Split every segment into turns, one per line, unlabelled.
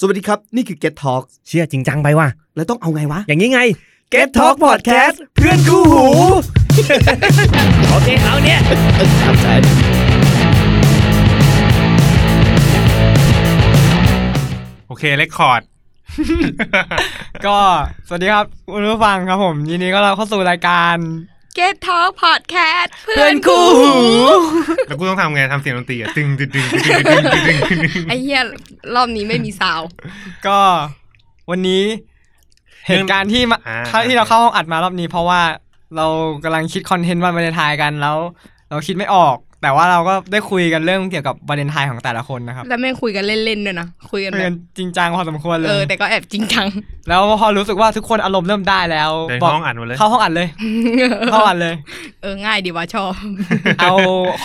สวัสดีครับ นี่คือ Get Talk
เชื่อจริงจังไปว่ะ
แล้วต้องเอาไงวะ
อย่างนี้ไง
Get Talk Podcast เพื่อนคู่หู
โอเคเอาเนี่ย
โอเคเรคคอร์ด
ก็สวัสดีครับคุณผู้ฟังครับผมยินดีก็เราเข้าสู่รายการ
Get Talk Podcast เพื่
เพื่
อ
อน น
กู
คู่หู
แล้วกูต้องทำไงทำเสียงดนตรีอ่ะตึงตึงตึงตึงตึงตึงตึงตึงตึง
ไอ้เหี้ยรอบนี้ไม่มีซาวด์
ก็วันนี้
เรื่
เห
อง
ตุการณ์ที่มา
อ่า
ครั้งที่เราเข้าห้องอัดมารอบนี้ เพราะว่าเรากำลังคิดคอนเทนต์วันวาเลนไทน์กันแล้ว เราคิดไม่ออก แต่ว่าเราก็ได้คุยกันเรื่องเกี่ยวกับวาเลนไทน์ของแต่ละคนนะครับ
แล้วแม่งคุยกันเล่นๆด้วยนะ คุยกัน
คุย
แบ
กับนจริงจังพอสมควรเล
เออย แต่ก็แอบจริงจัง
แล้วพอรู้สึกว่าทุกคนอารมณ์เริ่มได้แล้ว
เดิน
บ
เข้าก ห้องอ่านหมดเลย
เข้าห้องอัด เลย เข้าห้องอัด เลย
เออง่ายดีวะชอบ
เอา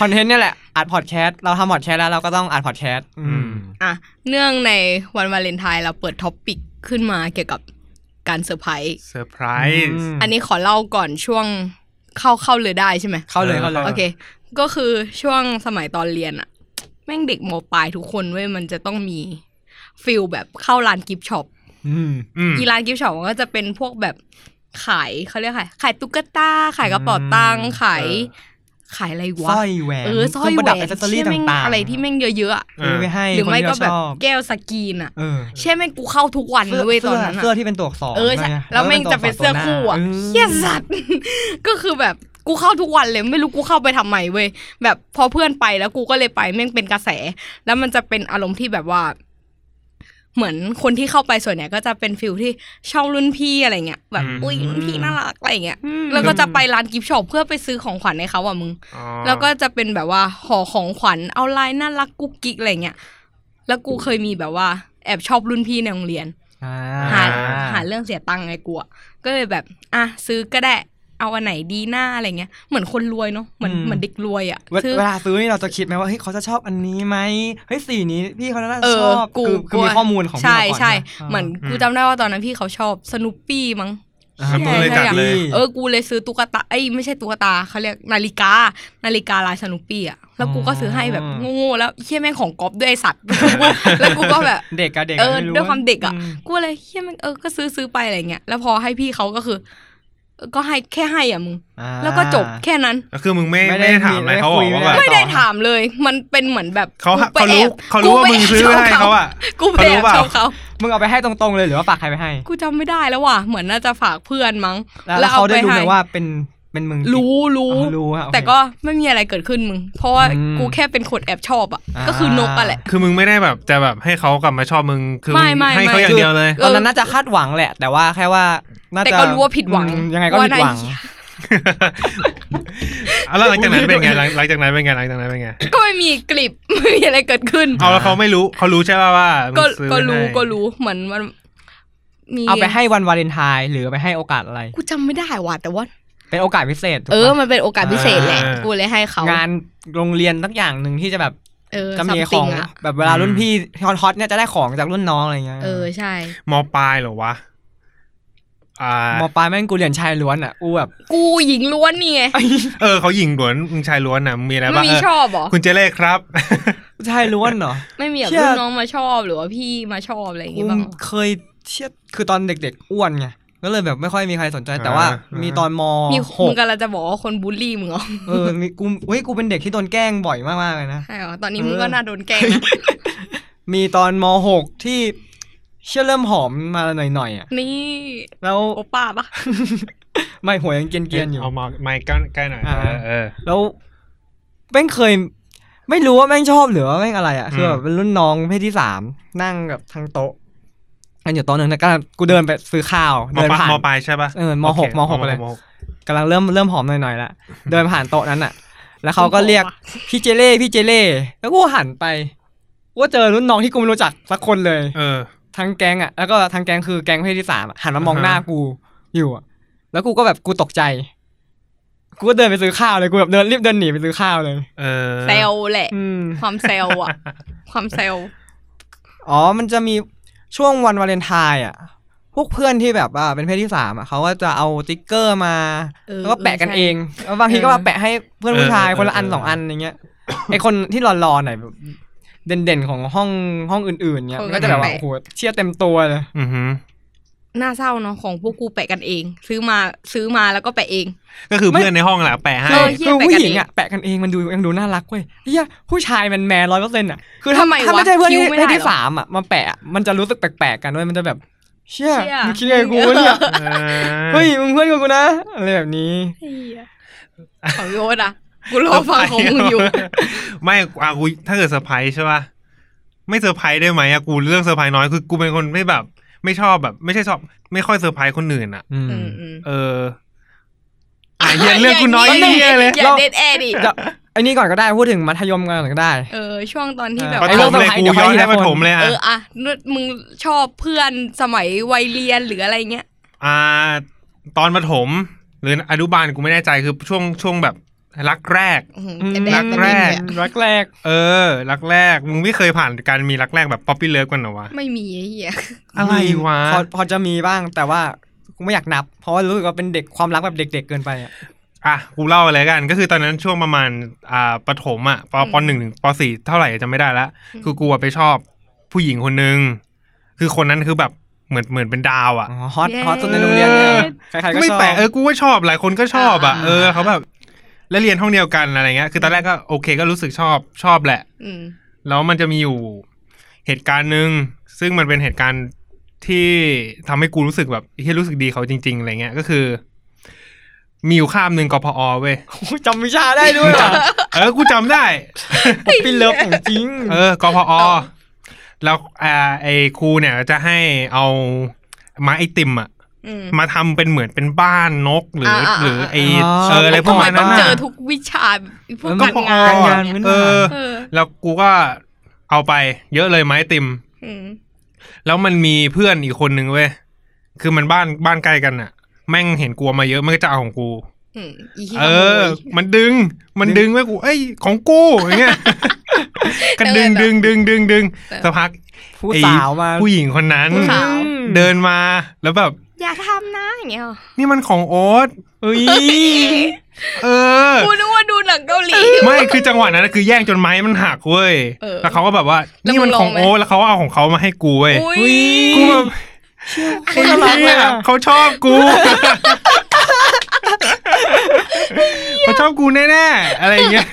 คอนเทนต์เนี่ยแหละอัดพอดแคสต์เราทำพอดแคสต์แล้วเราก็ต้องอัดพอดแคสต์อื
อื
ม
ม
อ่ะ เนื่องในวันวาเลนไทน์เราเปิดท็อปปิกขึ้นมาเกี่ยวกับการเซอร์ไพรส์
เซอร์ไพร
อื
ส์
ม
อันนี้ขอเล่าก่อนช่วงเข้าเข้าเลยได้ใช่ไหม
เข้าเลยเข้าเลย
โอเค ก็คือช่วงสมัยตอนเรียนอะแม่งเด็กมปลายทุกคนเว้ยมันจะต้องมีฟิลแบบเข้าร้านกิฟต์ช็อป
อืม
อืม
อีร้านกิฟต์ช็อปมันก็จะเป็นพวกแบบขายเขาเรียกขายขายตุ๊กตา ขายกระเป๋าตังค์
อืม
ขาย
เออ
ขายอะไร
ส
วะ
ร้อยแหวน
เออสร้อย
เคงป
แห
ระ
ว
ดับ
น
อิสซอรี่
เชี่ยแม่ง
ต่างๆ
อะไรที่แม่งเยอะๆอะ
เอ
ซื้อ
อ
ไปให้
หรือไม่
คนที่เรา
ก็แบบ
ชอบ
แก้วสกีนอะ
เออ
เชี่ยแม่งกูเข้าทุกวันเว้ยตอนนั้น
เสื้อ
อะ
ที่เป็นตัวอักษร
เออใช่
ไง
แล้วแม่งจะเป็นเสื้อคู่อะเชี่ยสัตว์ ก็คือแบบกูเข้าทุกวันเลยไม่รู้กูเข้าไปทำไมเว้ยแบบพอเพื่อนไปแล้วกูก็เลยไปแม่งเป็นกระแส แล้วมันจะเป็นอารมณ์ที่แบบว่า เหมือนคนที่เข้าไปส่วนเนี่ยก็จะเป็นฟิลที่ชอบรุ่นพี่อะไรเงี้ยแบบ
อืม
อุ้ยรุ่นพี่น่ารักอะไรเงี้ยแล้วก็จะไปร้านกิฟต์ช็อปเพื่อไปซื้อของขวัญให้เขาอ่ะมึง
อ๋อ
แล้วก็จะเป็นแบบว่าห่อของขวัญเอาลายน่ารักกุ๊กกิ๊กอะไรเงี้ยแล้วกูเคยมีแบบว่า แอบชอบรุ่นพี่ในโรงเรียน
อ่า
หาหาเรื่องเสียตังค์ไงกูอะก็เลยแบบ อ่ะซื้อก็ได้เอาอันไหนดีหน้าอะไรเงี้ยเหมือนคนรวยเนาะเหมือนเหมือนเด็กรวยอะ
เว
ซื้อ
เวลาซื้อนี่เราจะคิดไหมว่าเฮ้ยเขาจะชอบอันนี้ไหมเฮ้ยสีนี้พี่เขาน่า
เอ
จะ
อ
ชอบ
กู
คือคือมีข้อมูลของพี่
ใช่
เราก่อน
ใช่
า
เหมือนกูจำได้ว่าตอนนั้นพี่เขาชอบสนุปปี้มั้ง
อ่ะกูเลยจัดเลย
เออกูเลยซื้อตุ๊กตาเอ้ยไม่ใช่ตุ๊กตาเขาเรียกนาฬิกา นาฬิกาลายสนุปปี้อะแล้วกูก็ซื้อให้แบบโง่ๆแล้วเฮี้ยแม่งของก๊อฟด้วยไอสัตว์ แล้วกูก็แบบ
เด็กอะเด็กะ
เออ
ไรู้
ด้วยความเด็กอะ
ม
กูเลยเฮี้ยแม่งเออก็ซื้อซื้อไปอะไรเงี้ยแล้วพอให้พี่เขาก็คือเออก็ให้แค่ให้อ่ะมึง
อ่า
แล้วก็จบแค่นั้น
ก็คือมึงไม่
ไม่
ไม่
ได้
ได้ถามอะไรเขาบอกว่าแบบ
ไม่
ไม่ได้ถามเลยมันเป็นเหมือนแบบ
เขา
กูไป
เขา
แอ
รู้เขา
บ
รู้ว่ามึงซื้อ
กูไป
ให้
แบ
เขาอ่ะ
กูไปแอ
เขารู้
บ
เปล่า
ชอบเขา
มึงเอาไปให้ตรงๆเลยหรือว่าฝากใครไปให้
กูจำไม่ได้แล้วว่ะ เหมือนน่าจะฝากเพื่อนมั้ง
แล้วเขา
อป
ได้รู้ไหม
ให้
ว่าเป็นเป็นมึงจง
รู้รู้
อ๋อรู้อะโอเค
แต่ก็ไม่มีอะไรเกิดขึ้นมึง เพราะว่า
อืม
กูแค่เป็นคนแอบชอบอ่ะ
อ่า
ก็คือนกอะแหละ
คือมึงไม่ได้แบบจะแบบให้เขากลับมาชอบมึงคือ
ไม่ไม่
ให้เขา
ไม่
อย่างเดียวเลย
ตอนนั้นน่าจะคาดหวังแหละ แต่ว่าแค่ว่าน่าจะ
แต่ก็รู้ว่าผิดหวัง
อืมยังไงก็ผิดหวัง
ว่าน่า
เอาแล้วหลังจากนั้นเป็นไงหลังหลังจากนั้นเป็นไงหลังจากนั้นเป็นไง
ก็ไม่มีกลิบ ไม่มีอะไรเกิดขึ้น
เอาแล้วเขาไม่รู้เขารู้ใช่ป่ะว่ามึ
ก็
งซื้อ
ก็รู้
ให้
ก็รู้เหมือนมันมี
เอาไปให้วันวาเลนไทน์หรือเอาไปให้โอกาสอะไร
กูจำไม่ได้ว่ะแต่ว่า
เป็นโอกาสพิเศษถูก
เออ
ปะ
มันเป็นโอกาสพิเศษแหละ กูเลยให้เขา
งานโรงเรียนสักอย่างหนึ่งที่จะแบบ
เออ
จะ
ซัม
มีข
ติ
อง ง
อะ
แบบเวลารุ่นพี่ฮอตๆเนี่ยจะได้ของจากรุ่นน้องอะไรเงี้ย
เออใช่
มปลายเหรอวะอ่าม
อปลายแม่งกูเรียนชายล้วนอ่ะกูแบบ
กูหญิงล้วนนี่ไง
เออเขาหญิงล้วนมึงชายล้วนนะมึงมีอะไร
ไม่
บ้าง
มี
เออ
ชอบเหรอ
คุณเจเล่ครับ
ชายล้วนเหรอ
ไม่มีแบบ
เชื่อ
รุ่นน้องมาชอบหรือว่าพี่มาชอบอะไรอย่าง
กู
งี้บ้างเหรอ
เคยเทียบคือตอนเด็กๆอ้วนไงก็เลยแบบไม่ค่อยมีใครสนใจแต่ว่า
อ่ามี
มีตอนม
มี
ห
มึ
ก
งกำลังจะบอกว่าคนบูลลี่มึงเหรอ
เออมีกูเฮ้ยกูเป็นเด็กที่โดนแกล้งบ่อยมากๆเลยนะ
ใช่เหรอตอนนี้
เออ
มึงก็น่าโดนแกล้งนะ
มีตอนมหกที่เชื่อเริ่มหอมมาหน่อยๆอ่ะ
นี่
แล้ว
โอป้าปะ
ไม่หัวยังเกรียนๆอยู่
เอามาไมค์ใกล้ๆหน่อย
อ่า
เออเออ
แล้วแม่งเคย ไม่รู้ว่าแม่งชอบหรือว่าแม่งอะไรอะ่ะ
อืม
คือแบบเป็นรุ่นน้องเพศที่สามนั่งกับทางโต๊ะกันอยู่โต๊ะหนึ่งนะก็กูเดินไปซื้อข้าว
ม
เดิน
ปลาย
ผ่าน
มปลายใช่ป่ะ
เออมหก
โค
มหกเลย
มหก
กำลังเริ่มเริ่มหอมหน่อยๆละเดินผ่านโต๊ะนั้นอ่ะ แล้วเขาก็เรียกพี่เจเล่พี่เจเล่แล้วกูหันไปกูก็เจอรุ่นน้องที่กูไม่รู้จักสักคนเลย
เออ
ทั้งแก๊งอ่ะแล้วก็ทั้งแก๊งคือแก๊งเพศที่สามอะหันมามอง
อ่าฮะ
หน้ากูอยู่อะแล้วกูก็แบบกูตกใจ กูก็เดินไปซื้อข้าวเลยกูแบบเดินรีบเดินหนีไปซื้อข้าวเลย
เออ
เซลแหละ
อืม
ความเซลอะความเซล
อ๋อมันจะมีช่วงวันวาเลนไทน์อ่ะ พวกเพื่อนที่แบบว่าเป็นเพศที่สามอ่ะเขาก็จะเอาติ๊กเกอร์มา
เออ
แล้วก็แปะกันเอง
ใช่
แล้วบางทีก็มาแปะให้เพื่อนผู้ชาย
เออเออ
คนละอัน
เออ
สองอันอย่างเงี้ยไอคนที่รอๆหน่อยแบบ เด่นๆของห้องห้องอื่นๆเนี่ย
เออ
ก็จะแบบว่า
แปะ
โอ้โหเชี่ยเต็มตัวเลย
อือหือ
น่าเศร้าเนาะของพวกกูแปะกันเอง ซื้อมาซื้อมาแล้วก็แปะเอง
ก็คือ
ไม่
เพื่อนในห้องแหละแปะให้
เออ หี้ย
คือ
แปะ
ผู้
กัน
หญิง
เอง
อ่ะแปะกันเองมันดูยังดูน่ารักเว้ยเฮียผู้ชายมันแมนร้อยเปอร์เซ็นต์อ่ะคือถ้า
ทำไม
ถ้าว
ะ
ไม่ใช่เพื่อนที่
คิ้วไม่ได้
ได้ที่
หรอ
สามอ่ะมาแปะอะมันจะรู้สึกแปลกๆกันด้วยมันจะแบบเชี่ย
เชี่ย
มึงคิดอะไรกูวะเนี่ย
เออ
เฮ้ยมึงเพื่อนกูนะอะไรแบบนี้
ของโยนอ่ะกูรอฟังของมึงอยู่
ไม่อากูถ้าเกิดเซอร์ไพรส์ใช่ป่ะไม่เซอร์ไพรส์ได้ไหมอะกูเรื่องเซอร์ไพรส์น้อยคือกูเป็นคนไม่แบบ ไม่ชอบแบบ ไม่ใช่ชอบ ไม่ค่อยเซอร์ไพรส์คนอื่นอะ
อืม
อืมอืม
เอออ่ะเหี้ยเรื่องกูน้อยเหี้ยเลย
อย่าเด็ดแอร์ดิ
จะไอ้นี่ก่อนก็ได้พูดถึงมัธยมก่อนก็ได้
เออช่วงตอนที่แบบ
อ
ป
อ
ระถมเลย
ไอ้
กู
เรื่องสมั
ย้อน
ยเดี๋ยวค่อยที
ให้
ละคน
ประถมเลยอ่ะ
เอออ่ะนึกมึงชอบเพื่อนสมัยวัยเรียนหรืออะไรเงี้ย
อ่า ตอนประถม หรืออนุบาลกูไม่แน่ใจคือช่วงช่วงแบบรักแรก
อื้อหือ
อืม
ไอ้แด
รั
ง
ก
มัน
แร
เล่น
ก
เนี่ย
รักแรก
เออ รักแรกมึงไม่เคยผ่านการมีรักแรกแบบป๊อปปี้เลิฟกันเหรอวะ
ไม่มีไอ้เหี้ย
อะไรวะ
พอพอจะมีบ้างแต่ว่ากูไม่อยากนับ เพราะว่ารู้สึกว่าเป็นเด็กความรักแบบเด็ก ๆ เกินไปอ่ะ
อ่ะกูเล่าอะไรกัน ก็คือตอนนั้นช่วงประมาณอ่าประถมอ่ะปปหนึ่งถึงปสี่เท่าไหร่จำไม่ได้ละคือกูอะไปชอบผู้หญิงคนนึง คือคนนั้นคือแบบเหมือนเหมือนเป็นดาวอ่ะ
อ๋อฮอตฮอตสุดในโรงเรียนเนี่ยใครๆก็
ไม่
ชอบ
แปลกเออกูก็ชอบหลายคนก็ชอบอ่ะ
อ่า
เออเขาแบบแล้วเรียนห้องเดียวกันอะไรเงี้ยคือตอนแรกก็โอเคก็รู้สึกชอบชอบแหละ
อืม
แล้วมันจะมีอยู่เหตุการณ์หนึ่งซึ่งมันเป็นเหตุการณ์ที่ทำให้กูรู้สึกแบบที่รู้สึกดีเขาจริงๆอะไรเงี้ยก็คือ มีอยู่ข้ามหนึ่งกพอเว้ย
กูจำวิชาได้ด้วย อ่ะ
เออกูจำได้
ป๊อปปี้เลิฟของจริง
เออกพอแล้วอ่าไอ้ครูเนี่ยจะให้เอาไม้ไอติมอะ
อืม
มาทำเป็นเหมือนเป็นบ้านนกหรือ
อ่าๆๆ
หรือไอ
อ๋อ
เอออะไรพวก
ทำไม
นั้น
ต้อง
น่ะ
เจอทุกวิชาแบบพวก
เออ
การ
ก็พอ
งาน
งาน
เนี่ย
มัน
เออ
เออ
แล้วกูก็เอาไป เยอะเลยไม้ไอติม
อืม
แล้วมันมีเพื่อนอีกคนนึงเว้ย คือมันบ้านบ้านใกล้กันอะแม่งเห็นกลัวมาเยอะ มันก็จะเอาของกู
อืมอีหี้ย
เออ
ขโมย
มันดึง มันดึงไว้กู เอ้ย ของกูอย่างเงี้ย ก็ดึง
เออ
ดึงดึงดึงดึง
เออ
สักพัก
ผู้
ไอ้
สาวมา
ผู้หญิงคนนั้น
ผู้สาว
เดินมา แล้วแบบ
อย่าทำนะอย่างเงี้ยหรอ
นี่มันของโอ๊ต
เอ้ย
เออ
กูนึกว่าดูหนังเกาหลี
ไม่ คือจังหวะนั้นคือแย่งจนไม้มันหักเว้ย
เออ
แล้วเขาก็แบบว่า
แล้ว
นี่มันข
มึงลอ
อง ง
ไหม
โอ๊ตแล้วเขาก็เอาของเขามาให้กูเว้ย
อุ้ย
กูแบบไอ้เหี้ยเขาชอบกู เขาชอบกูแน่ๆ อะไรอย่างเงี้ย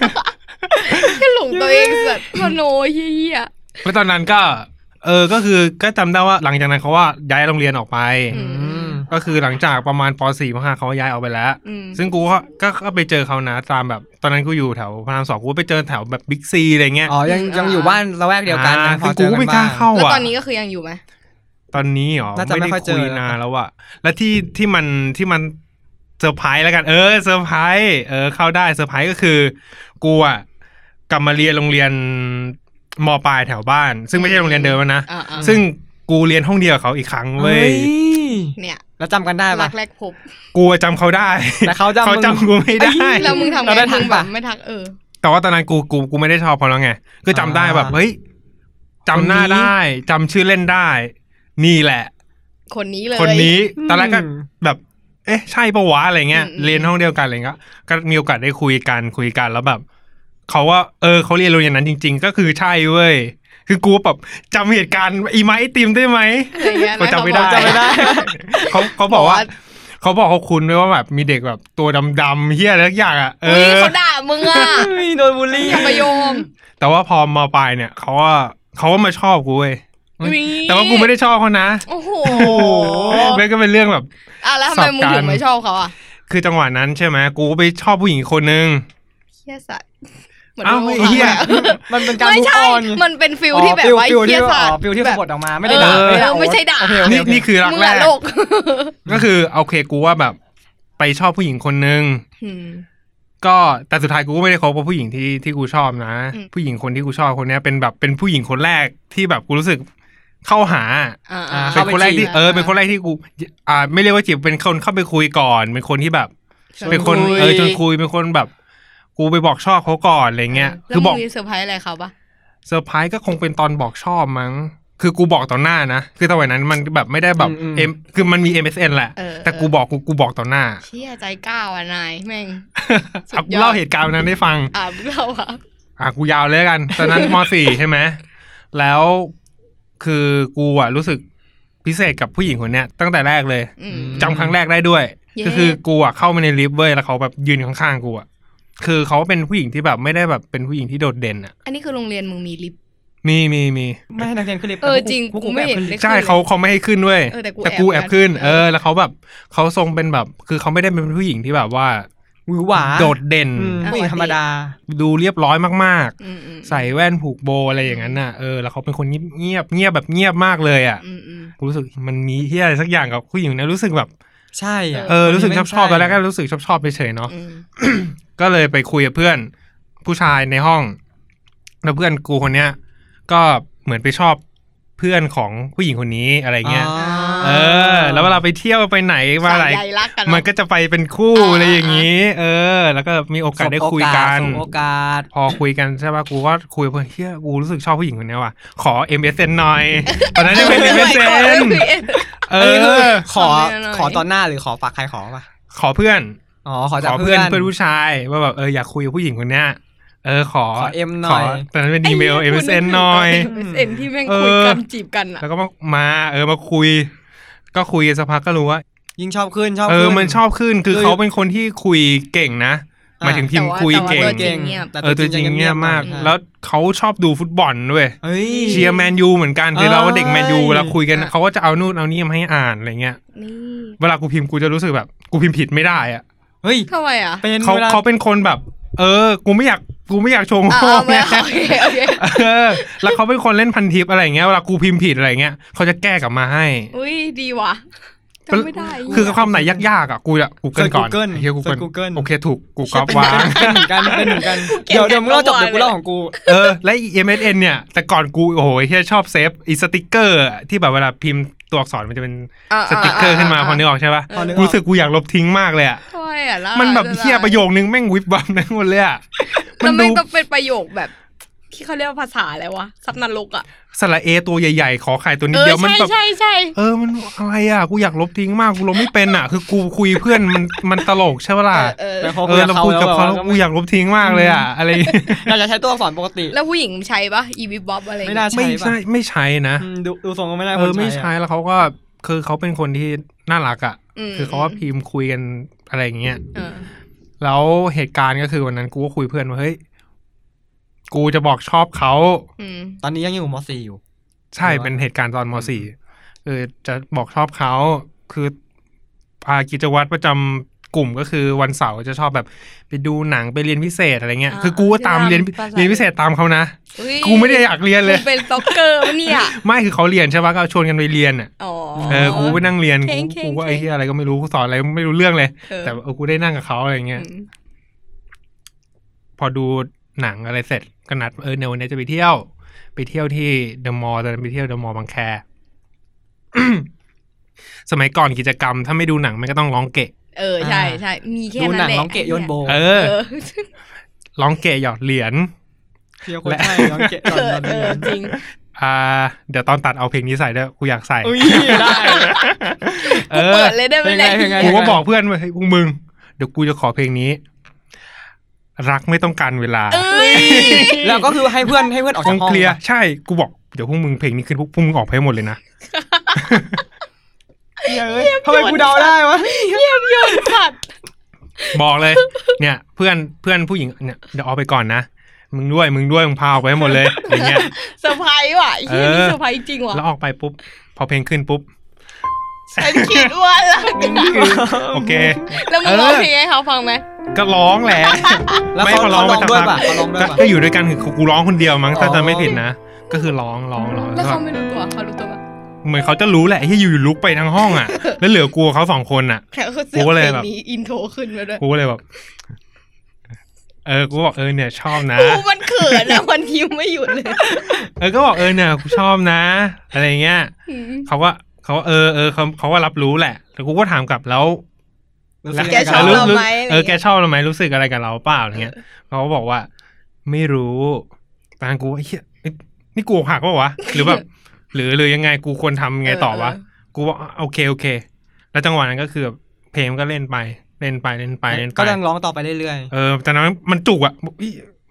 ก็หลงตัวเองสัตว์มโนเหี้ย
แล้วตอนนั้นก็ เออ ก็คือก็จำได้ว่าหลังจากนั้นเขาว่าย้ายโรงเรียนออกไป
อืม
อืม
ก็คือหลังจากประมาณป .4 ป .5 เขาย้ายออกไปแล้ว
อืม
ซึ่งกูก็ก็ก็ไปเจอเขานะตามแบบ ตอนนั้นกูอยู่แถวพระรามสองกูก็ไปเจอแถวแบบบิ๊กซีอะไรเงี้ย
อ๋อยังยังอยู่บ้านละแวกเดียวกัน
อ่า
นะพอ
ซึ่
เจ
ง
อ
กูก็
กัน
ไม่ก
บ้า
ล้าง เข้า
แล้ว
อ่ะ
ตอนนี้ก็คือยังอยู่ไหม
ตอนนี้เหรอ
น่าจะไม่ค่อยเจอ
ด้นานแล้วอะแล้วที่ที่มันที่มันเซอร์ไพรส์แล้วกัน เออเซอร์ไพรส์เออ เข้าได้เซอร์ไพรส์ก็คือ กูอะกลับมาเรียนโรงเรียนมปลายแถวบ้าน ซึ่งไม่ใช่โรงเรียนเดิมแล้วนะ
อ่าๆ
ซึ่งกูเรียนห้องเดียวกับเขาอีกครั้งเว้ย
เนี่ย
แล้วจำกันได้
รั
ปะ
กแรกพบ
กูอะจำเขาได้
แต่เขาจำ
เขาจำ
มึง
กูไม่
ไอ้
ได้
เหี้ย
แล้วมึงทำไง
เราได้ทัก
มึงแบบ
ปะ
ไม่ทักเออ
แต่ว่าตอนนั้นกูกูกูไม่ได้ชอบเขาแล้วไงก็จำได้แบบ เฮ้ยจำหน้าได้จำชื่อเล่นได้ นี่แหละ
คนนี้เลย
คนนี้ตอนแรกก็
อืม
แบบ เอ๊ะ ใช่ปะวะอะไรเงี้ย
อืมอืม
เรียนห้องเดียวกันอะไรเงี้ยก็มีโอกาสได้คุยกันคุยกันแล้วแบบเขาว่า เออเขาเรียนโรงเรียนนั้นจริง ๆ ก็คือใช่เว้ยคือกูแบบจำเหตุการณ์อีไม้ไอติมได้ไหม
อะไรเงี้ย
กูจำไม่ได้
แล้วเขาบอกจำไม่ได้
เขาเขาบอกว่าเขาบอกเขาคุ้นไว้ว่าแบบมีเด็กแบบตัวดำๆเฮียอะไรสักอย่างอ่ะเอ
อุ้ย
อ
เขาด่ามึงอ่ะ
เฮ้ยโดนบูลลี่
อย่ามาโยม
แต่ว่าพอมาปลายเนี่ยเขาว่าเขาว่ามาชอบกูเว้ย
อุ๊ย
แต่ว่ากูไม่ได้ชอบเขานะ
โอ้โห
มันก็เป็นเรื่องแบบ
อ่ะแล้วทำไมมึงถึงไม่ชอบเขาอ่ะ
คือจังหวะนั้นใช่ไหมกูก็ไปชอบผู้หญิงอีกคนนึง
เฮียสัตว์เหมือน
อ้าว
โดน
ไอ้เหี้ย
อะ
มันเป็นการ
ไม่
มุก
ใช่
ออน
มันเป็นฟิลที่แบบว่า
ฟิล
เฮี
ที่
ย
อ๋
สัต
อ
ว์
ฟิลที่
แบ
สะ
บ
กดออกมาไม่ได้
เออ
ด่า
เออไม่ใช่ด่า
โอเคโอเค
นี่นี่คือรัก
มึง
แรก
อะโลก
ก็คือโอเคกูว่าแบบ ไปชอบผู้หญิงคนนึง
อืม
ก็แต่สุดท้ายกูก็ไม่ได้คบกับผู้หญิงที่ที่กูชอบนะ
อืม
ผู้หญิงคนที่กูชอบคนเนี้ยเป็นแบบเป็นผู้หญิงคนแรกที่แบบกูรู้สึกเข้าหา
อ่า
า
ๆ
เป็นคนแรกที่
เข้าไปจีบ
เออเป็นคนแรกที่กู อ่า ไม่เรียกว่าจีบเป็นคนเข้าไปคุยก่อน เป็นคนที่แบบ
ชวนคุย
เป็นคนเออชวนคุยเป็นคนแบบ กูไปบอกชอบเขาก่อนอะไรเงี้ย
แล้ว
คือ
มึ
บอก
งมีเซอร์ไพรส์อะไรเขาปะ
เซอร์ไพรส์ก็คงเป็นตอนบอกชอบมั้ง คือกูบอกต่อหน้านะ คือสมัยนั้นมันแบบไม่ได้แบบ
อืมอืม
เอ็มคือมันมี MSN แหละ แต่กูบอกกูกูบอกต่อหน้า
เชี่ยใจกล้าอ่ะนายแม่ง สุดยอ
เอากู
ด
เล่าเหตุการณ์วันนั้นให้ฟัง
อ่ามึงเราอ่ะ
อ อ่ะกูยาวเลยละกัน ตอน นั้นมสี่ใช่ไหมแล้วคือกูอ่ะรู้สึกพิเศษกับผู้หญิงคนเนี้ยตั้งแต่แรกเลย
อืม
จำครั้งแรกได้ด้วย
เย้
ก็คือกูอะเข้ามาในลิฟต์เว้ยแล้วเขาแบบยืนข้างๆกูอะคือเขาเป็นผู้หญิงที่แบบไม่ได้แบบเป็นผู้หญิงที่โดดเด่นอะ
อันนี้คือโรงเรียนมึงมีลิฟต์
มีมีมี
ไม่ให้นักเรียนขึ้นลิฟต์
เออ
แต่พวก
จริง
พวก
กูไม่
แอบ
เห็น
ขึ้นลิฟต์
เลย
ใช่เขาเขาไม่ให้ขึ้นด้วย
เออแต่กู
แอบ
แอบ
ขึ้น
ขึ้น
เออ แล้วเขาแบบเขาทรงเป็นแบบ คือเขาไม่ได้เป็นผู้หญิงที่แบบว่า
หวือหวา
โดดเด่น
อืมผู้หญิงธรรมดา
ดูเรียบร้อยมาก
อืมอืม
ๆ ใส่แว่นผูกโบอะไรอย่างนั้นน่ะเออแล้วเขาเป็นคนเงียบๆเงียบแบบเงียบมากเลยอ่ะ
อืมอืม
กูรู้สึกมันมีที่อะไรสักอย่างกับผู้หญิงคนนะรู้สึกแบบ
ใช่อะ
เออรู้สึกชอบชอบๆตอนแรกก็
ใช่
รู้สึกชอบชอบๆเฉยๆเนาะ
อืม
ก็เลยไปคุยกับเพื่อนผู้ชายในห้อง แล้วเพื่อนกูคนเนี้ย ก็เหมือนไปชอบเพื่อนของผู้หญิงคนนี้อะไรเงี้ย
า
เออ แล้วเวลาไปเที่ยวไปไหนมาอะไร
สยใยรักกันเนอะ
มันก็จะไปเป็นคู่
อ่า
อะไรอย่างนี้ เออ แล้วก็มีโอกาสได้คุยกัน
สบโอกาส
พอคุยกันใช่ป่ะกูก็คุยกับเพื่อนเฮียกูรู้สึกชอบผู้หญิงคนเนี้ยว่ะ ขอ MSN ห น่อย ตอนนั้นยังเป็น MSN เอ
เอ
อ
อ ขอ
ขอเมียหน่อย
ขอตอนหน้าหรือขอฝากใครขอป่ะ
ขอเพื่อน
อ๋อ ขอ
ข
จาก
อ
เพื่
เพื่
อ
อน นเพื่อนผู้ชายว่าแบบเอออยากคุยกับผู้หญิงคนเนี้ยเออขอ
ขอ M หน่อย
แต่นั้นเป็นอีเมลเอ็มเอ็นหน่อย
เอ็มเอ็นที่แม่งคุยกันจีบกันอ่ะ
แล้วก็มามาเออมาคุย ก็คุยกันสักพักก็รู้ว่า
ยิ่งชอบขึ้นชอบ
เออ
ขึ้น
มันชอบขึ้นคือ
คือ
เขาเป็นคนที่คุยเก่งนะหมายถึงพิมพ์คุย
แต่
เก่ง
ว่า
เก่ง
เงียบ
แต่
เออตัวจริงเงียบมาก
อ่ะ
แล้วเขาชอบดูฟุตบอลด้วย
เฮ้ย
เชียร์แมนยูเหมือนกันคื
เอ้
อ
ย
เราก็เด็กแมนยูเราคุยกัน
อ่ะ
เขาก็จะเอานู่นเอานี่มาให้อ่านอะไรเงี้ย
นี่
เวลากูพิมพ์กูจะรู้สึกแบบกูพิมพ์ผิดไม่ได้อะ
เฮ้ย
ทำไมอ่ะ
เป็น
เขา
วล
เขาเป็นคนแบบ เออ กูไม่อยากกูไม่อยากโชว์
อ่ะ
โง่
เอาไป
ไง
โอเคโอเค
เออ แล้วเขาเป็นคนเล่นพันทิปอะไรอย่างเงี้ยเวลากูพิมพ์ผิดอะไรเงี้ยเขาจะแก้กลับมาให้
อุ้ยดีว่ะจำไม่ได้
คือคำไหนยากๆอ่ะกูจะกูเกิลก่อน
เซิร์ช Google
ไอ้เฮียกู
เซิร์ช
เกิล
Google
โอเคถูกกูก๊อป วาง
เป็นเหมือนกันเป็นเหมือนกัน เดี๋ยวเดี๋ยวมึงเล่าจบเดี๋ยวกูเล่าของกู
เออและ MSN เนี่ย แต่ก่อนกูโอ้โหไอ้เฮียชอบเซฟอีสติกเกอร์อะที่แบบเวลาพิมพ์ตัวอักษรมันจะเป็น
อ่ะ
สติกเกอร์ขึ้นมาพอนึก
ะ
ออกใช่ปะ
พอนึกออก
กูรู้สึกกูอยากลบทิ้งมากเลยอ่ะ
ทำไมอ่ะล่ะ
มันแบบเฮียประโยคนึงแม่งวิบวับนั่งหมดเลยอ่ะ
มั
มัน น
ดู
ดู
ต้องเป็นประโยคแบบ ที่เขาเรียกว่าภาษาอะไรวะซับนรกอ่ะ
สระเอตัวใหญ่ๆ ขอไข่ตัวนิ
เอ
ด
อ
เดียวมัน
ใช่
แบบ
ใช่ใช่
เออมันอะไรอ่ะ กูอยากลบทิ้งมาก กูลบไม่เป็นอ่ะ คือกูคุยเพื่อนมันมันตลกใช่ปะล่ะ
เออ
แต่
เออ
พอ
เออเราคุยกับเขาแล้ว
ก็
กูอยากลบทิ้งมากเลยอ่ะ อะไรอย่างเงี้ย
เราจะใช้ตัวอักษรปกติ
แล้วผู้หญิงใช้ปะอีวิบบ๊อบอะไร
ไม่น่า
ไม่
ใช่ป่ะ
ใช่ไม่ใช้นะ
อืมดูดูทรงก็ไม่ได้
เออไม่
คน
ใช้แล้วเขาก็คือเขาเป็นคนที่น่ารักอ่ะ คือเขาก็พิมพ์คุยกันอะไรอย่างเงี้ย
เออ
แล้วเหตุการณ์ก็คือวันนั้นกูก็คุยเพื่อนว่าเฮ้ย กูจะบอกชอบเขา
อืม
ตอนนี้ยังอยู่ม .4 อยู่
ใช่
หรือว่า
เป็นเหตุการณ์ตอนมสี่คือจะบอกชอบเขาคืออากิจวัตรประจำกลุ่มก็คือวันเสาร์จะชอบแบบไปดูหนังไปเรียนพิเศษอะไรเงี้ย
อ่า
คือกูก็ตาม
ตาม
เรียน
ภาษา
เรียนพิเศษตามเขานะ
อุ๊ย
กูไม่ได้อยากเรียน เลย
มึงเป็นสต็อกเกอร์ปะเนี่ย
ไม่คือเขาเรียนใช่ปะก็ชวนกันไปเรียนอ่ะ
อ๋อ
เออกูไปนั่งเรียน
เข่
กูกู
งเข่ง
ก็ไอ้
เข่ง
ที่อะไรก็ไม่รู้กูสอนอะไรไม่รู้เรื่องเลย
เออ
แต่เออกูได้นั่งกับเขาอะไรเงี้ย
อืม
พอดูหนังอะไรเสร็จก็นัดเออเดี๋ยววันนี้จะไปเที่ยว ไปเที่ยวที่เดอะมอลล์ตอนนั้นไปเที่ยวเดอะมอลล์บางแค สมัยก่อนกิจกรรม ถ้าไม่ดูหนังมันก็ต้องร้องเกะ
เออใช่
อ่า
ใช่มีแค่
ดู
นั้น
หนังร้
แหละ
องเกะโยนโบ
เอ
เอ
อ
อ
ร้องเกะหยอดเหรียญ
เที่ยวคนไทยร้องเกะตอน
เออ
ตอน
เอ
เรี
อย
น
จริง
อ่า เดี๋ยวตอนตัดเอาเพลงนี้ใส่ด้วยกูอยากใส่
อุ้ยได้
เอ
กู
อ
เปิดเลยได้ไหมเนี่ย
เป็นไงเป็นไง
กูก็บอกเพื่อนว่าเฮ้ยพวกมึง เดี๋ยวกูจะขอเพลงนี้ รักไม่ต้องการเวลา
เอ้ย
แล้วก็คือให้เพื่อนให้เพื่อนออก
ค
จาก
ง
ห้อง
เคลียร์ใช่กูบอกเดี๋ยวพวกมึงเพลงนี้ขึ้นพวกมึงออกไปให้หมดเลยนะ
เหี้ยเอ้ยทำไมกูเดาได้วะ
ยอดสัตว์
บอกเลย เนี่ยเพื่อนเพื่อนผู้หญิงเนี่ยเดี๋ยวเอาไปก่อนนะ มึงด้วยมึงด้วยมึงพาออกไปให้หมดเลยอย่างเงี้ย
เซอร์ไพรส์ว่ะไอ้เฮียนี่
เออ
เซอร์ไพรส์จริงว่ะ
แล้วออกไปปุ๊บ พอเพลงขึ้นปุ๊บ
ฉันคิดว่าละ
โอเค
แล้วมึงร้องเพลงให้เขาฟังไหม
ก็ร้องแหละ
แล้ว
ไม่
เขา
เขาร้
ร้อ
อง ง
ด้วย
ไปสักพัก
ป่ะเขาร้องด้วย
ก็
ป่ะ
ก็อยู่ด้วยกันคือกูร้องคนเดียวมั้งถ้า
อ๋อ
จะไม่ผิดนะ ก็คือร้องร้องร้อง
แล้
แล้ว วก็
เขาไม่รู้ตัวเขารู้ตัวปะ
เหมือนเขาจะรู้แหละที่อยู่ๆลุกไปทั้งห้องอ่ะ แล้วเหลือกูกับเขาสองคนอ่ะ
แล้วเขาเสี
กู
ยง
ก็
เพ
เลย
ลง
แบบ
นี้อินโทรขึ้นมาด้วย
กูก็เลยแบบเออกูบอกเออเนี่ย ชอบนะ
กูมันเขินอะมันยิ้มไม่หยุดเลย
เออก็บอกเออเนี่ยกูชอบนะ อะไรเงี้ย
อืม
เขาว่าเขาเออเออเขาเขาว่ารับรู้แหละแล้วกูก็ถามกลับแล้ว
รู้สึยัง
แก
ไงบ
ชอบ
เา
เราไหม
เออ
อะไรเงี้ย
แกชอบเราไหมรู้สึกอะไรกับเราเปล่าอะไรเงี้ยเขาก็บอกว่า ไม่รู้ตอนนั้นกูว่าเฮียนี่นี่กูอกหักเปล่าวะหรือแบบ หรือหรือยังไงกูควรทำไงต่อวะ
เออ
กูว่าโอเคโอเค แล้วจังหวะนั้นก็คือแบบเพลงมันก็เล่นไป เล่นไปเล่นไปเล่นไป
ก็ยังร้องต่อไปเรื่อย
เออตอนนั้นมันจุกอะบอกอี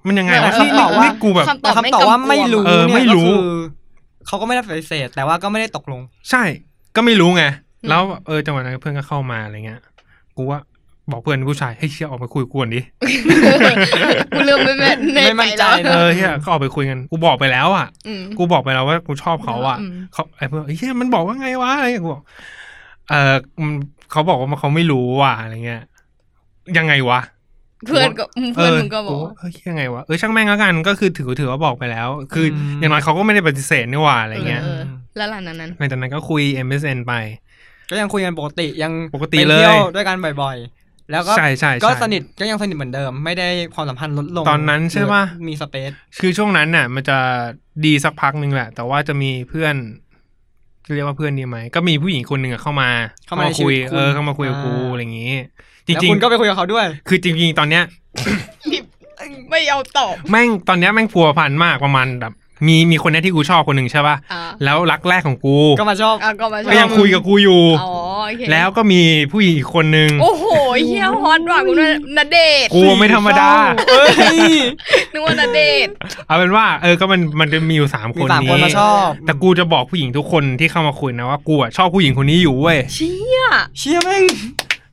มันยังไง
ไม่
วะ
เขา
นี่
บอกว่า
นี่กูแบบ
คำตอบ
คำตอบว่าไม่รู้
เออ
เนี่ย
ไม่รู้
ก็คือเขาก็ไม่ได้ปฏิเสธแต่ว่าก็ไม่ได้ตกลง
ใช่ ก็ไม่รู้ไง แล้วเออจังหวะนั้นเพื่อนก็เข้ามาอะไรเงี้ย กูว่าบอกเพื่อนผู้ชายให้ยเชี่ยออกมาคุยกวนดิ
กูลืมไม่แม่น
ไม่มั่นใจ
แล้ว
เออเฮียก็ออกไปคุยกัน กูบอกไปแล้วอ่ะ
อืม
กูบอกไปแล้วว่ากูชอบเขาอ่ะ
อืม
เขาไอ้เพื่อนเฮ้ยเหี้ยมันบอกว่าไงวะอะไรเงี้ยกูบอกเออมันเขาบอกว่าเขาไม่รู้ว่ะอะไรเงี้ย ยังไงวะ
เพื่อนก็เพื่อนมึงก็บอกว่า
เฮ้ยยังไงวะเออช่างแม่งแล้วกันก็คือถือถือว่าบอกไปแล้ว คืออ
ม
อย่างน้อยเขาก็ไม่ได้ปฏิเสธนี่หว่าอะไรเงี้ย
เออ แล้วหลังจากนั้น
หลังจากนั้นก็คุย MSN ไป
ก็ยังคุยกันปกติยัง
ปกติเลย
ไที่วด้วยกันบ่อยๆ แล้วก็
ใช่ใช่ใช่
ก็สนิทก็ยังสนิทเหมือนเดิม ไม่ได้ความสัมพันธ์ลดลง
ตอนนั้นใช่ปะ
หรือมีสเปซ
คือช่วงนั้นน่ะ มันจะดีสักพักหนึ่งแหละ แต่ว่าจะมีเพื่อนจะเรียกว่าเพื่อนดีไหมก็มีผู้หญิงคนหนึ่งอะเข้ามา
เข้ามาในชี
คุ
วิ
ย
ตคุณ
เออเข้ามาคุยกับกู
อ่า
อะไรอย่างงี้ จ
แล้ว
ริง
คุณก็ไปคุยกับเขาด้วย
ๆ คือจริงๆตอนเนี้ย
ไม่เอาตอบ
แม่งตอนเนี้ยแม่งพัวพันมากประมาณแบบ มีมีคนเนี้ยที่กูชอบคนหนึ่งใช่ป่ะ
อ่า
แล้วรักแรกของกู
ก็มาชอบ
อ่ะก็มาช
ก็
อ
ยั
บ
งคุยกับกูอยู่
อ๋อโอเค
แล้วก็มีผู้หญิงอีกคนนึง
โอ้โหเฮียฮอตว่ะกูว่านาเดชน์
กูไม่ธรรมดา
เอ้ย
นึกว่านาเดชน์
เอาเป็นว่า เออ ก็มันมันจะมีอยู่สามค
มี
น
สามคน
นี้
มาชอบ
แต่กูจะบอกผู้หญิงทุกคนที่เข้ามาคุยนะว่ากูอะชอบผู้หญิงคนนี้อยู่เว้ย
เชี่ย
เชี่ยแม่ง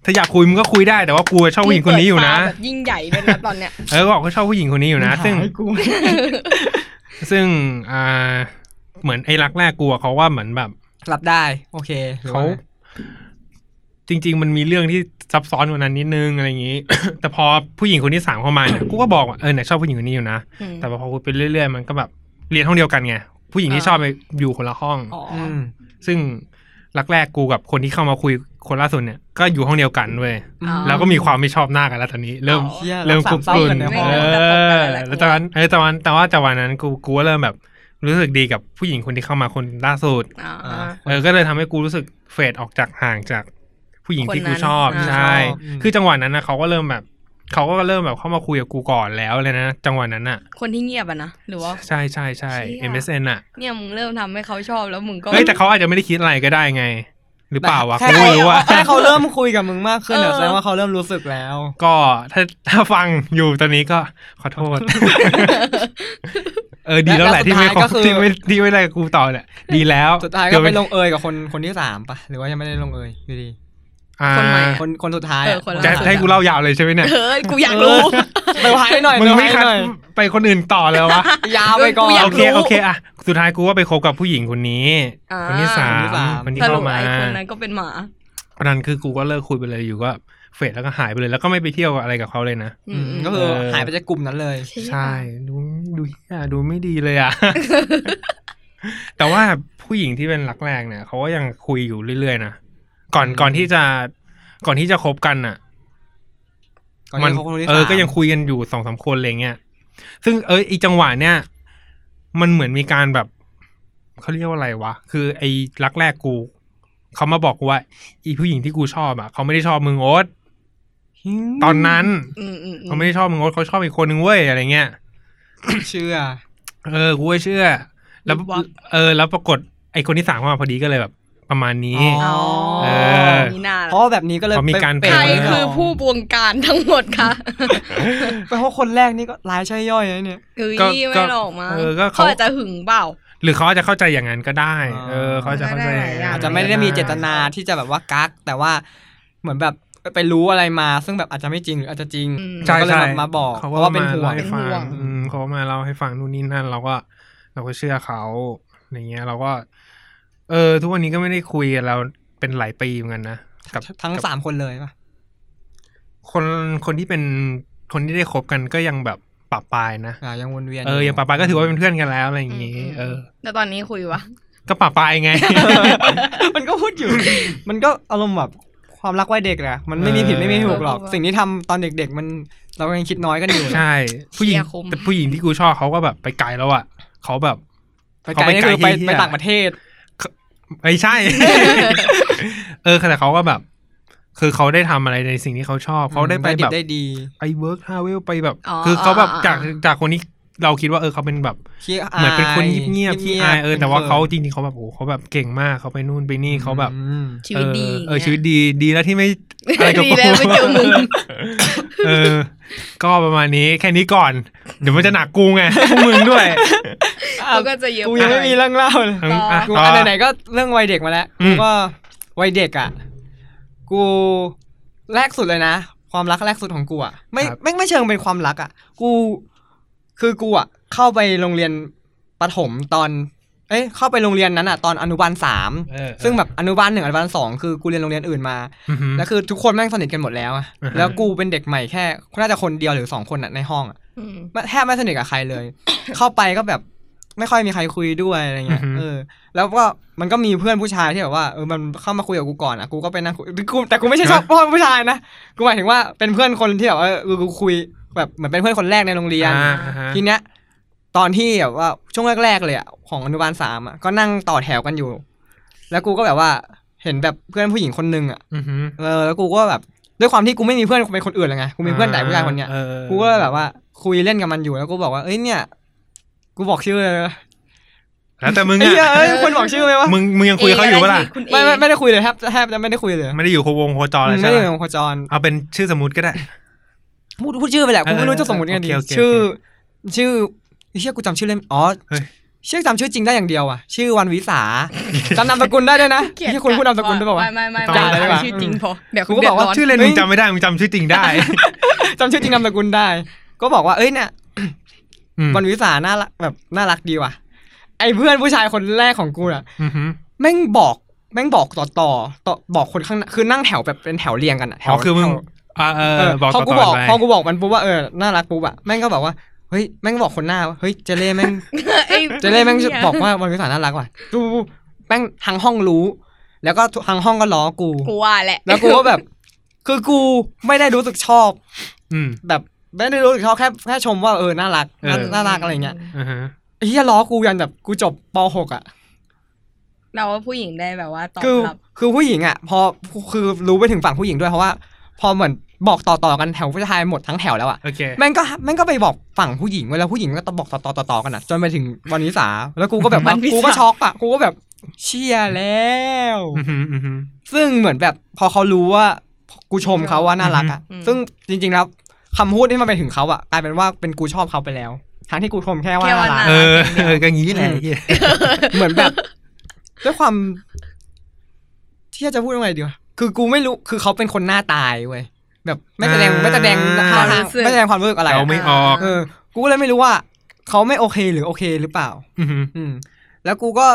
ถ้าอยากคุยมึงก็คุยได้แต่ว่ากูอะชอบผู้หญิงคนนี้อยู่นะ
เปิดฟ้าแบบยิ่งใหญ่เลยนะตอนเนี้ย
เออก็บอกก็ชอบผู้หญิงคนนี้อยู่นะ ซึ่ง
หายกู
ซึ่งอ่าเหมือนไอ้รักแรกกูอะเขาว่าเหมือนแบบ
รับได้ โอเค
เขาจริง ๆ มันมีเรื่องที่ซับซ้อนกว่านั้นนิดนึงอะไรอย่างนี้ แต่พอผู้หญิงคนที่สามเข้ามาเนี่ย กูก็บอกว่าเออเนี่ยชอบผู้หญิงคนนี้อยู่นะ แต่พอคุยไปเรื่อยๆ มันก็แบบเรียนห้องเดียวกันไง ผู้หญิงที่
อ่า
ชอบไปอยู่คนละห้อง
อ๋ออ
อืม
ซึ่งรักแรกกูกับคนที่เข้ามาคุยคนล่าสุดเนี่ย ก็อยู่ห้องเดียวกันเว้ย
อ๋อ
แล้วก็มีความไม่ชอบหน้ากันแล้วตอนนี้ เริ่ม
อ๋อ
เชี่ย
เริ่ม
สา
คุ
ม
ก
เศร้า
รุ่น
กันในห้อง
เอ
แล้
แล้ว
วตบกัน
อ
อะไร
แล้วตอนนั้นเออตอนนั้นแต่ว่าจากวันนั้นกูกูก็เริ่มแบบรู้สึกดีกับผู้หญิงคนที่เข้ามาคนล่าสุด
อ่า
เออก็เลยทำให้กูรู้สึกเฟดออกจากห่างจากผู้หญิงที่
คนนั้
กู
น
ชอบ
อ่า
ใช่คือจังหวะนั้นนะเขาก็เริ่มแบบเขาก็เริ่มแบบเข้ามาคุยกับกูก่อนแล้วเลยนะจังหวะนั้นอ่ะ
คนที่เงียบอะนะหรือว่า
ใช่ใช่ใช่
เชี่ย
MSN อ่ะ
เนี่ยมึงเริ่มทำให้เขาชอบแล้วมึงก็
เฮ้ยแต่เขาอาจจะไม่ได้คิดอะไรก็ได้ไง หรือเปล่าวะ
แค่
กูไม่รู้ว่า
แค่เขาเริ่มคุยกับมึงมากขึ้นเนี่ย
เออ
แสดงว่าเขาเริ่มรู้สึกแล้ว
ก็ถ้าถ้าฟังอยู่ตอนนี้ก็ขอโท ษ เออดีแล้วแหละที่ไม่
แล้วสุดท้ายก็คือ
ที่ไม่ที่ไม่ได้กับกูต่อแหละดีแล้ว
สุดท้ายก็
เยว
ไปลงเอยกับคนคนที่สามปะหรือว่ายังไม่ได้ลงเอยดูดี
อ่า
คนใหม่
คนคนสุดท้าย
เออคนล่าสุด
จะให้กูเล่ายาวเลยใช่ไหมเนี่ย
เฮ้ยกูอยากรู้
เซอร์ไพรส์หน่อย
มึงไม่
เซอ
คั
ร์
ด
พรส์หน่อย
ไปคนอื่นต่อเลยวะ
ยาวไปก่อน
กูอยา
โอก เคโอเคอะสุดท้ายกูก็ไปคบกับผู้หญิงคนนี้
อ่า
คนที่สา
คนที่
ม
สาม
คนที่
สรุ
เข้า
ป
มา
ไอ้คนนั้นก็เป็นหมา
วันนั้นคือกูก็เลิกคุยไปเลยอยู่ก็เฟดแล้วก็หายไปเลย แล้วก็ไม่ไปเที่ยวอะไรกับเขาเลยนะ
อืมก็คือ
เออ
หายไปจากกลุ่มนั้นเลย
ใช่ดูดูเหี้ยดูไม่ดีเลย อ่ะ แต่ว่าผู้หญิงที่เป็นรักแรกเนี่ยเขาก็ยังคุยอยู่เรื่อยๆนะก่อน
อืม
ก่อนที่จะก่อนที่จะคบกันอ่ะ
ก่อน
มั
ที่เขาคนที่
เออ
สาม
ก็ยังคุยกันอยู่สองสามคนอะไรเงี้ยซึ่งเออไอจังหวะเนี่ยมันเหมือนมีการแบบเขาเรียกว่าอะไรวะคือไอรักแรกกูเขามาบอกกูว่า อีผู้หญิงที่กูชอบอ่ะเขาไม่ได้ชอบมึงโอ๊ตตอนนั้น
อืมอืมอืม
เขาไม่ได้ชอบมึงโอ๊ตเขาชอบอีกคนนึงเว้ยอะไรเงี้ย
เชื่อ
เออกูก็เชื่อ แล้วเออ แล้วปรากฏไอ้คนที่สามเข้ามาพอดีก็เลยแบบ ประมาณนี้
อ๋อ
เออ
นี่น่า
เพราะว่าแบบนี้ก็เลย
เขามีการ
เป็
ใคร
เป็น
คือผู้บงการทั้งหมดคะ
เพราะคนแรกนี่ก็ร้ายใช่ย่อยนะเนี่ย
เฮ้ย
ก็
ไม่หรอกมั้ง
เออก็เขา
เขาอาจจะหึงเปล่า
หรือเขาอาจจะเข้าใจอย่างนั้นก็ได้ เออเขาอาจจะเข้าใจย่งนั้น
อา
อาจจะไม่ได้มีเจตนาที่จะแบบว่ากัก แต่ว่าเหมือนแบบไปรู้อะไรมา ซึ่งแบบอาจจะไม่จริงหรืออาจจะจริง
อืม
ใช่
ก็เลย
ใช่
แบบมาบอก
เขา
เพ
ก็
ราะว่าเป็น
มา
ห่ว
เล่าง ให้ฟั
เป็นห่ว
ง
ง
อืมเขาก็มาเล่าให้ฟังนู่นนี่นั่น เราก็ เราก็เชื่อเขาอย่างเงี้ย เราก็ เออ ทุกวันนี้ก็ไม่ได้คุยกันเราเป็นหลายปีเหมือนกันนะกับ
ทั้ง
กับ
สามคนเลยป่ะ
คนคนที่เป็นคนที่ได้คบกันก็ยังแบบปรับปลายนะ
อ่ายังวนเวียน
เออยังปรับปลายก็ถือว่าเป็นเพื่อนกันแล้วอะไรอย่างงี้ เออ
แล้วตอนนี้คุยวะ
ก็ปรับปลาย ไง
มันก็พูดอยู่ มันก็อารมณ์แบบความรักวัยเด็กแหละมันไม่มีผิดไม่มีถูกหรอก
เออ
สิ่งที่ทำตอนเด็ก ๆ มันเรายังคิดน้อยกันอยู่
ใช่ ผู้หญิง
เชียร์คม
แต่ผู้หญิงที่กูชอบเขาก็แบบไปไกลแล้วอ่ะเขาแบบ
ไปไกลนี่คือไปไป
เขาไปไกลที่
ต่างประเทศ
ไม่ใช่ เออแต่เขาก็แบบ คือเขาได้ทำอะไรในสิ่งที่เขาชอบ เขาได้ไปแบบ
ได้ดี
ไปเวิร์กทาเวลไปแบบ
อ๋อ
คือเขาแบบ
อ๋อ
จากจากคนที่เราคิดว่าเออเขาเป็นแบบ
ขี้อาย
เหมือนเป็นคนเงียบๆขี้อายเออแต่ว่าเขาจริงๆเขาแบบโอ้โหเขาแบบเก่งมากเขาไปนู่นไปนี่เขาแบบ
อืม
ชีวิตดี
เออเออ
นี่
ย ชีวิตดีดีแล้วที่ไม่ อะไรกับ
ดีแล้วไม่เจอมึง
เออ ก็ประมาณนี้แค่นี้ก่อน เดี๋ยวมันจะหนักกูไงพวกมึงด้วย
อ่ะ
แล้วก็จะเยอะ
กูยังไม่มีเรื่องเล่าเลย
อืมอ่ะ
กู
ต่อ
อันไหนๆก็เรื่องวัยเด็กมาแล้ว
อืม
ก็วัยเด็กอ่ะ กูแรกสุดเลยนะ ความรักแรกสุดของกูอ่ะไม่ไม่ไม่เชิงเป็นความรักอ่ะ กูคือกูอ่ะเข้าไปโรงเรียนประถมตอน เอ้ยเข้าไปโรงเรียนนั้นอ่ะ ตอนอนุบาลสาม
เออ
ซึ่งแบบอนุบาลหนึ่งอนุบาลสองคือกูเรียนโรงเรียนอื่นมา
อือหือ
แล้วคือทุกคนแม่งสนิทกันหมดแล้วอะ
อือฮะ
แล้วกูเป็นเด็กใหม่แค่น่าจะคนเดียวหรือสองคนอะในห้องอะ
อืม
ไม่แทบไม่สนิทกับใครเลย เข้าไปก็แบบไม่ค่อยมีใครคุยด้วยอะไรเงี้ย
อือฮึ
เออ แล้วก็มันก็มีเพื่อนผู้ชายที่แบบว่าเออมันเข้ามาคุยกับกูก่อนอะกูก็ไปนั่งคุยกูแต่กูไม่ใช่ชอบพ่อผู้ชายนะ กูหมายถึงว่าเป็นเพื่อนคนที่แบบว่าเออกูคุยแบบเหมือนเป็นเพื่อนคนแรกในโรงเรียน
อ่าฮะ
ทีเนี้ยตอนที่แบบว่าช่วงแรกๆเลยอะของอนุบาลสามอะก็นั่งต่อแถวกันอยู่ แล้วกูก็แบบว่าเห็นแบบเพื่อนผู้หญิงคนนึงอะ
อือหือ
เออแล้วกูก็แบบด้วยความที่กูไม่มีเพื่อนเป็นคนอื่นเลยไงกูมีเพื่อนแต่ผู้ชายคนเนี้ย
ออออ
กูก็แบบว่าคุยเล่นกับมันอยู่แล้วกูบอกว่าเอ้ยเนี่ยกูบอกชื่อเลยนะ
แล้วแต่มึง
เอ้ย
อะ
เอ้ยควรบอกชื่อไหมวะ
มึงมึงยังคุยกับเขาอยู่ปะล่ะ
คุณเอ
ไม่ไม่ไม่ได้คุยเลยแทบแทบจะไม่ได้คุยเลย
ไม่ได้อยู่โควงโคจร
อื
เล
ม
ยใช่
ไม่
ไหม
ได้ของขจร
เอาเป็นชื่อสมมุติก็ได้
พูดพูดชื่อไปแหละกูไม่รู้
เออ
จะสมมติยังไงดี
โอเคโอเค
ชื่อ ชื่อเชื่อกูจำชื่อเล่นอ๋อ
เฮ้ย
เชื่อจำชื่อจริงได้อย่างเดียวอ่ะชื่อวันวิ สาจำนามสกุลได้ด้วยนะ
เกลียด
ที่คุณพูดนามสกุลได้ป่าวะ
ไม่ไม่ไม่
จำอะไร
ไม่
ได้ปะ
ชื่อจริงพอเดี๋ยว
กู
คุณ
ก็
เดื
บ
อ
อก
ด
ว่า
ร้อน
ชื่อเล่น
เฮ้ย
มึงจำไม่ได้มึงจำชื่อจริงได้
จำชื่อจริงนามสกุลได้ ก็บอกว่าเอ้ยเนี่ย
อืม
วันวิสาน่ารักแบบน่ารักดีว่ะ ไอ้เพื่อนผู้ชายคนแรกของกูน่ะ
อือหือ
แม่งบอกแม่งบอกต่อต่อต่อบอกคนข้างหน้าคือนั่งแถวแบบเป็นแถวเรียงกันอะแถ
อ๋อ
ว
คือมึง
แถว
อ่าเอ
เอ
อ
อ
บอก
พ
ต่
อ
อ
กู
ๆ
บอก
ไป
พอกูบอกมันปุ๊บว่าเออน่ารักปุ๊บอะแม่งก็บอกว่าเฮ้ยแม่งก็บอกคนหน้าว่าเฮ้ยเจเล่แม่ง
ไอ้
เจเล่แม่งบอกว่าวันวิสาน่ารักว่ะดูแม่งทั้งห้องรู้ แล้วก็ทั้งห้องก็ล้อกู
กูว่าแหละ
แล้วกูก็แบบ คือกูไม่ได้รู้สึกชอบ
อืม
แบบไม่ได้รู้สึกชอบแค่แค่ชมว่าเออน่ารักน่า
เออ
น่ารักอะไรเงี้ย
อือหือ
ไอ้เฮียล้อกูยันแบบกูจบป .6 อ่ะ
เราว่าผู้หญิงได้แบบว่าตอบ
คือ
รับ
คือผู้หญิงอ่ะ พอคือรู้ไปถึงฝั่งผู้หญิงด้วยเพราะว่า พอเหมือนบอกต่อๆกันแถวผู้ชายหมดทั้งแถวแล้วอ่ะ
โอเค
แม่งก็แม่งก็ไปบอกฝั่งผู้หญิงเว้ยแล้วผู้หญิงก็ตบอกต่อๆต่อๆกันอ่ะจนไปถึงวันวิสาแล้วกูก็ แบบว่ากูก็ช็อกอ่ะกูก็แบบเชียแล้ว
อือหืออือหือ
ซึ่งเหมือนแบบพอเขารู้ว่ากูชมเขาว่าน่ารักอ่ะ
อืม
ซึ่งจริงๆแล้วคำพูดที่มันไปถึงเขาอ่ะกลายเป็นว่าเป็นกูชอบเขาไปแล้วทั้งที่กูชมแค่ว่า
แค่ว่า
น่ารัก
น่ารัก
เออเออก็งี้แหละ
อืม
ไอ้เหี้ย
เหมือนแบบ ด้วยความ ที่จะพูดว่าไงดีวะคือกูไม่รู้คือเขาเป็นคนหน้าตายเว้ยแบบไม่แสดงไม่แสดงท่าทาง
ความรู้สึก
ไม่แสดงความรู้สึกอะไร
เรา
อะ
ไม่ออก
เออ กูก็เลยไม่รู้ว่า เขาไม่โอเคหรือโอเคหรือเปล่า
อือหือ
อืม แล้วกูก็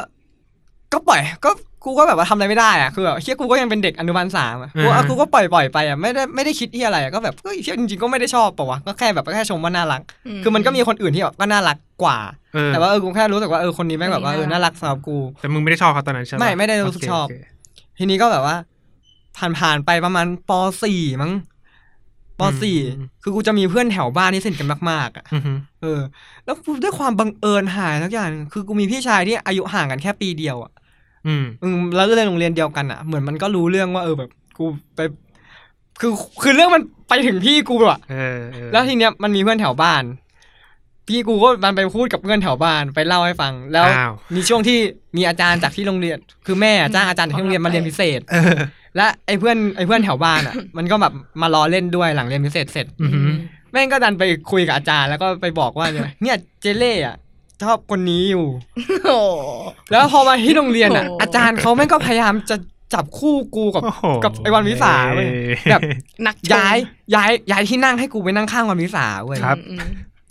ก็ปล่อย ก็กูก็แบบว่าทำอะไรไม่ได้อะคือแบบเฮียกูก็ยังเป็นเด็กอนุบาลสามอะกู
อื
อ่ะ
ม
กูก็ปล่อยปล่อยไปอะไม่ได้ไม่ได้คิดที่อะไรอะก็แบบเฮ้ยเฮียจริงๆก็ไม่ได้ชอบปะวะก็แค่แบบแค่ชมว่าน่ารัก คือมันก็มีคนอื่นที่แบบก็น่ารักกว่า
เออ
แต่ว่าเออกูแค่รู้สึกว่าเออคนนี้แม่งแบบว่าเออน่ารักสำหรับกู
แต่มึงไม่ได้ชอบเขาตอนนั้นใช่ไหม
ไม่ไม่ได้รู้สึกชอบ ทีนี้ก็แบบว่า ผ่านผ่านๆไปประมาณปสี่มั้งปสี่คือกูจะมีเพื่อนแถวบ้านที่สนิทกันมากๆอ่ะ
อือหือ
เออ แล้วกูด้วยความบังเอิญหายทักอย่างหนึ่งคือกูมีพี่ชายที่อายุห่างกันแค่ปีเดียวอ่ะ
อืม
อืมแล้วก็เรียนโรงเรียนเดียวกันอ่ะ เหมือนมันก็รู้เรื่องว่า เออแบบ กูไป คือคือเรื่องมันไปถึงพี่กูอ่ะ
เออเออ
แล้วทีเนี้ยมันมีเพื่อนแถวบ้าน พี่กูก็มันไปพูดกับเพื่อนแถวบ้านไปเล่าให้ฟัง แล้ว
อ้าว
มีช่วงที่มีอาจารย์จากที่โรงเรียน คือแม่จ้างอาจารย์จากที่โรงเรียนมาเรียนพิเศษ
เออ
และไอ้เพื่อนไอ้เพื่อนแถวบ้านอ่ะ มันก็แบบมารอเล่นด้วยหลังเรียนพิเศษเสร็จ
อือหือ
แม่งก็ดันไปคุยกับอาจารย์แล้วก็ไปบอกว่าเนี่ยเนี่ยเจเล่อะชอบคนนี้อยู่
โอ้
แล้วพอมาที่โรงเรียนอ่ะ
โอ้โห
อาจารย์เขาแม่งก็พยายามจะจับคู่กูกับ
โอ้โห
กับไอ้วันวิสาเว้ยแบบ
นักชม
ย้ายย้ายย้ายที่นั่งให้กูไปนั่งข้างวันวิสาเว้ย
ครับ
อืม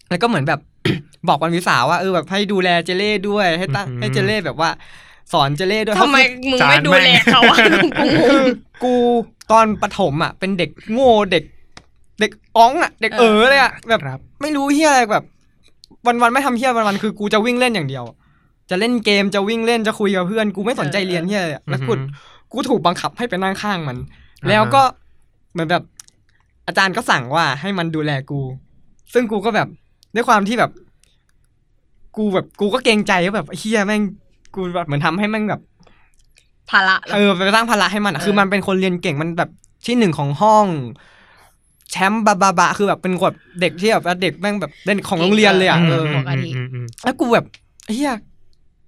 แล้วก็เหมือนแบบ บอกวันวิสาว่าเออแบบให้ดูแลเจเล่ด้วยให้ตั้ง
อือหือ
ให้เจเล่แบบว่า สอนเจเล่ด้วย
ทำไมมึงไม่ดูแลเขาอะกูง
คื
ง
อ กูตอนปฐมอ่ะ เป็นเด็กโง่เด็ก เด็กอ้องอ่ะ เด็กเออเลยอ่ะแบบ
ครับ
ไม่รู้เฮียอะไรแบบ วันวันๆไม่ทำเฮียวันวันๆคือกูจะวิ่งเล่นอย่างเดียว จะเล่นเกมจะวิ่งเล่นจะคุยกับเพื่อน กูไม่สนใจเรียนเฮียเลยอะแล้วกู กูถูกบังคับให้ไปนั่งข้างมัน
อ่าฮะ
แล้วก็เหมือนแบบ อาจารย์ก็สั่งว่าให้มันดูแลกู ซึ่งกูก็แบบด้วยความที่แบบ กูแบบกูก็เกรงใจว่าแบบเฮียแม่งกูแบบเหมือนทำให้แม่งแบบ
ภาระเหรอ
เออไปสร้างภาระให้มันอะ
เออ
คือมันเป็นคนเรียนเก่งมันแบบที่หนึ่งของห้อง แชมป์บาบาบาคือแบบเป็นแบบเด็กที่แบบว่าเด็กแม่งแบบเด่นของโรงเรียนเลยอ่ะ
ม
เออ
ปกติ
อืมอืม
แล้วกูแบบเฮีย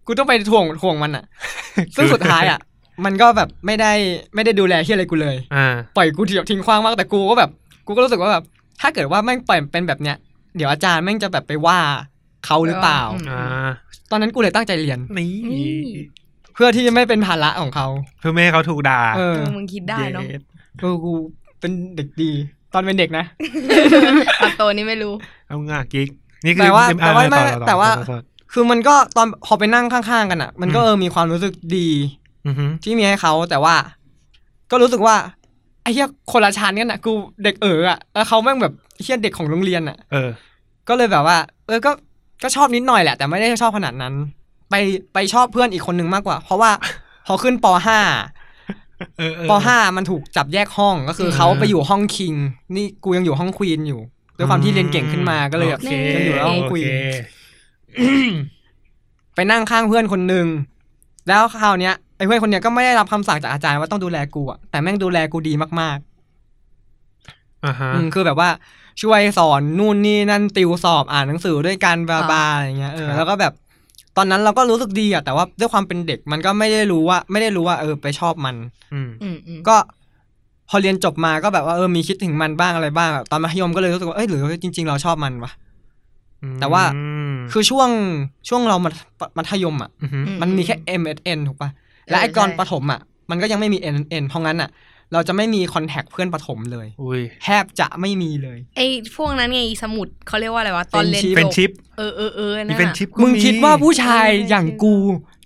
กูต้องไปถ่วงถ่วงมันอ่ะ ซึ่งสุดท้ายอ่ะ มันก็แบบไม่ได้ไม่ได้ดูแลเฮียอะไรกูเลย
อ่า
ปล่อยกูเถียบทิ้งขว้างมากแต่กูก็แบบ กูก็รู้สึกว่าแบบ ถ้าเกิดว่าแม่งปล่อยเป็นแบบเนี้ย เดี๋ยวอาจารย์แม่งจะแบบไปว่าเขาหรือเปล่า
เอออืม
อ่า
ตอนนั้นกูเลยตั้งใจเรียน
นี่
นี่
เพื่อที่จะไม่เป็นภาระของเขา
เพื่อไม่ให้เขาถูกด่า
เอ
เอ
อ
อมึงคิดได้เนาะ
ย็ด
เออกูเป็นเด็กดี ตอนเป็นเด็กนะ
ตัดตัวนี้ไม่รู้
เอางากิ๊กนี่คื
แต่ว่า
อ่
แต่ว่าไม่
ต่อต่อต่อ
แต่ว่า
ต่อต่อ
คือมันก็ตอนพอไปนั่งข้างๆกันอ่ะ มันก็
อืม
เออมีความรู้สึกดี
อือหือ
ที่มีให้เขาแต่ว่า ก็รู้สึกว่าไอ้เหี้ยคนละชั้นกันอ่ะ กูเด็กเอออ่ะแล้วเขาแม่งแบบไอ้เหี้ยเด็กของโรงเรียนอ่ะ
เออ
ก็เลยแบบว่า เออก็ก็ชอบนิดหน่อยแหละ แต่ไม่ได้ชอบขนาดนั้น ไปไปชอบเพื่อนอีกคนนึงมากกว่า เพราะ ว่า พอขึ้นปห้า
เออเออ
ปห้ามันถูกจับแยกห้องก็คือ
เออ
เขาไปอยู่ห้องคิง นี่กูยังอยู่ห้องควีนอยู่ด้วยความที่เรียนเก่งขึ้นมาก็เลยแบบ
โอเค
ยังอยู่ห้องควีน
โเ
ไปนั่งข้างเพื่อนคนหนึ่งแล้วคราวเนี้ยไอ้เพื่อนคนเนี้ยก็ไม่ได้รับคำสั่งจากอาจารย์ว่าต้องดูแลกูอะแต่แม่งดูแลกูดีมาก
อ่าฮะ
ๆอืมคือแบบว่าช่วยสอนนู่นนี่นั่นติวสอบอ่านหนังสือด้วยกันบาบาอะไรเงี้ยเออแล้วก็แบบตอนนั้นเราก็รู้สึกดีอะแต่ว่าด้วยความเป็นเด็กมันก็ไม่ได้รู้ว่า ไม่ได้รู้ว่าเออไปชอบมัน
อืม
อืมอืม
ก็พอเรียนจบมาก็แบบว่าเออมีคิดถึงมันบ้างอะไรบ้างแบบตอนมัธยมก็เลยรู้สึกว่าเอ้ยหรือจริง ๆ เราชอบมันวะ แต่ว่า คือช่วงช่วงเรามัธมัธยมอะ
อหือ
มันมีแค่ MSN ถูกป่ะ และไอ้กรประถมอ่ะ มันก็ยังไม่มี NN เพราะงั้นอ่ะ เราจะไม่มีคอนแทคเพื่อนประถมเลย
อุ้ย
แทบจะไม่มีเลย
ไอพวกนั้นไงอีสมุดเขาเรียกว่าอะไรวะตอนเรียนจบ
เป็นชิป
เออเออเออ
มี
นั่น
เป็น
อะ
ชิปก็
มึงคิดว่าผู้ชาย
เออ
อย่างกู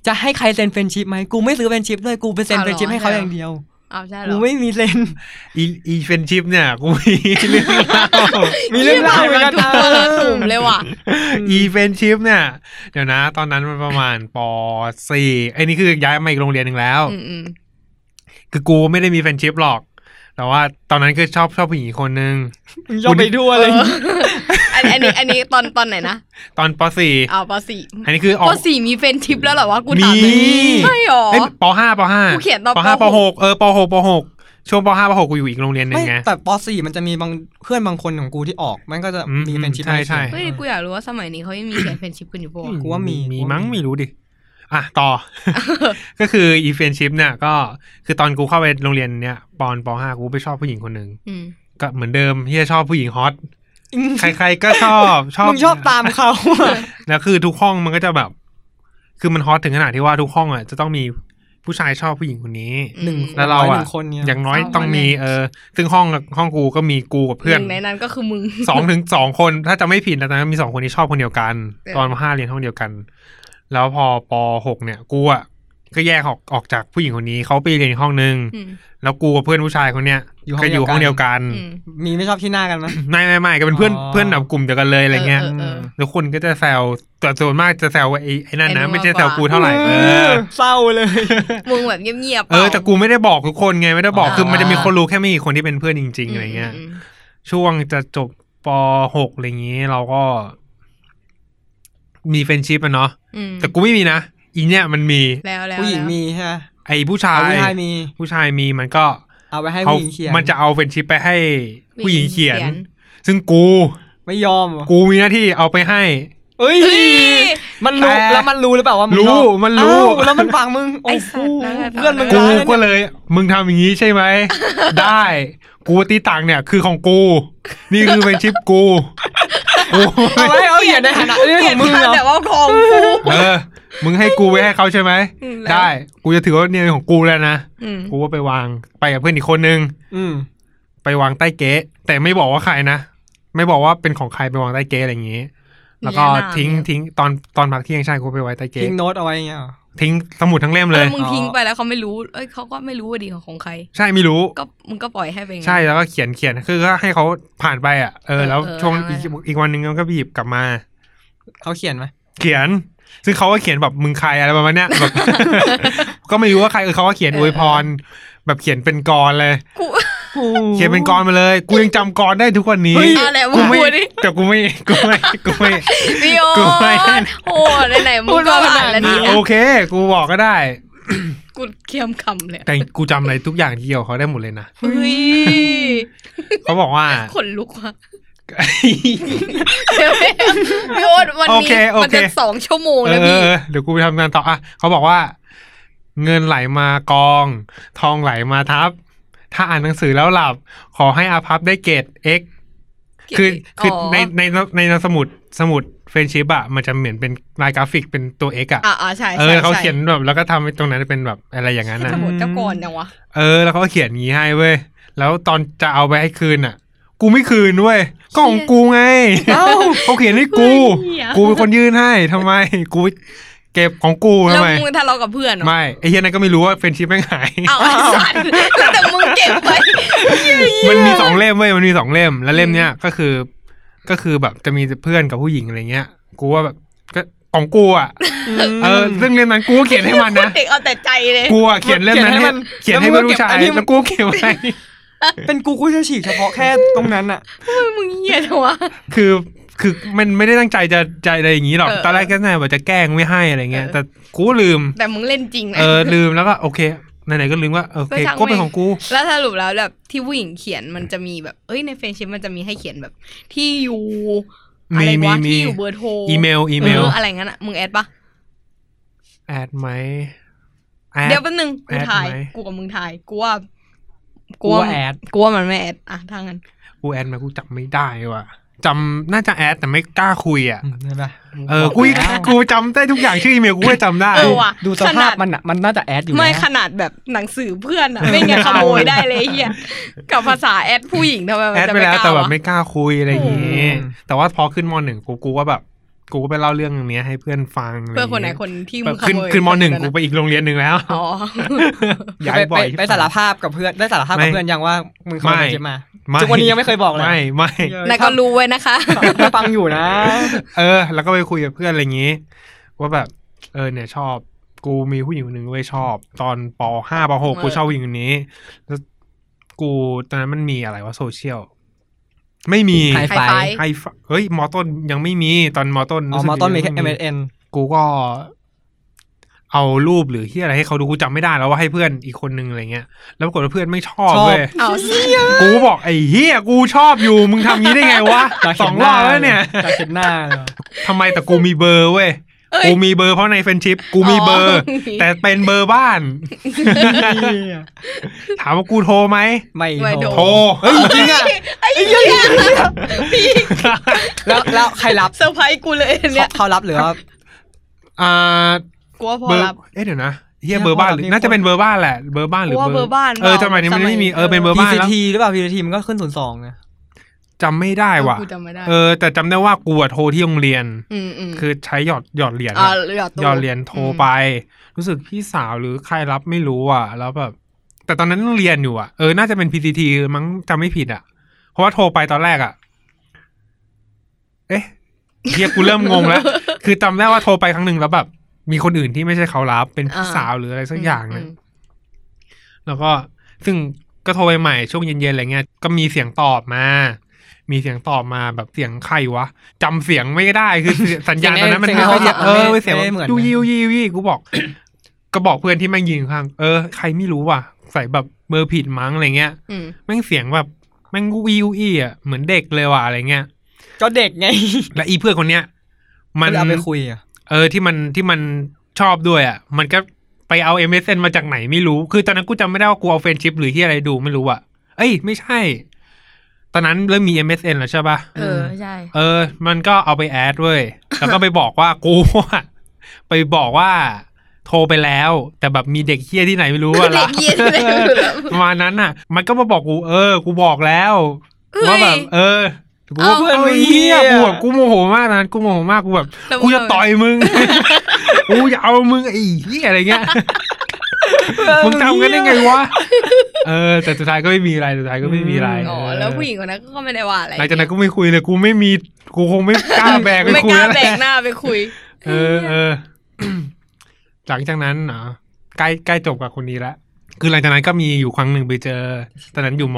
จะให้ใครเซ็นเฟรนด์ชิพไหม กูไม่ซื้อเฟรนด์ชิพด้วย กูไปเซ็น
เอาเหรอ
เฟรนด์ชิพให้เขาอย่างเดียว
เอาใช่เหร
กู
อ
ไม่มีเซ็น
อีอีเป็นชิปเนี่ยกูมีเรื่องเล่า
มีเรื่องราวเหมือนกัน
ถูกคนละถุ่มเลยว่ะ
อีเป็นชิปเนี่ยเดี๋ยวนะ ตอนนั้นมันประมาณปสี่ไอ้นี่คือย้ายมาอีกโรงเรียนหนึ่งแล้ว
อืมอืม
คือกูไม่ได้มีแฟนชิปหรอก แต่ว่าตอนนั้นคือชอบชอบผู้หญิงอีกคนนึง
มึงยอมไปทั่วเลย
อันอันนี้อันนี้ตอนตอนไหนนะ
ตอนปสี่
เอาปสี่
อันนี้คือออ
ป
ก
สี่มีเฟรนด์ชิพแล้วเหรอวะกูถามหน่อย
มี
ใช่เหรอ
เอ้ยปห้าปห้า
กูเขียนตอน
ปห้า
ป
ป
ห
ห
ก
กเออปหกปหกช่วงปห้าปหกกูอยู่อีกโรงเรียนหนึ่
ไม่
งไง
แต่ป .4 มันจะมีบางเพื่อนบางคนของกูที่ออก มันก็จะ
อืม
มีเฟรนด์ชิพ
ใช่ใช่
เฮ้ยกูอยากรู้ว่าสมัยนี้เขายังมีเขียนเฟรนด์ชิพกันอยู่ปะ
กู
วะ
ว่ามี
มีมั้งไม่รู้ดิ อ่ะ ต่อ ก็คืออีเฟนชิพเนี่ยก็คือตอนกูเข้าไปโรงเรียนเนี่ยปอนปห้ากูไปชอบผู้หญิงคนหนึ่ง
อืม
ก็เหมือนเดิมที่ชอบผู้หญิงฮอตใครๆก็ชอบ ชอบ
มึงชอบตามเขาอะ
แล้วคือทุกห้องมันก็จะแบบ คือมันฮอตถึงขนาดที่ว่าทุกห้องอ่ะจะต้องมีผู้ชายชอบผู้หญิงคนนี้
อืม
หนึ่ง
แล้วเรา
ห
อะ
นึ่งคนเนี่ย
อย่างน้อย
สองคน
ต้องมี
เนี่ย
เออ ซึ่งห้องห้องกูก็มีกูกับเพื่อน
หงในนั้นก็คือมึง
สองถึงสองคนถ้าจะไม่ผิดนะตอนนั้นมีสองคนที่ชอบคนเดียวกัน
เออ
ตอนมห้าเรียนห้องเดียวกัน แล้วพอปหกเนี่ย กูอ่ะก็แยกออกออกจากผู้หญิงคนนี้เขาไปเรียนอีกห้องนึง
อืม
แล้วกูกับเพื่อนผู้ชายคนเนี้ย
อยู่ห้อง
ก็อยู่ห้อง
เดี
เดี
ย
ยว ว
กั
กัน น
อืม
มีไม่ชอบที่หน้ากันมั้ย
ไม่ไม่ไม่ก็เป็นเพื่อน
อ๋อ
เพื่อนแบบกลุ่มเดียวกันเลยอะไรเงี้ย
เออเออเออ
แล้วคนก็จะแซวแต่ส่วนมากจะแซวไอ้ไอ้นั่นนะ
ไอ้นู้น
ไม่ใช่
มาก
แซว
กว่า
กูเท่าไหร่เออ
เศร้าเลย
มึงแบบเงียบๆ
เออแต่กูไม่ได้บอกทุกคนไงไม่ได้บอก
อ๋อ
คือมันจะมีคนรู้แค่ไม่กี่คนที่เป็นเพื่อนจริงๆอะไรเงี้ย
มม
ช่วงจะจบป .6 อะไรอย่างนี้เราก็มีเฟรนชิพอะเนาะ
อืม
แต่กูไม่มีนะอีเนี่ยมันมี
แล้วแล้ว
ผู้หญิง
แล้ว
มีใช่ไหม
ไอ้ผู้ชา
เอา
ย
ผู้ชายมี
ผู้ชายมีมันก็
เอาไว้ให้
เขา
ผู้หญิงเขียน
มันจะเอาเฟรนชิพไปให้ผู้หญิงเขียน ซึ่งกู
ไม่ยอมเหรอ
กูมีหน้าที่เอาไปให้
เอ้ย
เอ้ย
มันรู้
แต่
แล้วมันรู้หรือเปล่าว่ามึง
รู้
ชอบ
มันรู้
อ้าวแล้วมันฟังมึง
ไอ้
โอ้
สั
โห
ตว์นะ
เพื่อนมึง
กู
กู
ร้ายนะ
ก็
เนี่ย
เลย มึงทำอย่างนี้ใช่ ไหม ได้ กูตีต่างค์เนี่ยคือของกู นี่คือเฟรนชิพกูกู
เอาไว้เอาเขียนในฐานะเรื่องของมึงเหรอ
แต่ว่าของกู
เออ มึงให้กูไว้ให้เขาใช่ไหม
อืมแล้ว
ได้ กูจะถือว่าเนี่ยเป็นของกูแล้วนะ
อืม
กูก็ไปวางไปกับเพื่อนอีกคนนึง
อืม
ไปวางใต้เก๊ะแต่ไม่บอกว่าใครนะ ไม่บอกว่าเป็นของใครไปวางใต้เก๊ะอะไรอย่างนี้ แล้วก็ทิ้งทิ้งตอนตอนพักเที่ยงใช่กูไปไว้ใต้เก๊ะ
ทิ้งโน้ตเอาไว้อย่างเงี้ยเหรอ
ทิ้งสมุดทั้งเล่มเลย
ออมึงทิ้งไปแล้วเขาไม่รู้ เอ้ยเขาก็ไม่รู้ว่าดีของของใคร
ใช่ไม่รู้
ก็มึงก็ปล่อยให้ไปงั้น
ใช่แล้วก็เขียนเขียนคือก็ให้เขาผ่านไปอ่ะเออ
เออ
แล้ว
เออ
ช่วง
เอาไว้
อีกอีกวันหนึงมันก็ไปหยิบกลับมา
เขาเขียนไหม
เขียน ซึ่งเขาก็เขียนแบบมึงใครอะไรประมาณเนี้ยแบบ ก็ไม่รู้ว่าใครเออเขาก็เขียนอวยพร แบบเขียนเป็นกรเลย
กู
เขียนเป็นกรมาเลย กูยังจำกรได้ทุกวันนี้
อะไรวะ
กู
กู
ไม่
นี่
แต่กูไม่กูไม่กูไม่
พี่โอ
กูไม่
นโอ้ไหนๆมึงก็อ่าน แล้วนี่
โอเค กูบอกก็ได้
กูเคียมคำเลย
แต่กูจำอะไรทุกอย่างที่เกี่ยวกับเขาได้หมดเลยนะ
เฮ้ย
เขาบอกว่า
ขนลุกว่ะ เดี๋ยวพี่โอนวัน
โอ
นี้
เคโอเค
มันจะสองชั่วโมง
เอ
แล้ว
อ
พี่
เออเดี๋ยวกูไปทำงานต่ออ่ะเขาบอกว่า เงินไหลมากอง ทองไหลมาทับ ถ้าอ่านหนังสือแล้วหลับ ขอให้อาพับได้เกรด X
เก๋
คือคืออ
อ
ในในในสมุดสมุดเฟรนชิพอะมันจะเหมือนเป็นลายกราฟิกเป็นตัวเอ็กอะ
อ่าอ่าใช่
เอ
ใช่
อเขา
ใช่
เขียนแบบแล้วก็ทำให้ตรงนั้นเป็นแบบอะไรอย่างนั้นอะ
สมุดเจ้าก่อนยังวะ
เออแล้วเขาก็เขียนงี้ให้เว้ยแล้วตอนจะเอาไปให้คืนอะกูไม่คืนเว้ยก็ของกูไง
เอ้า
เขาเขียนให้กู
เหี้ย
กูเป็นคนยื่นให้ทำไม กูเก็บของกู
แล้
ทำ
ว
ไม
มึงทะเลาะกับเพื่อนเหรอ
ไม่ไอ้เฮียนั่นก็ไม่รู้ว่าเฟรนชิพแม่งหาย
เอาไอ้สัตว์ แล้วแต่มึงเก็บไป
มันมีสองเล่มเว้ยมันมีสองเล่ม แล้วเล่มเนี้ยก็คือ ก็คือแบบจะมีเพื่อนกับผู้หญิงอะไรเงี้ย กูว่าแบบก็ของกูอ่ะเออซึ่งเล่มนั้นกูก็เขียนให้มันนะ
เด็กเอาแต่ใจเลย
กูอะเขียนเล่มนั้นให้
เขี
เขีย
ย
น
นให้
ให้
มั
เพื่อน นผู้ชาย
แล้วมึงเก็บอันที่มัน
แล้วกูเขียนไว้
เป็นกูกูจะฉีกเฉพาะแค่ตรงนั้นอ่ะ
มึงเหี้ยจังวะ
คือคือมันไม่ได้ตั้งใจจะใจอะไรอย่างงี้หรอก
เออ
ตอนแรกก็แน่ว่าจะแกล้งไม่ให้อะไรเงี้ย
เออ
แต่กูลืม
แต่มึงเล่นจริงนะ
เออลืมแล้วก็โอเคไหนๆก็ลืมว่าโอเค
ก็ช่าง
ก็เป็น
แม่ง
ของกู
แล้วสรุปแล้วแบบที่ผู้หญิงเขียนมันจะมีแบบเอ้ยในเฟนชิพมันจะมีให้เขียนแบบ ที่อยู่อะไร
มี
วะ
มี
ที่อยู่เบอร์โทร
อีเมลอีเมล
อออะไรงั้นอะมึงแอดปะ
แอดไหมแอด
เดี๋ยวแป๊บนึงกู
แอด
ถ่าย
ไหม
กูกับมึงถ่ายกูว่ากู
กูว่าแอด
กูว่ามันไม่แอดอ่ะทางนั้น
กูแอดมากูจำไม่ได้ว่ะจำน่าจะแอดแต่ไม่กล้าคุยอ่ะ
เห็นปะ
เออ กู
แล้ว
กูจำได้ทุกอย่างชื่ออีเมลกูก็จำได้
เออว่ะ
ดูส
ข
ภา
นา
พ
ด
มันอะมันน่าจะแอดอยู่
ไม่
นะ
ขนาดแบบหนังสือเพื่อนอะไม่งั้น ขโมยได้เลยไอ้เฮียกับภาษาแอดผู้หญิงทำไมมัน
แอด
จะ
ไป
ไม่
แล้ว
กล้า
แต่แบบ
วะ
ไม่กล้าคุยอะไรอย่างงี้
อืม
แต่ว่าพอขึ้นมหนึ่งกูกูก็แบบ กูก็ไปเล่าเรื่องเนี้ยให้เพื่อนฟังะร
เพื่
ย่า
องคนไหน
งี้
คนที่
แบ
มึ
บ
งข
ขึ้น
โมย
ขึ้นมหนึ่ง
ค
กูไปอีกโรงเรียนหนึ่ง แล้ว
อ๋อ
ย้า
ไป
ยบ่อย
ไปไปสารภาพกับเพื่อนได้สารภาพกับ
ไม่
เพื่อนยังว่ามึงเข้า
ไม่
มาเก็บมาจนวันนี้ยังไม่เคยบอกเลย
ไม่ไม่
นายก็รู้ไว้นะคะ
ถ้าฟังอยู่นะ
เออ แล้วก็ไปคุยกับเพื่อนอะไรอย่างงี้ ว่าแบบ เออเนี่ยชอบ กูมีผู้หญิงคนหนึ่งเว้ยชอบ ตอนปห้าปหกกูชอบผู้หญิงคนนี้ แล้วกูตอนนั้นมันมีอะไรวะโซเชียลไม่มี
ไฮไฟ
ไฮไฟ
ไฮไฟเฮ้ย มอต้นยังไม่มีตอนมอต้น
อ๋อ
รู้สึก
มาต้นมีแค่
ยัง
M
ไ
S N
กูก็ เอารูปหรือที่อะไรให้เขาดูกูจำไม่ได้แล้วว่าให้เพื่อนอีกคนนึงอะไรเงี้ย แล้วปรากฏว่าเพื่อนไม่ชอบ
ชอบ
เว้ย
เอาสิ
กูก็บอกไอ้เฮียกูชอบอยู่ มึงทำงี้ได้ไง วะ
จาก
ส
เข็
อ
ม
ง
ห
ร
น้า
อบแล้วเนี่ย
จากเข็มหน้าเลย
ทำไมแต่กูมีเบอร์เว้ย
เอ้ย
กูมีเบอร์เพราะในเฟรนชิพกูมีเบอร์
อ๋อ
แต่เป็นเบอร์บ้าน ถามว่ากูโทรไหม
ไม่
ไม่โดน
โทรเฮ้ยจริงอะ
ไอ้เหี้ย
แล้วแล้วใครรับ
เซอร์ไพรส์กูเลย
เขา
เนี่ย
เขารับหรือว่า
อ่า
กลัวพอ
เบอร์
รับ
เอ๊ะเดี๋ยวนะเฮียเบอร์บ้านหรือ
เฮียพอรับ
น่าจะเป็นเบอร์บ้านแหละ เบอร์บ้านหรือ
เพราะว่า
เบอร์
เบอร์บ้าน
เออสมัยนี้มัน
สมั
ไม่
ย
มีเออเป็นเบอร์
P
บ้าน
C
แล้ว
T หรือเปล่า P C T มันก็ขึ้นศูนย์สองนะ
จำไม่ได้ว่ะ
กูจำไม่ได้
เออ แต่จำได้ว่ากูอะโทรที่โรงเรียน
อืมอืม
คือใช้หยอดหยอดเหรียญ
อ่า
อะ
หยอดตัว
หยอดเหรียญโทรไป รู้สึกพี่สาวหรือใครรับไม่รู้อ่ะ แล้วแบบ แต่ตอนนั้นเรียนอยู่อ่ะเออน่าจะเป็น PCT มั้งจำไม่ผิดอ่ะ เพราะว่าโทรไปตอนแรกอ่ะ เอ๊ะเฮียกูเริ่มงงแล้ว คือจำได้ว่าโทรไปครั้งหนึ่งแล้วแบบ มีคนอื่นที่ไม่ใช่เขารับเป็นพี่สาวหรืออะไรสักอย่าง
ม
เนี่ย
ม
แล้วก็ซึ่งก็โทรไปใหม่ช่วงเย็นๆอะไรเงี้ยก็มีเสียงตอบมา มีเสียงตอบมาแบบเสียงใครวะจำเสียงไม่ได้คือ สัญญาณตอนนั้นมันไม่ค่อยเยอะเออเสียงแบบยูยิวยิวยิกูบอก ก็บอกเพื่อนที่แม่งยิงข้างเออใครไม่รู้ว่ะใส่แบบเบอร์ผิดมั้งอะไรเงี้ย
อืม
แม่งเสียงแบบแม่งวิวอี้อ่ะเหมือนเด็กเลยว่ะอะไรเงี้ย
ก็เด็กไง
และอีเพื่อนคนเนี้ย มั
มัน นเอาไปคุยอ่ะ
เออที่มันที่มันชอบด้วยอ่ะ มันก็ไปเอา MSN มาจากไหนไม่รู้ คือตอนนั้นกูจำไม่ได้ว่ากูเอาเฟนชิพหรือที่อะไรดูไม่รู้อ่ะ เอ้ย ไม่ใช่ ตอนนั้นเริ่มมี MSN แล้วใช่ปะ
เออใช่
เออ มันก็เอาไปแอดเว้ย แล้วก็ไปบอกว่า กูอะไปบอกว่า โทรไปแล้ว แต่แบบมีเด็กเฮี้ยที่ไหนไม่รู้อะ
เด็
รั
ก
บ
เย็นเลย
ประมาณนั้นน่ะ มันก็มาบอกกู เออ กูบอกแล้ว
เฮ้ย
ว่าแบบ เออ กู
เอา
เพื่อน
เอา
เฮีย
เหี้ย
กูแบบกูโมโหมากนะกูโมโหมาก กูแบบ
แต่มึง
กูจะต่อยมึง กูจะเอามึงไอ้เฮียอะไรเงี้ย มึงทำกันได้ไงวะ เออ แต่สุดท้ายก็ไม่มีอะไร สุดท้ายก็ไม่มีอะไร
อ๋อแล้วผู้หญิงคนนั้นก็ไม่ได้ว่าอะไร
หลังจากนั้นกูไม่คุยเลย กูไม่มี กูคงไม่กล้าแบก ไป
ไม่
คุ
ก
ย
ล้า
แล้ว
แบ
แหละ
กหน้าไปคุย
เออเออ หลังจากนั้นเนาะใกล้ใกล้จบกับคนนี้ละคือหลังจากนั้นก็มีอยู่ครั้งหนึ่งไปเจอ ตอนนั้นอยู่ม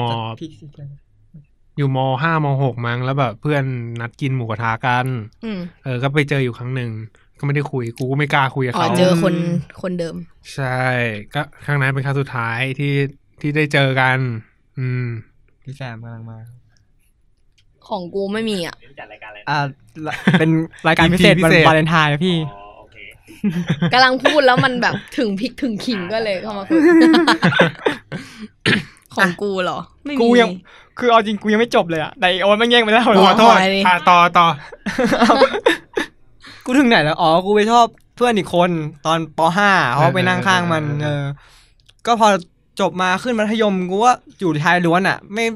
อยู่มห้ามหกมั้งแล้วแบบเพื่อนนัดกินหมูกระทะกัน
อืม
เออ ก็ไปเจออยู่ครั้งหนึ่งก็ไม่ได้คุยกูก็ไม่กล้าคุยกับ
อ๋อ
เขา
เจอคนคนเดิม
ใช่ ก็ครั้งนั้นเป็นครั้งสุดท้ายที่ที่ได้เจอกัน อืม
พี่แซมกำลังมา
ของกูไม่มีอ่ะ
จัดรายการอะไรนะ
อ่าเป็นรายการพิเศษ
EP
วัน
พิเศษ
วาเลนไทน์นะพี่
อ๋อโอเค
กำลังพูดแล้วมันแบบ ถึงพริกถึงขิงก็เลยเข้ามาคุย ของกูเหรอ ไม่มี
กูยัง คือเอาจริงกูยังไม่จบเลยอะแต่ไอ้โอ๊ตมันแย่งไปแล้วเหร
ขอ
อ
โทษอ่ะต่อต่อ
กูถึงไหนแล้ว อ๋อ กูไปชอบเพื่อนอีกคนตอนป .5 เขาไปนั่งข้างมัน เออ ก็พอจบมาขึ้นมัธยมกูว่าอยู่ชายล้วนอะไม่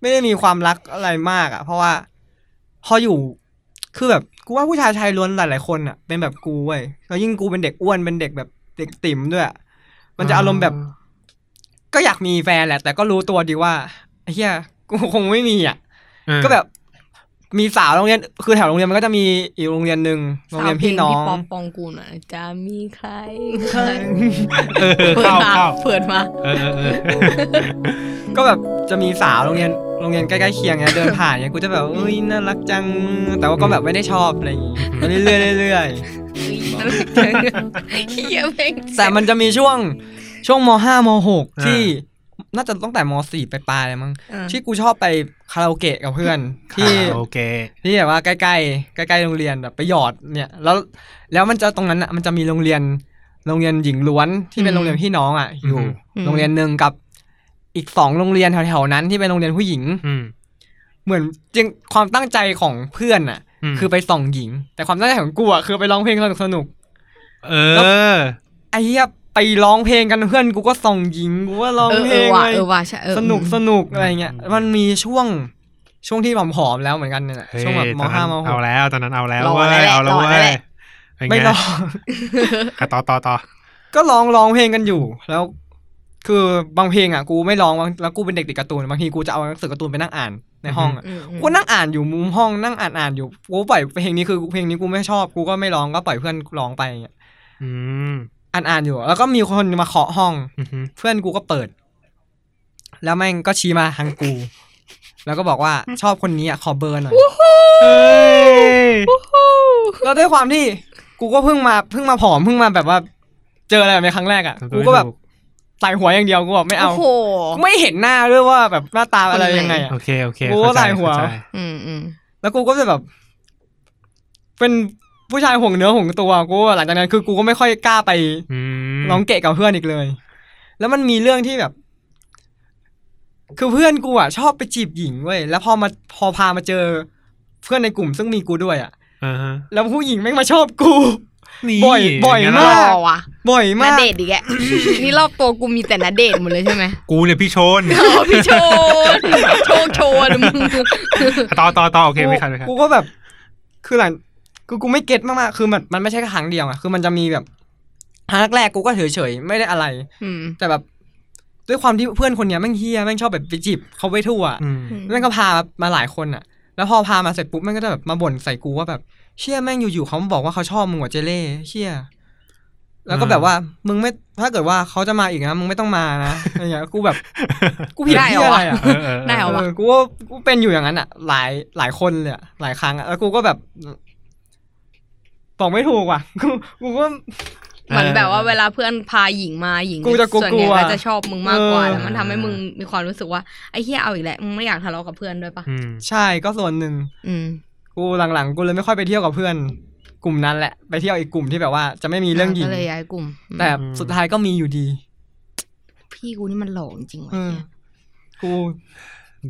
ไม่ได้มีความรักอะไรมากอะเพราะว่า พออยู่ คือแบบกูว่าผู้ชายชายล้วนหลายๆคนอะเป็นแบบกูเว้ยแล้วยิ่งกูเป็นเด็กอ้วนเป็นเด็กแบบเด็กติ๋มด้วยอะมันจะอารมณ์แบบ ก็อยากมีแฟนแหละ แต่ก็รู้ตัวดีว่าไอ้เฮียกูคงไม่มีอ่ะ
เออ
ก็แบบ มีสาวโรงเรียน คือแถวโรงเรียนมันก็จะมีอีกโรงเรียนหนึ่งโรงเรียนพี่น้อ
สาวเพ
ง
ลพี่ปอมปองกูลน่ะจะมีใคร
เออ
เปิด
เข้า
มา
เข้า
เปิดมา
เออเออเออ
ก็แบบจะมีสาวโรงเรียนโรงเรียนใกล้ๆเคียงเนี่ยเดินผ่านเนี่ยกูจะแบบเอ้ยน่ารักจัง แต่ว่าก็แบบไม่ได้ชอบอะไรอย่างงี้เรื่อยๆเรื่อย
เฮียแม่ง
ๆแต่มันจะมีช่วงช่วงมห้ามหกที่ น่าจะตั้งแต่มสี่ไปปลายๆเลยมั้งที่กูชอบไปคาราโอเกะกับเพื่อนที่
โอเค
ที่แบบว่าใกล้ๆใกล้ๆโรงเรียนแบบไปหยอดเนี่ย แล้วแล้วมันจะตรงนั้นอ่ะมันจะมีโรงเรียน โรงเรียนหญิงล้วนที่เป็นโรงเรียนพี่น้องอ่ะอยู่
อืม
โรงเรียนหนึ่งกับอีกสองโรงเรียนแถวๆนั้นที่เป็นโรงเรียนผู้หญิง
อืม
เหมือนจริงความตั้งใจของเพื่อนอ่ะ
อืม
คือไปส่องหญิง แต่ความตั้งใจของกูอ่ะคือไปร้องเพลงสนุกสนุก
เออ
ๆไอ้เหี้ยไปร้องเพลงกันเพื่อนกูก็ส่องหญิงกูก็ร้อง
เออ
เพ
เอ
ล
อง ว่ะ
เลย
เออว่ะใช่เออ
สนุกสนุกอะไรเงี้ย
อืม
มันมีช่วงช่วงที่ผอมๆแล้วเหมือนกันเนี่ยแหละช่วงแบบม
เฮ้ย
ห้าม
ตอน
หก
นั้นเอาแล้วตอนนั้นเอาแล้ว
รอ
เว้
แล้ว
ย
แหละ
เอาแล้ว
รอ
เว้
แล้วแห
ย
ละ
เป็น
ไม่
ไง
รอ
อ่ะต่อต่อต่อ
ก็ร้องร้องเพลงกันอยู่ แล้ว คือบางเพลงอ่ะกูไม่ร้องบางแล้วกูเป็นเด็กติดการ์ตูนบางทีกูจะเอาหนังสือการ์ตูนไปนั่งอ่านในห้องอ่ะ
อืมอืม
กูนั่งอ่านอยู่มุมห้องนั่งอ่านอ่านอยู่กูปล่อยเพลงนี้คือเพลงนี้กูไม่ชอบกูก็ไม่ร้องก็ปล่อยเพื่อนร้องไปอย่างเงี้ย
อืม
อ่านอ่านอยู่ แล้วก็มีคนมาเคาะห้อง
อือหือ
เพื่อนกูก็เปิด แล้วแม่งก็ชี้มาทางกู แล้วก็บอกว่าชอบคนนี้อ่ะขอเบอร์หน่อย
เฮ้ย
แล้วด้วยความที่กูก็เพิ่งมาเพิ่งมาผอมเพิ่งมาแบบว่า เจออะไรแบบนี้ครั้งแรกอ่ะกูก็แบบใส่หัวอย่างเดียวกูบอกไม่เอา
โอ้โห
กูไม่เห็นหน้าด้วยว่าแบบหน้าตาอะไรยังไงอ่ะ
โอเคโอเค
กูก็
เข้ใจ
ใส่หัว
เข้าใจ
อืมอืม
แล้วกูก็จะแบบ เป็นผู้ชายห่วงเนื้อห่วงตัวกูหลังจากนั้นคือกูก็ไม่ค่อยกล้าไป
อืม
ร้องเกะกับเพื่อนอีกเลย แล้วมันมีเรื่องที่แบบ คือเพื่อนกูอ่ะชอบไปจีบหญิงเว้ยแล้วพอมาพอพามาเจอเพื่อนในกลุ่มซึ่งมีกูด้วยอ่ะ
อ่าฮะ
แล้วผู้หญิงแม่งมาชอบกู
นี่
บ่อยบ่อย
างนั้น
ร
มาก
เหรอ
อว่ะ
บ่อย
นา
มา
เด
ก
ทอีกแก นี่รอบตัวกูมีแต่นาเดทหมดเลยใช่ไหม
กูเนี่ยพี่โชน
โอ้พี่โชนโชคโชนมึง
ต่อต่อต่อโอเคไม่ขัดไม่ขัด
กูก็แบบ คือหลังกูกูไม่เก็ตมากๆ คือมันมันไม่ใช่แค่ครั้งเดียวอะคือมันจะมีแบบครั้งแรกๆกูก็เฉยๆ ไม่ได้อะไร
อืม
แต่แบบ ด้วยความที่เพื่อนคนเนี้ยแม่งเฮียแม่งชอบแบบไปจีบเขาไปทั่ว
อืม
อืม
แม่งก็พามาหลายคนอะแล้วพอพามาเสร็จปุ๊บแม่งก็จะแบบมาบ่นใส่กูว่าแบบ เชี่ยแม่งอยู่ๆเขามาบอกว่าเขาชอบมึงว่ะเจเล่เชี่ยแล้วก็แบบว่ามึงไม่ถ้าเกิดว่าเขาจะมาอีกนะมึงไม่ต้องมานะอะไรเงี้ยกูแบบกูผิดที่อะไรอะ
เออเออ
ได้เหรอ
เอ
วะ
อกูว่ากูเป็นอยู่อย่างนั้นอ่ะ หลายหลายคนเลยอะหลายครั้งอ่ะแล้วกูก็แบบบอกไม่ถูกว่ะ กูกูก็
เหมือนแบบว่าเวลาเพื่อนพาหญิงมาหญิง
กูจะกลัว
ส่วน
ก
ใหญ่
ลัว
ก็จะชอบมึงมากกว่า
เออ
แล้วมันทำให้มึงมีความรู้สึกว่าไอ้เฮียเอาอีกแล้วมึงไม่อยากทะเลาะกับเพื่อนด้วยปะ
อืม
ใช่ก็ส่วนหนึ่ง
อืม
กูหลังๆ กูเลยไม่ค่อยไปเที่ยวกับเพื่อน กลุ่มนั้นแหละไปเที่ยวอีกกลุ่มที่แบบว่า จะไม่มีเรื่องหญิง
ก็เลยย้ายกลุ่มอืม
แต่สุดท้ายก็มีอยู่ดี
พี่กูนี่มันหลอกจริงๆวะ
อืม
เนี่ย
กู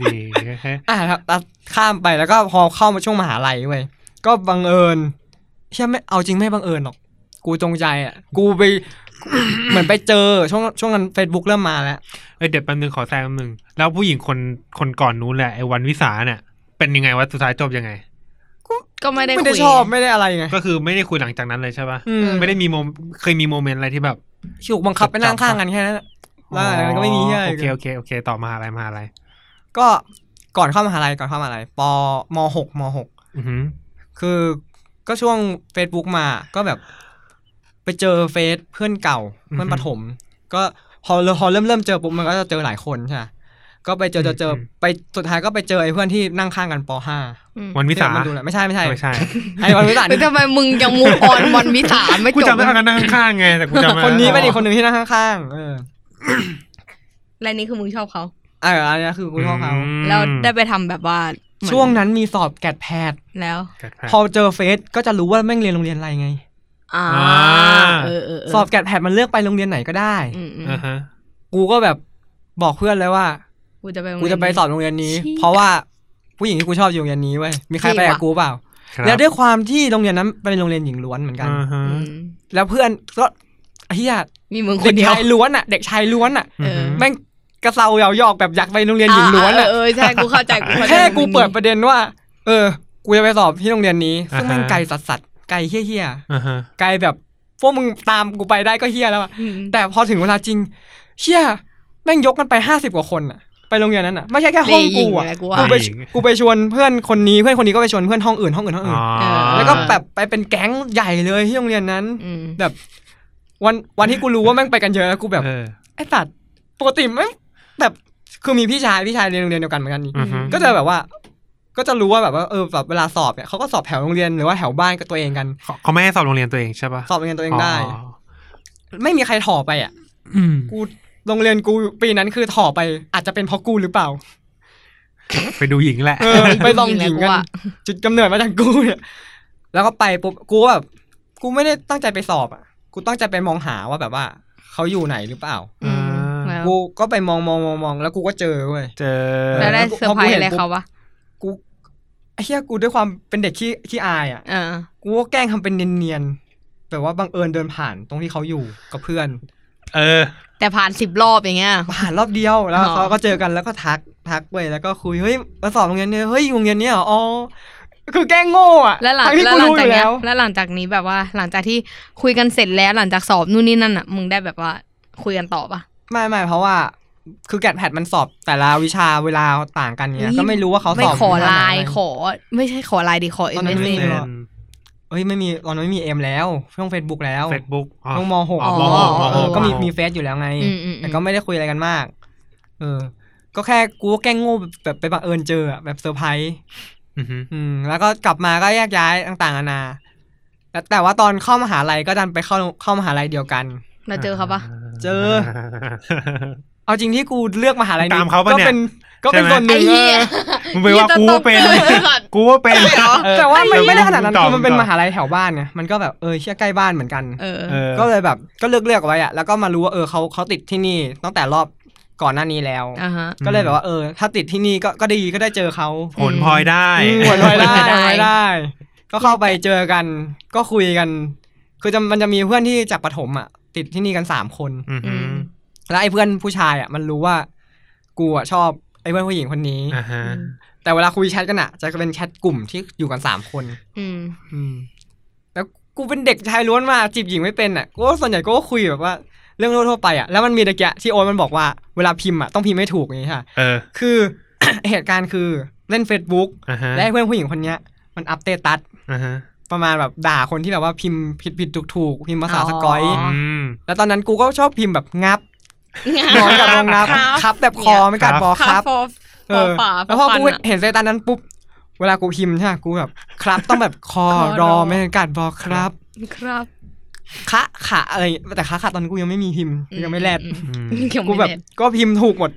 ดี ฮะ
อ่ะครับตัดข้ามไปแล้วก็พอเข้ามาช่วงมหาลัยเว้ยก็บังเอิญใช่ยไม่เอาจริงไม่บังเอิญหรอก กูจงใจอ่ะ กูไป เหมือนไปเจอช่วงช่วงนั้น Facebook เริ่มมาแล้ว
เอ้ยเดี๋ยวแป๊บนึงขอแซงแป๊บนึง แล้วผู้หญิงคนคนก่อนนู้นแหละไอ้วันวิสาเนี่ยเป็นยังไงวะสุดท้ายจบยังไง
ก็ไม่ได้
ไม่ได้
คุย
ชอบไม่ได้อะไรไง
ก็คือไม่ได้คุยหลังจากนั้นเลยใช่ป่ะ
อืม
ไม่ได้มีโมเมเคยมีโมเมนต์อะไรที่แบบ
ถูกบังคับไปนั่งข้างกันแค่นั้นอะแล้วหลังจากนั้นก็ไม่มีที่อะไร
โอ
อีก
เคโอเคโอเคต่อมาอะไรมาอะไร
ก็ก่อนเข้ามหาลัยก่อนเข้ามหาลัยปมหกมหก
อือหือ
คือก็ช่วง Facebook มาก็แบบ ไปเจอเฟซเพื่อนเก่าเพื่อนประถม ก็พอพอเริ่มเริ่มเจอปุ๊บมันก็จะเจอหลายคนใช่ปะก็ไปเจอเจอเจอไปสุดท้ายก็ไปเจอไอ้เพื่อนที่นั่งข้างกันปห้า
วันวิสา
ที่เรนดูแลไม่ใช่ไม่ใช่
ไม่ใช่
ไอ้วันวิสา
หรือทำไมมึงยังมูฟออนวันวิสาไม่
กู
จ
จำ
บ
ได้กันนั่งข้างๆไงแต่กูจำไม่ได้
คนนี้เป็นอีกคนหนึ่งที่นั่งข้างๆเออ
และนี่คือมึงชอบเขา
อ่าอันนี้คือกูชอบเขา
ม
แล้วได้ไปทำแบบว่าเหมือ
ช่วงนั้นมีสอบแกดแพท
แล้ว
กัดแผล
พอเจอเฟซก็จะรู้ว่าแม่งเรียนโรงเรียนอะไรไง
อ่า
อ่า
เออเออเออ
สอบแกดแพดมันเลือกไปโรงเรียนไหนก็ได้
อืมอืม
อ่าฮะ
กูก็แบบบอกเพื่อนเลยว่า
กูจะไปโรง
กู
เรียน
จะไปสอบโรงเรียนนี้
เชี่ย
เพราะว่าผู้หญิงที่กูชอบอยู่โรงเรียนนี้เว้ยมีใคร
จริง
ไปกับ
ว่ะ
กูเปล่า
ครับ
แล้วด้วยความที่โรงเรียนนั้นเป็นโรงเรียนหญิงล้วนเหมือนกัน
อ่าฮะ
อืม
แล้วเพื่อนก็เฮีย
มีมึงค
เด็
น
ก
เดียว
ชายล้วนอ่ะ เด็กชายล้วนอ่ะ
เออ
ม
แม่งกระเซาเยาหยอกแบบอยากไปโรงเรียนหญิงล้วน
เอ
อ่ะ
อเออใช่กูเข้าใจกูเข้าใจ
แค่กูเปิดประเด็นว่า เออ กูจะไปสอบที่โรงเรียนนี้ซึ่งแม่ง
อ่าฮะ
ไกลสัสสัสๆไกลเฮี้ย
อ่าฮะ
ๆไกลแบบพวกมึงตามกูไปได้ก็เฮี้ยแล้วอะ
อืม
แต่พอถึงเวลาจริงเชี่ยแม่งยกกันไปห้าสิบกว่าคนอะไปโรงเรียนนั้นอะไม่ใช่แค่ห้อง
หญิ
กู
ง
อะ
แหละกูว่า
กูไปชกูไปชวนเพื่อนคนนี้เพื่อนคนนี้ก็ไปชวนเพื่อนห้องอื่นห้องอื่นห้อง
อ๋
อื่
อนอ
อ
แล้วก็แบบไปเป็นแก๊งใหญ่เลยที่โรงเรียนนั้น
อืม
แบบ วันวันที่กูรู้ว่าแม่งไปกันเยอะแล้วกูแบบ
เออ
ไอ้สัตว์ปกติแม่งแบบคือมีพี่ชายพี่ชายเรียนโรงเรียนเดียวกันเหมือนกันนี่
อือฮึ
ก็จะแบบว่า ก็จะรู้ว่าแบบว่าเออแบบเวลาสอบเนี่ยเขาก็สอบแถวโรงเรียนหรือว่าแถวบ้านกับตัวเองกัน
เขาเขาไม่ให้สอบโรงเรียนตัวเองใช่ปะ
สอบโรงเรียนตัวเองได้
อ๋อ
ไม่มีใครถอไปอ่ะ
อืม
กูโรงเรียนกูปีนั้นคือถอไปอาจจะเป็นเพราะกูหรือเปล่า
ไปดูหญิงแหละ
เออ ไปลองหญิง
แหละกู
กัน
ว่า
จุดกำเนิดมาจากกูเนี่ยแล้วก็ไปปุ๊บกูแบบกูไม่ได้ตั้งใจไปสอบอ่ะ กูตั้งใจไปมองหาว่าแบบว่าเขาอยู่ไหนหรือเปล่า
อืม
เออ
กูก็ไปมองมองมองมองแล้วกูก็เจอเว้ย
เจอ
แล้วได้เซอร์ไพรส์อะไรเขาวะ
กูไอ้เฮียกูด้วยความเป็นเด็กที่ที่อายอ่ะ
เออ
กูก็แกล้งทำเป็นเนียนๆแบบว่าบังเอิญเดินผ่านตรงที่เขาอยู่กับเพื่อน
เออ
แต่ผ่านสิบรอบอย่างเงี้ย
ผ่านรอบเดียวแล้ว
อ๋อ
เขาก็เจอกันแล้วก็ทักทักไปแล้วก็คุยเฮ้ยมาสอบโรงเรียนเนี่ยเฮ้ยโรงเรียนเนี่ยเหรออ๋อคือแกล้งโง่อะ
แล้วหลัง
ทั้ที่
แล้ว
กู
หลัง
รู้อ
จาก
ยู่
เนี้
แล้
ยว แล้วหลังจากนี้แบบว่า หลังจากที่คุยกันเสร็จแล้วหลังจากสอบนู่นนี่นั่นอ่ะ มึงได้แบบว่าคุยกันต่อปะ
ไม่ไม่เพราะว่า คือแกดแพดมันสอบแต่ละวิชาเวลาต่างกันเนี่ย
เฮ้ย
ก็ไม่รู้ว่าเขาส
ไม่
อบ
ขอ
วิช
ไล
หน
น์ขอ ไม่ใช่ขอไลน์ดิขอเอ็
ตอ
ม
นนั้
เอนส
ไม่มี
เอ็ม
หรอก เฮ้ยไม่มีตอนนั้นไม่มีเอ็มแล้วช่องเฟซบุ๊กแล้ว
เฟซบุ๊ก
ช่องมหก
อ๋อ
มหกม
อ๋อ
ห
เออก ก็มี
อ๋อ
มีเฟซอยู่แล้วไง
อืมอืมอืม
แต่ก็ไม่ได้คุยอะไรกันมาก เออ ก็แค่กูก็แกล้งโง่แบบแบบไปบังเอิญเจออะแบบเซอร์ไพรส์
อือฮึ
อืมแล้วก็กลับมาก็แยกย้ายต่างๆนานาแต่แต่ว่าตอนเข้ามหาลัยก็ดันไปเข้าเข้ามหาลัยเดียวกัน
เราเจอเขาปะ
เจอ เอาจริงที่กูเลือกมหาลัย
ตามเขาปะ
ก็
เนี่ย
เป็นก็เป็น
ใช่ไห
ส่
ม
วนห
ไอ้
นึ่ง
เหี้ย
มึงไปว่ากูเป็น
เหี้ยจะตบเลยก่อน
กูว่าเป็น
เออแต่ว่ามันไม่ได้ขนาดนั้น
ต่อ
คือมันเป็น
ต่อ
มหาลัยแถวบ้านไงมันก็แบบเออเชื่อใกล้บ้านเหมือนกัน
เออ
เออ
ก็เลยแบบก็เลือกเลือกๆไว้อะแล้วก็มารู้ว่าเออเขาเขาติดที่นี่ตั้งแต่รอบก่อนหน้านี้แล้ว
อ่าฮะ
ก็เลยแบบว่าเออ ถ้าติดที่นี่ก็ก็ดีก็ได้เจอเขา
ผลพลอยได้
อืมหัวลอยได้
หัวลอยได้
หัวลอยได้ ก็เข้าไปเจอกัน ก็คุยกัน คือจะมันจะมีเพื่อนที่จากปฐมอ่ะ ติดที่นี่กันสามคน
อือฮึ
แล้วไอ้เพื่อนผู้ชายอ่ะ มันรู้ว่า กูอ่ะชอบไอ้เพื่อนผู้หญิงคนนี้
อ่าฮะ
แต่เวลาคุยแชทกันอ่ะ จะเป็นแชทกลุ่มที่อยู่กันสามคน
อืม
อืม แล้วกูเป็นเด็กชายล้วนมาจีบหญิงไม่เป็นอ่ะกูก็ส่วนใหญ่กูก็คุยแบบว่า เรื่องทั่วๆไปอ่ะ แล้วมันมีตะเกียะที่โอนมันบอกว่าเวลาพิมพ์อ่ะต้องพิมพ์ไม่ถูกอย่างนี้ค่ะ
เออ
คือ เหตุการณ์คือเล่น Facebook
อ่าฮะ
และไอ้เพื่อนผู้หญิงคนเนี้ยมันอัปเดตตัด
อ่าฮะ
ประมาณแบบด่าคนที่แบบว่าพิมพ์ผิดผิดถูกถูกๆพิมพ์ภาษา
อ๋อ
สกอย
อ๋อ
อืม
แล้วตอนนั้นกูก็ชอบพิมพ์แบบงับนอนกับลงงั บครับแบบคอไม่กัด
ครับ
บอค
คา
รับ
ฟอร์
เอ
ฟอ
อ
ร์ป่า
แล้วพอกู
ฟันอะ
เห็นสายตานั้นปุ๊บ เวลากูพิมพ์ใช่ไหมกูแบบครับต้องแบบคอ
คอร
ร
อ
อไม่กัดบอครับ
ครับ
คะขาอะไรแต่คะขาตอนนนกูยังไม่มีพิมพ์กูยังไม่แลด
อืม
ยัง
กู
ไม่
แบ
แบบ บ
ก็พิมพ์ถูกหมด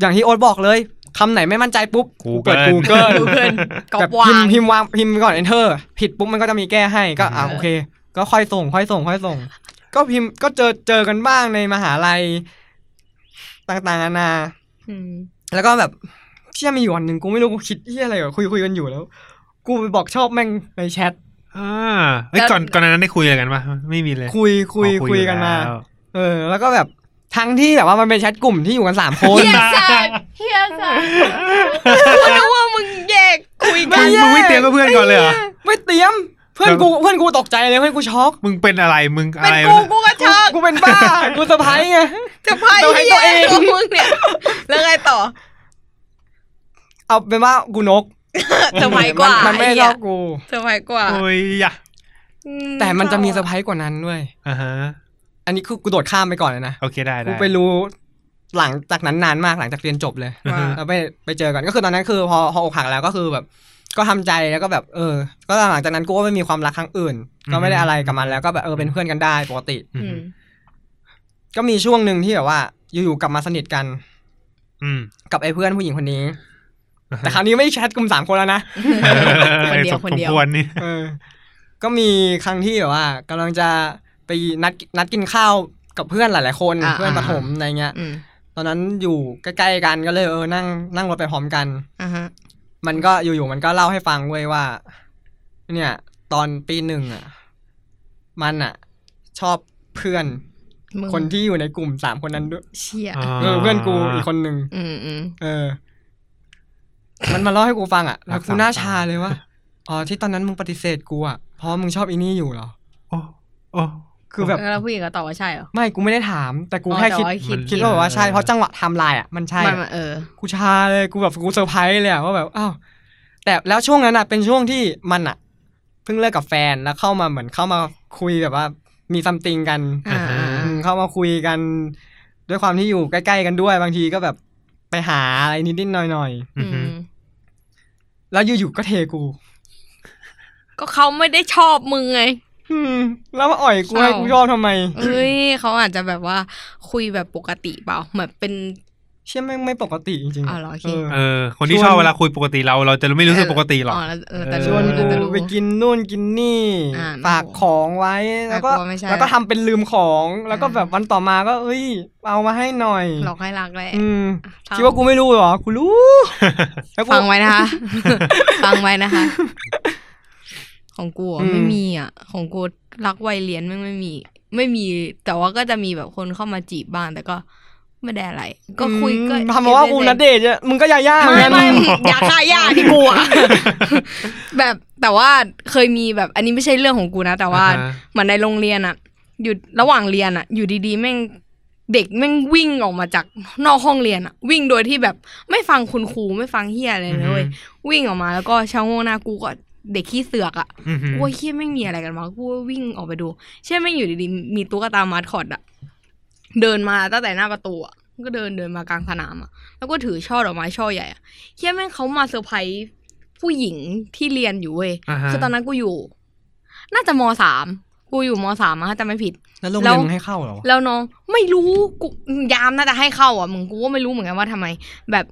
อย่างที่โอ๊ตบอกเลยคำไหนไม่มั่นใจปุ๊บกูเปิด Google
Google
ก็
แบบ
วา
พิม
ง
พ์พิมพ์วางพิมพ์ก่อน enter ผิดปุ๊บมันก็จะมีแก้ให้ก็อ่า
เออ
โอเค ก็ค่อยส่ง ค่อยส่ง ค่อยส่ง ก็พิมพ์ก็เจอเจอกันบ้างในมหาลัย ต่างๆนานา
อืม
แล้วก็แบบเชี่ยมีอยู่วันหนึ่งกูไม่รู้กูคิดเหียอะไรวะคุยคุยกันอยู่แล้ว กูไปบอกชอบแม่งในแชท
อ่าเอ้ยก่อนก่อนหนานั้นได้คุยอะไรกันปะไม่มีเลย
คุยคุย
อ๋อ
คุยกันมา
แล้ว
เออ แล้วก็แบบทั้งที่แบบว่ามันเป็นแชทกลุ่มที่อยู่กันสามคน
เฮียสัตว์เฮียสัตว์กูนึกว่ามึงแยกคุย
ไม่
กัน
แย่
มึงไม่เตรียมกับเพื่อนก่อนเลยเหรอ
ไม่เตรียม เพื่อนกูเพื่อนกูตกใจเลยเพื่อนกูช็อก
มึงเป็นอะไร มึงอะ
เป็น
ไร
กู
วะ
กูก็ช็อก
กูเป็น บ้ากูเซอร์ไพรส์ไง
จะพาย
ต้องให้
เฮี
ตั
ยว
เอง
ของมึงเนี่ยแล้วไงต่อ
เอาเป็นว่ากูนก
เซอร์ไพรส์กว่าม
นไม่ได้
เหี้
ช
ย
อบกู
เซอร์ไพรส์กว่า
โอ้ยยะ
อื
แต่มันจะมีเซอร์ไพรส์กว่านั้นด้วย
อ่าฮะ
อันนี้คือกูโดดข้ามไปก่อนเลยนะ
โอเคได้
กู
ได้
ไปรู้หลังจากนั้นนานมากหลังจากเรียนจบเลย
ว่า
แล้วไปไปเจอกันก็คือตอนนั้นคือพอพออกหักแล้วก็คือแบบ ก็ทำใจแล้วก็แบบเออ ก็หลังจากนั้นกูก็ไม่มีความรักครั้งอื่น ก็ไม่ได้อะไรกับมันแล้วก็แบบเออเป็นเพื่อนกันได้ปกติ
อื
อื
ม
ม
ก็มีช่วงหนึ่งที่แบบว่า อยู่ๆกลับมาสนิทกัน
อืม
กับไอ้เพื่อนผู้หญิงคนนี้ แต่คราวนี้ไม่แชทกลุ่มสามคนแล้วนะ
คนเดียวคน
สม
เดียว
ควรนี่
เออ ก็มีครั้งที่แบบว่ากำลังจะไปนัดนัดกินข้าวกับเพื่อนหลาย ๆ คน เพื่อนประถมอะไรเงี้ย
อืม
ตอนนั้นอยู่ใกล้ๆกันก็เลยเออนั่งนั่งรถไปพร้อมกัน
อ่าฮะ
มันก็อยู่ๆมันก็เล่าให้ฟังเว้ยว่า เนี่ย ตอนปีหนึ่งอ่ะ มันอ่ะ ชอบเพื่อน
มึง
คนที่อยู่ในกลุ่มสามคนนั้นด้วย
เชี่ย
เออเพื่อนกูอีกคนหนึ่ง
อืมอืม
เออ มันมาเล่าให้กูฟังอ่ะแล้วกูหน้าชาเลยว่าอ๋อที่ตอนนั้นมึงปฏิเสธกูอ่ะเพราะมึงชอบอีนี่อยู่เหรอ
โอ้โอ้
คือแบบ
แล้วผู้หญิงก็ตอบว่าใช่เหรอ
ไม่กูไม่ได้ถาม แต่กูแค่คิด
อ๋อแต่ว่าคิด
คิดว่าแบบว่าใช่เพราะจังหวะไทม์ไลน์อ่ะมันใช่
มั
อะ
นมาเออ
กูชาเลยกูแบบกูเซอร์ไพรส์เลยอะว่าแบบอ้าวแต่แล้วช่วงนั้นอ่ะ เป็นช่วงที่มันอ่ะ เพิ่งเลิกกับแฟนแล้วเข้ามาเหมือนเข้ามาคุยแบบว่า มีซัมติงกัน
อ่าอ่า
อืมเข้ามาคุยกัน ด้วยความที่อยู่ใกล้ๆกันด้วย บางทีก็แบบไปหาอะไรนิดๆหน่อย
อื
อื
อฮึ
ม
ๆ แล้วอยู่ๆก็เทกู
ก็เขาไม่ได้ชอบมึงไง
อืมแล้วมาอ่อยกูให้
เศร้ากู
กูชอบทำไม
เอ้ยเขาอาจจะแบบว่าคุยแบบปกติเปล่าเหมือนเป็น
เชื่อไม่งไม่ปกติจริง
อ๋อเหรอโอเค
เออ คนที่ชอบเวลาคุยปกติเรา เราจะไม่รู้สึกปกติหรอก
อ๋อแล้วเออแต่
เออ
ชวน
รู้
กู
แต่รู้
ไปกินนู่นกินนี่
อ่า
ฝากของไว้แล้วก็
กลัวไม่ใช่
แล้วก็ทำเป็นลืมของแล้วก็
อ่า
แบบวันต่อมาก็เอ้ย เอามาให้หน่อย
หลอกให้รักแหละ
อืม
ฟัง
คิดว่ากูไม่รู้เหรอ กูรู้แล้วกู
ฟังไว้นะคะ ฟังไว้นะคะ ของกูอะ
อืม
ไม่มีอ่ะ ของกูรักวัยเรียนไม่งไม่มี ไม่มี แต่ว่าก็จะมีแบบคนเข้ามาจีบบ้าง แต่ก็ไม่ได้อะไร ก็คุยก็
อืมทำมาว่ากูนัดเดทอะมึงก็ยาย่าเหมือน
ไม่
กัน
ไม่อยากฆ่ายาที่กูอะ แบบแต่ว่าเคยมีแบบ อันนี้ไม่ใช่เรื่องของกูนะ แต่ว่า
อ่าฮะ
เหมือนในโรงเรียนอะอยู่ระหว่างเรียนอะอยู่ดีๆแม่งเด็กแม่งวิ่งออกมาจากนอกห้องเรียนอะวิ่งโดยที่แบบไม่ฟังคุณครูไม่ฟังเฮียอะไร
อื
เลย
อฮึ
เว้ยวิ่งออกมาแล้วก็ชาวโง่หน้ากูก็เด็กขี้เสือกอะ
อือฮึ
กูว่าเฮียไม่งมีอะไรกันวะกูก็วิ่งออกไปดู เชื่อไม่งอยู่ดีๆมีตุ๊กตามาร์คอดอะเดินมาตั้งแต่หน้าประตูอะก็เดินเดินมากลางสนามอะแล้วก็ถือช่อดอกไม้ช่อใหญ่อะเฮียแม่งเขามาเซอร์ไพรส์ผู้หญิงที่เรียนอยู่เว้ย
าฮะ
คือตอนนั้นกูอยู่ น่าจะมสามกูอยู่มสามอะถ้าจำไม่ผิด
แล้วโรงเรียนมึงให้เข้าเหรอวะ
แล้วน้องไม่รู้กูยามน่าจะให้เข้าอ่ะมึงกูก็ไม่รู้เหมือนกันว่าทำไม แบบ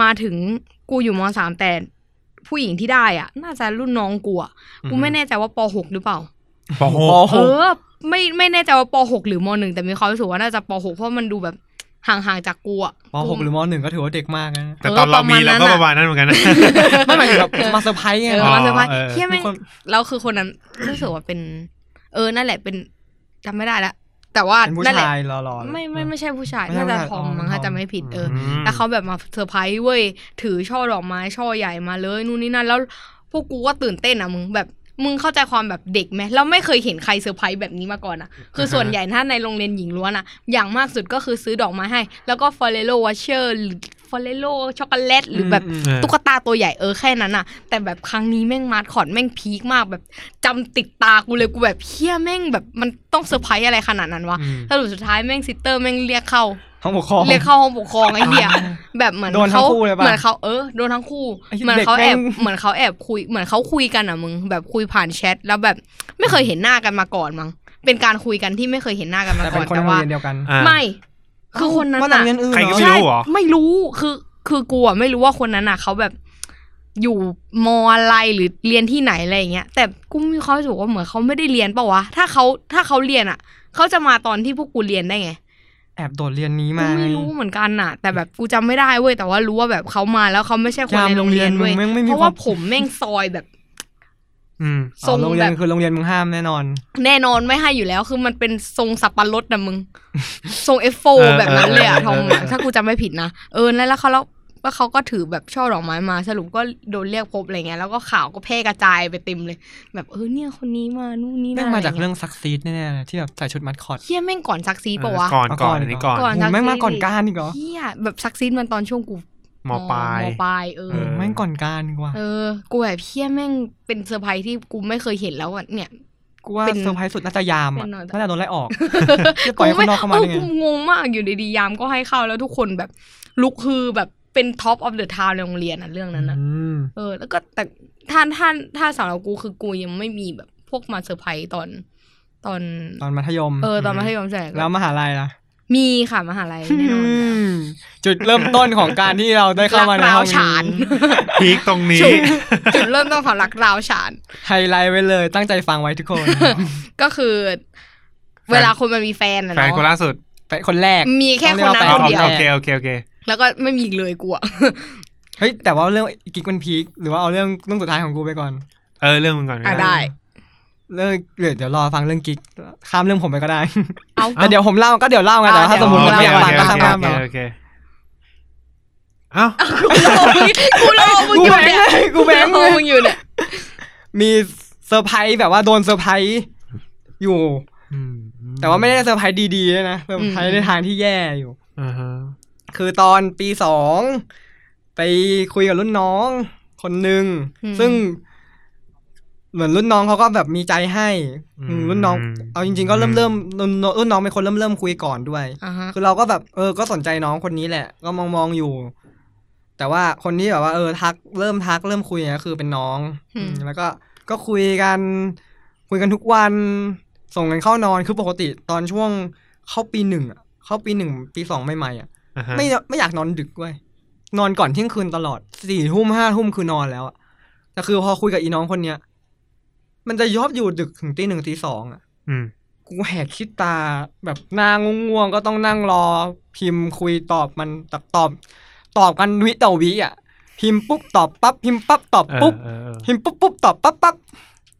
มาถึงกูอยู่มสามแต่ผู้หญิงที่ได้อ่ะ น่าจะรุ่นน้องกูอ่ะกูไม่แน่ใจว่าปหกหรือเปล่า
ปหก
โอ้โห
เออ ไม่ไม่แน่ใจว่าปหกหรือมหนึ่งแต่มีความรู้สึกว่าน่าจะปหกเพราะมันดูแบบห่างๆจากกูอ่ะ
มหกหรือมหนึ่งก็ถือว่าเด็กมากนะ
แต่ตอนเรามีเราก็ประมาณนั้นเหมือนกันนะ
ไม่หมายถึงแบบมาเซอร์ไพรส์ไง
เออ
อ๋อ
มาเซอร์ไพรส์
เออ
เฮียแม่ง
คน
เราคือคนนั้น รู้สึกว่าเป็น เออนั่นแหละเป็นจำไม่ได้ละแต่ว่า
เป็นผู้
นั่นแหละ
ชายหล่อๆ
ไม่ไม่ไม่ใช่ผู้ชาย
ไม่ใช่
น่า
ผู้
จะ
ชาย
ทอม
อ๋อ
มั้
ทอ
ง
ม
ถ้าจะไม่ผิดเอออ
ม
แล้วเขาแบบมาเซอร์ไพรส์เว้ยถือช่อดอกไม้ช่อใหญ่มาเลยนู่นนี่นั่นแล้วพวกกูก็ตื่นเต้นอ่ะมึงแบบมึงเข้าใจความแบบเด็กไหมเราไม่เคยเห็นใครเซอร์ไพรส์แบบนี้มาก่อนอ่ะ คือส่วนใหญ่ถ้าในโรงเรียนหญิงล้วนอ่ะ อย่างมากสุดก็คือซื้อดอกไม้ให้ แล้วก็ฟอเรโลวัชเชอร์หรือฟอเรโลช็อกโกแลตหรือแบบ
ม
เออ
ตุ๊กตาตัวใหญ่เออแค่นั้นน่ะ แต่แบบครั้งนี้แม่งมาร์คอดแม่งพีคมากแบบจำติดตากูเลยกูแบบเฮี้ยแม่งแบบมันต้องเซอร์ไพรส์อะไรขนาดนั้นวะ
อืม
สรุปสุดท้ายแม่งซิสเตอร์แม่งเรียกเข้า
ห้องปกครอง
เรียกเข้าห้องปกครองไอ้เหี้ยแบบเหมือน
โดนทั้ง
เขา
คู่เลยปะ
เหมือนเขาเออโดนทั้งคู่
ไอ้เหี้ย
เหมือนเขาแอบ
เด็กแม่ง
เหมือนเขาแอบคุยเหมือนเขาคุยกันอ่ะมึงแบบคุยผ่านแชทแล้วแบบไม่เคยเห็นหน้ากันมาก่อนมั้งเป็นการคุยกันที่ไม่เคยเห็นหน้ากันมา
แต่
ก่
เป็น
อน
คน
แต่
โรง
ว่า
เรียนเดียวกัน
อ่า
ไม่คือคนนั้น
ว่าโรง
น่ะ
เรียนอื่น
ใคร
เหรอ
ก็ไม่
ใช่
รู้เหรอ
ไม่รู้คือคือกูอะไม่รู้ว่าคนนั้นอ่ะเขาแบบอยู่มอะไรหรือเรียนที่ไหนอะไรอย่างเงี้ยแต่กูมีความรู้สึกว่าเหมือนเขาไม่ได้เรียนเปล่าวะถ้าเขาถ้าเขาเรียนอ่ะเขาจะมาตอนที่พวกกูเรียนได้ไง
แอบโดดเรียนนี้
กู
มา
ไม่รู้เหมือนกันน่ะ แต่แบบกูจำไม่ได้เว้ยแต่ว่ารู้ว่าแบบเขามาแล้วเขาไม่ใช่คน
ยาม
ใน
โร
โรง ง
เรี
เรี
ย
ย
น
น
มึง
เว้ย
แม่งไม่มี
เพราะว่าผมแม่งซอยแบบ
อืม
ท
ท
ร
รง งโรงเรีย
แบ
น
บ
คือโรงเรียนมึงห้ามแน่นอน
แน่นอนไม่ให้อยู่แล้ว คือมันเป็นทรงสับปะรดนะมึงทรงเอฟโฟ
เออ
แบบนั้นเลยอะ
เออ
ทอม
เออ
ถ้ากูจำไม่ผิดนะเออแล้วแล้วเขาแล้ว ว่าเขาก็ถือแบบช่อดอกไม้มาสรุปก็โดนเรียกพบอะไรเงี้ยแล้วก็ข่าวก็แพร่กระจายไปเต็มเลย แบบเออเนี่ยคนนี้มานู่นนี่
แม่
นั่
ง
น
มาจาก
ะไ
เรื่องซักซีดแน่ๆเลยที่แบบใส่ชุดมัดคอต
เฮี้ยแม่งก่อนซักซีดปะวะ
ก่อนก่อนอันนี้ก่อน
ก่อน
โอ้โห
ซักซีด
แม่งมาก่อนการอีกเหรอ
เฮี้ยแบบซักซีดมันตอนช่วงกู
มปลาย
มปลายเอ
เอ
อ
อ
แม่งก่อนการดีกว่า
เออ กูแบบเฮี้ยแม่งเป็นเซอร์ไพรส์ที่กูไม่เคยเห็นแล้วอ่ะเนี่ย
กูว่า
เป็น
เซอร์ไพรส์สุดน่าจะยาม
เป็
อ่ะ
นหน่อย
น่าจะโดนไล่ออก จะปล่อยให้คนนอกเข้ามา
เออ
ได้ไง
กูงงมากอยู่ดีๆยามก็ให้เข้าแล้วทุกคนแบบลุกฮือแบบเป็นท็อปออฟเดอะทาวในโรงเรียนอ่ะเรื่องนั้นนะ
อืม
เออแล้วก็แต่ท่านท่านถ้าสำหรับกูคือกูยังไม่มีแบบพวกมาเซอร์ไพรส์ตอนตอน
ตอนมัธยม
เออตอนมัธยมใช่ก็
แล้วมหาลัยล่ะ
มีค่ะมหาลัยแน่นอนอยู่แล้ว
จุดเริ่มต้นของการที่เรา ได้เข้ามาใน
รัก
ห้
รา
อ
ว
ง
ฉาน
นี้
พีคตรงนี้
จุดจุดเริ่มต้นของรักราวฉาน
ไฮไลท์ไว้เลยตั้งใจฟังไว้ทุกคน
ก็คือ เวลาคนมันมีแฟนอะ
แฟน
เนาะ
คนล่าสุด
เป็นคนแรก
มีแค่คนนั้น
ต้
ค
อง
น
รี
เดี
ยกว่า
ยว
โอเคโอเคโอเค
แล้วก็ไม่มีอีกเลยกู อะ
เฮ้ยแต่ว่าเรื่องกิ๊กมันพีคหรือว่าเอาเรื่องเรื่องสุดท้ายของกูไปก่อน
เออเรื่องมึงก่อน
อ่ะ
นะ
ได้
เรื่องเดี๋ยวเดี๋ยวรอฟังเรื่องกิ๊กข้ามเรื่องผมไป ก็ได้
เอา
แต่เดี๋ยวผมเล่าก็เดี๋ยวเล่าไงแต่ว่า
อ่ะ
ถ้าสมมติ
เดี๋
มัน
ยว
ไม่อยากฟัง
โอ
ก็
เค
ข้าม
โอ
ข้าม
เค
เอา
โอเคเอ้า
กูรอมึงกู
กู
รอมึงอยู่
แบง
เนี่ย
ค์กูแบงค์
รอมึงอยู่เนี่ย
มีเซอร์ไพรส์แบบว่าโดนเซอร์ไพรส์อยู่ แต่ว่าไม่ได้เซอร์ไพรส์ดีๆด้วยนะเซอร์ไพรส์ในทางที่แย่อยู่
อ่าฮะ
คือตอนปีสองไปคุยกับรุ่นน้องคนหนึ่งซึ่ง เหมือนรุ่นน้องเขาก็แบบมีใจให้อืมรุ่นน้อง เอาจริง ๆ ก็เริ่มเริ่มรุ่นรุ่นน้องเป็นคนเริ่มเริ่มคุยก่อนด้วย
อ่าฮะ
คือเราก็แบบเออก็สนใจน้องคนนี้แหละ ก็มองมองอยู่ แต่ว่าคนที่แบบว่า เออทักเริ่มทักเริ่มคุยเนี่ยก็คือเป็นน้องอืมแล้วก็ก็คุยกัน คุยกันทุกวัน ส่งกันเข้านอนคือปกติตอนช่วงเข้าปีหนึ่งอะเข้าปีหนึ่งปีสองใหม่ๆอ่ะ
อ่าฮะ
ไม่ไม่อยากนอนดึกเว้ยนอนก่อนเที่ยงคืนตลอดสี่ทุ่มห้าทุ่มคือนอนแล้วอะแต่คือพอคุยกับอีน้องคนเนี้ยมันจะยอบอยู่ดึกถึงตีหนึ่งตีสองอะ
อืม
กูแหกคิดตาแบบหน้าง่วงๆก็ต้องนั่งรอ พิมพ์คุยตอบมันตอบตอบ ตอบกันวิต่อวิอ่ะ พิมพ์ปุ๊บตอบปั๊บพิมพ์ปั๊บตอบ
เออ
ปุ๊บ
เออเออ
พิมพ์ปุ๊บปุ๊บตอบปั๊บปั๊บ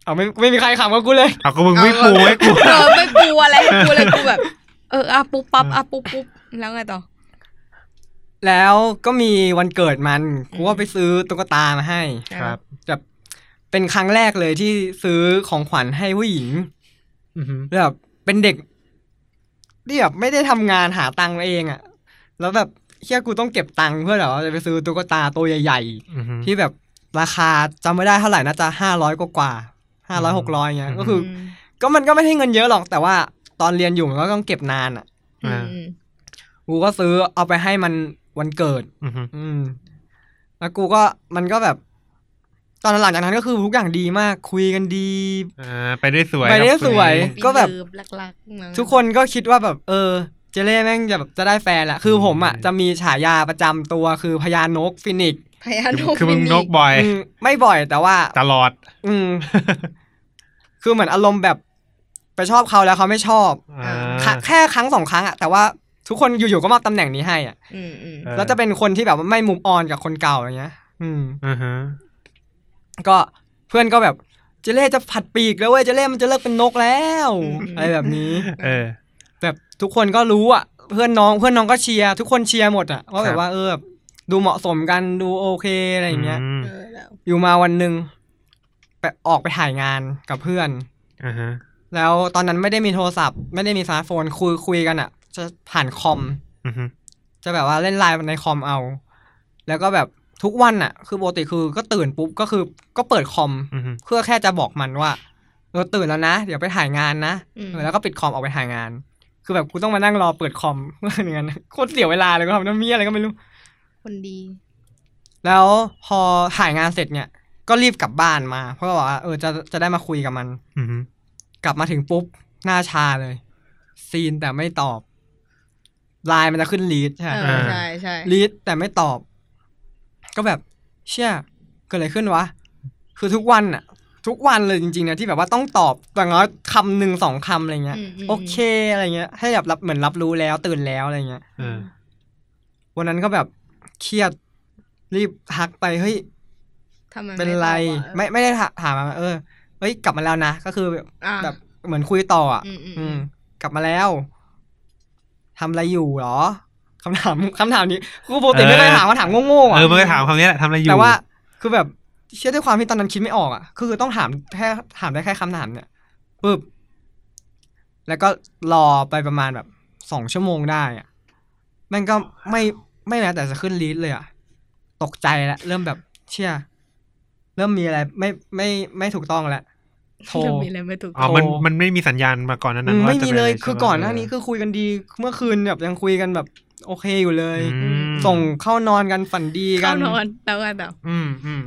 เอาไม่ไม่มีใครขำกับกูเลย
เอาก็มึงไม่ปูไว้กู
เออไม่กูอะไรให้กูเลยกูแบบ เอออ่ะปุ๊บปั๊บอ่ะปุ๊บปุ๊บแล้วไงต่อ
แล้วก็มีวันเกิดมันกูก็ไปซื้อตุ๊กตามาให้
ครับ
แบบเป็นครั้งแรกเลยที่ซื้อของขวัญให้ผู้หญิง
อือฮึ
แบบเป็นเด็กที่แบบไม่ได้ทำงานหาตังค์เองอะแล้วแบบเฮียกูต้องเก็บตังค์เพื่อแบบว่าจะไปซื้อตุ๊กตาตัวใหญ่
อือฮึ
ๆ ที่แบบราคาจำไม่ได้เท่าไหร่น่าจะห้าร้อยกว่าห้าร้อยหกร้อยเงี้ยก็คืออ
ม
ก็มันก็ไม่ใช่เงินเยอะหรอก แต่ว่าตอนเรียนอยู่มันก็ต้องเก็บนานอะ
อืม
กูก็ซื้อเอาไปให้มันวันเกิด
อือฮึ
อืม แล้วกูก็มันก็แบบ ตอนหลังจากนั้นก็คือทุกอย่างดีมากคุยกันดี
อ่าไปได้สวย
ไปได้
ครับ
สวย
คุณ
ก็แบบ
มีเลิฟรักๆมั้ง
ทุกคนก็คิดว่าแบบ เออ เจเล่แม่งจะแบบจะได้แฟนละคือผมอ่ะ จะมีฉายาประจำตัวคือพญานกฟินิกซ์
พยาน
นี่
ก
คือมึง
ฟิ
นกบ่อย
อืมไม่บ่อยแต่ว่า
ตลอด
อื ม คือเหมือนอารมณ์แบบไปชอบเขาแล้วเขาไม่ชอบ
อ่า
ค่ะแค่ครั้งสองครั้งอ่ะแต่ว่าทุกคนอยู่ๆก็มอบตำแหน่งนี้ให้อ่ะ
อืมอืม
เออ
แล้วจะเป็นคนที่แบบว่าไม่มุมออนกับคนเก่าอย่างเงี้ย อืม
อือฮะ
ก็เพื่อนก็แบบเจเล่จะผัดปีกแล้วเว้ยเจเล่มันจะเลิกเป็นนกแล้วอะไรแบบนี้
เออ
แบบทุกคนก็รู้อ่ะ เพื่อนน้องเพื่อนน้องก็เชียร์ทุกคนเชียร์หมดอ่ะว่า
ค
แบ
รับ
บว่าเออแบบดูเหมาะสมกันดูโอเคอะไรอย่างเงี้ย
ม
เออแล้ว
อยู่มาวันหนึ่งไปออกไปถ่ายงานกับเพื่อน
อ่าฮะ
แล้วตอนนั้นไม่ได้มีโทรศัพท์ ไม่ได้มีสมาร์ทโฟนคุยคุยกันอ่ะ จะผ่านคอม
อือฮึ
จะแบบว่าเล่นไลน์ในคอมเอา แล้วก็แบบทุกวันอ่ะ คือปกติคือก็ตื่นปุ๊บก็คือก็เปิดคอม
อือฮึ
เพื่อแค่จะบอกมันว่าเออตื่นแล้วนะ เดี๋ยวไปถ่ายงานนะ
อืม
เออแล้วก็ปิดคอมออกไปถ่ายงาน คือแบบกูต้องมานั่งรอเปิดคอม เพื่อนอย่างนั้นโคตรเสียเวลาเลยก็ทำน้ำเมียอะไรก็ไม่รู้
คนดี
แล้วพอถ่ายงานเสร็จเนี่ย ก็รีบกลับบ้านมา เพราะว่าเออจะจะได้มาคุยกับมัน
อือฮึ
กลับมาถึงปุ๊บหน้าชาเลย ซีนแต่ไม่ตอบไลน์มันจะขึ้นลีดใช่ไห
เอ
ม
อใช่ใช่
ลีดแต่ไม่ตอบ ก็แบบเชี่ยเกิดอะไรขึ้นวะ คือทุกวันอะทุกวันเลยจริงๆนะที่แบบว่าต้องตอบอย่างน้อยคำหนึ่งสองคำอะไรเงี้ย
มม
โอเคอะไรเงี้ย ให้แบบรับเหมือนรับรู้แล้วตื่นแล้วอะไรเงี้ย
เออ
วันนั้นก็แบบเครียดรีบทักไปเฮ้ย
ทำมม่
เป็นไร
บอกอะ
ไม่ไม่ได้ถาถามมาเออเฮ้ย กลับมาแล้วนะ ก็คือแบบ
อ่ะ
แบบเหมือนคุยต่ออ่ะ
อืมอืม
อื
อื
ม
ม
กลับมาแล้วทำอะไรอยู่หรอคำถามคำถามนี้กูปกติไม่เคยถามคำถามโง่ๆอ่ะ
เออมันก็ถามคำนี้แหละทำอะไรอยู่
แต่ว่าคือแบบเชื่อด้วยความที่ตอนนั้นคิดไม่ออกอ่ะคือต้องถามแค่ถามได้แค่คำถามเนี่ยปึ๊บแล้วก็รอไปประมาณแบบสองชั่วโมงได้อ่ะแมันก็ไม่ไม่แม้แต่จะขึ้นลิสต์เลยอ่ะตกใจแล้วเริ่มแบบเชื่อเริ่มมีอะไรไม่ไม่ไม่ถูกต้องแล้วโทร
จะมีอะไรไม่ถูก
อ๋อมันมันไม่มีสัญญาณมาก่อนนั้นนะ
อืม
ว่า
ไม่
จะ
มี
ป็ะร
เลย
ใช่
คือ
ไหม
ก่อนหน้านี้คือคุยกันดี เมื่อคืนแบบยังคุยกันแบบโอเคอยู่เลย
อืม
ส่งเข้านอนกันฝันดีกั
เข้าน นอนแล้วไงต่อ
อืมอืม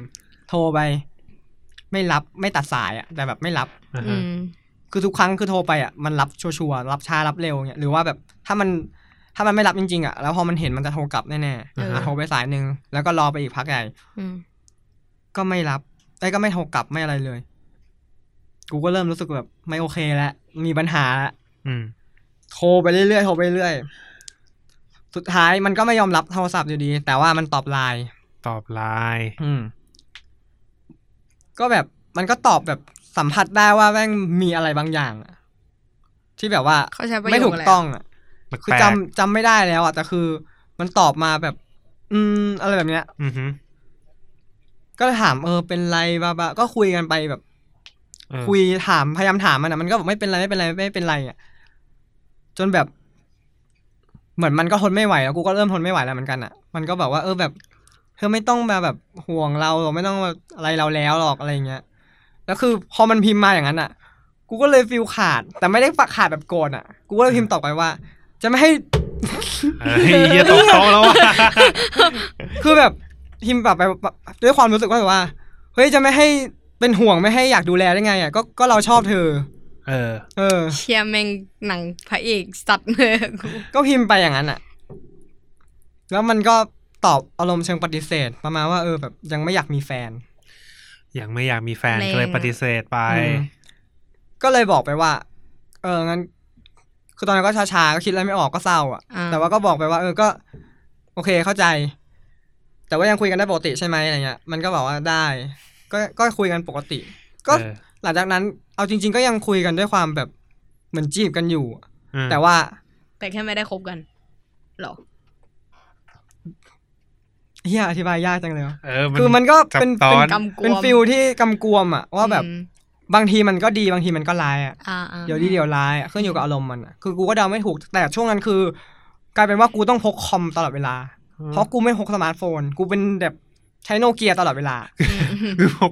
โทรไป ไม่รับไม่ตัดสายอ่ะแต่แบบไม่รับ
อ่า
อื
ฮะ
ม
คือทุกครั้งคือโทรไปอ่ะมันรับชัวร์ๆรับช้ารับเร็วเนี่ยหรือว่าแบบถ้ามันถ้ามันไม่รับจริงๆอ่ะแล้วพอมันเห็นมันจะโทรกลับแน่ๆอ่ะโทรไปสายหนึ่งแล้วก็รอไปอีกพักใหญ่
อืม
ก็ไม่รับไอ้ยก็ไม่โทรกลับไม่อะไรเลย กูก็เริ่มรู้สึกแบบไม่โอเคแล้วมีปัญหาแล้ว
อืม
โทรไปเรื่อยๆโทรไปเรื่อยสุดท้ายมันก็ไม่ยอมรับโทรศัพท์อยู่ดี แต่ว่ามันตอบไลน์
ตอบไลน์
อืม ก็แบบมันก็ตอบแบบสัมผัสได้ว่าแม่งมีอะไรบางอย่างอะที่แบบว่า
เขาใช้ประโยคอะไร
ไม่
อะ
ถูกต้องอะ คือจำจำไม่ได้แล้วอ่ะแต่คือ มันตอบมาแบบ อืม อะไรแบบเนี้ย
อือฮึ
ก็ถามเออเป็นไรบาบาก็คุยกันไปแบบ
เออ
คุยถามพยายามถามมันอ่ะมันก็บอกไม่เป็นไรไม่เป็นไรไม่เป็นไรอ่ะจนแบบ เหมือนมันก็ทนไม่ไหวแล้วกูก็เริ่มทนไม่ไหวแล้วเหมือนกันอ่ะ มันก็บอกว่า เออแบบเธอไม่ต้องมาแบบห่วงเราหรอกไม่ต้องมาอะไรเราแล้วหรอกอะไรอย่างเงี้ยแล้วคือพอมันพิมพ์มาอย่างนั้นอ่ะ กูก็เลยฟิลขาด แต่ไม่ได้ฝักขาดแบบโกรธอ่ะ กูก็เลยพิมพ์ตอบไปว่า จะไม่ให้
เฮ้ยเหี้ยตกท้อง แล้วว่ะ
คือแบบพิมพ์แบบไปแบบด้วยความรู้สึกว่าแบบว่าเฮ้ยจะไม่ให้เป็นห่วงไม่ให้อยากดูแลได้ไงอ่ะก็ก็เราชอบเธอ
เออ
เออ
เชียร์แม่งหนังพระเอกสัตว์เลยกู
ก็พิมพ์ไปอย่างนั้นอ่ะ แล้วมันก็ตอบอารมณ์เชิงปฏิเสธ ประมาณว่าเออแบบยังไม่อยากมีแฟน
ยังไม่อยากมีแฟนก็เลยปฏิเสธไป
อืมก็เลยบอกไปว่า เอองั้น คือตอนนั้นก็ช้าๆก็คิดอะไรไม่ออกก็เศร้าอ่ะ
อ่
แต่ว่าก็บอกไปว่า เออก็ โอเคเข้าใจ แต่ว่ายังคุยกันได้ปกติใช่ไหมอะไรเงี้ยมันก็บอกว่าได้ ก็ก็คุยกันปกติ ก็
เออ
หลังจากนั้นเอาจริง ๆ ก็ยังคุยกันด้วยความแบบเหมือนจีบกันอยู่
อืม
แต่ว่า
แต่แค่ไม่ได้คบกันหรอ
เฮียอธิบายยากจังเลยวะ
เออ
คือมันก็เป็น
ซับซ้
เป็
อน
น
กำกวม
เป็นฟิลที่กำกวมอะว่าแบบ
อืม
บางทีมันก็ดีบางทีมันก็ร้ายอะ
อ่าๆ
เดี๋ยวดีเดี๋ยวร้ายอะขึ้นอยู่กับอารมณ์มันอะคือกูก็เดาไม่ถูกแต่ช่วงนั้นคือกลายเป็นว่ากูต้องพกคอมตลอดเวลา เพราะกูไม่พกสมาร์ทโฟน กูเป็นแบบใช้โนเกียตลอดเวลา
อืม
คือผม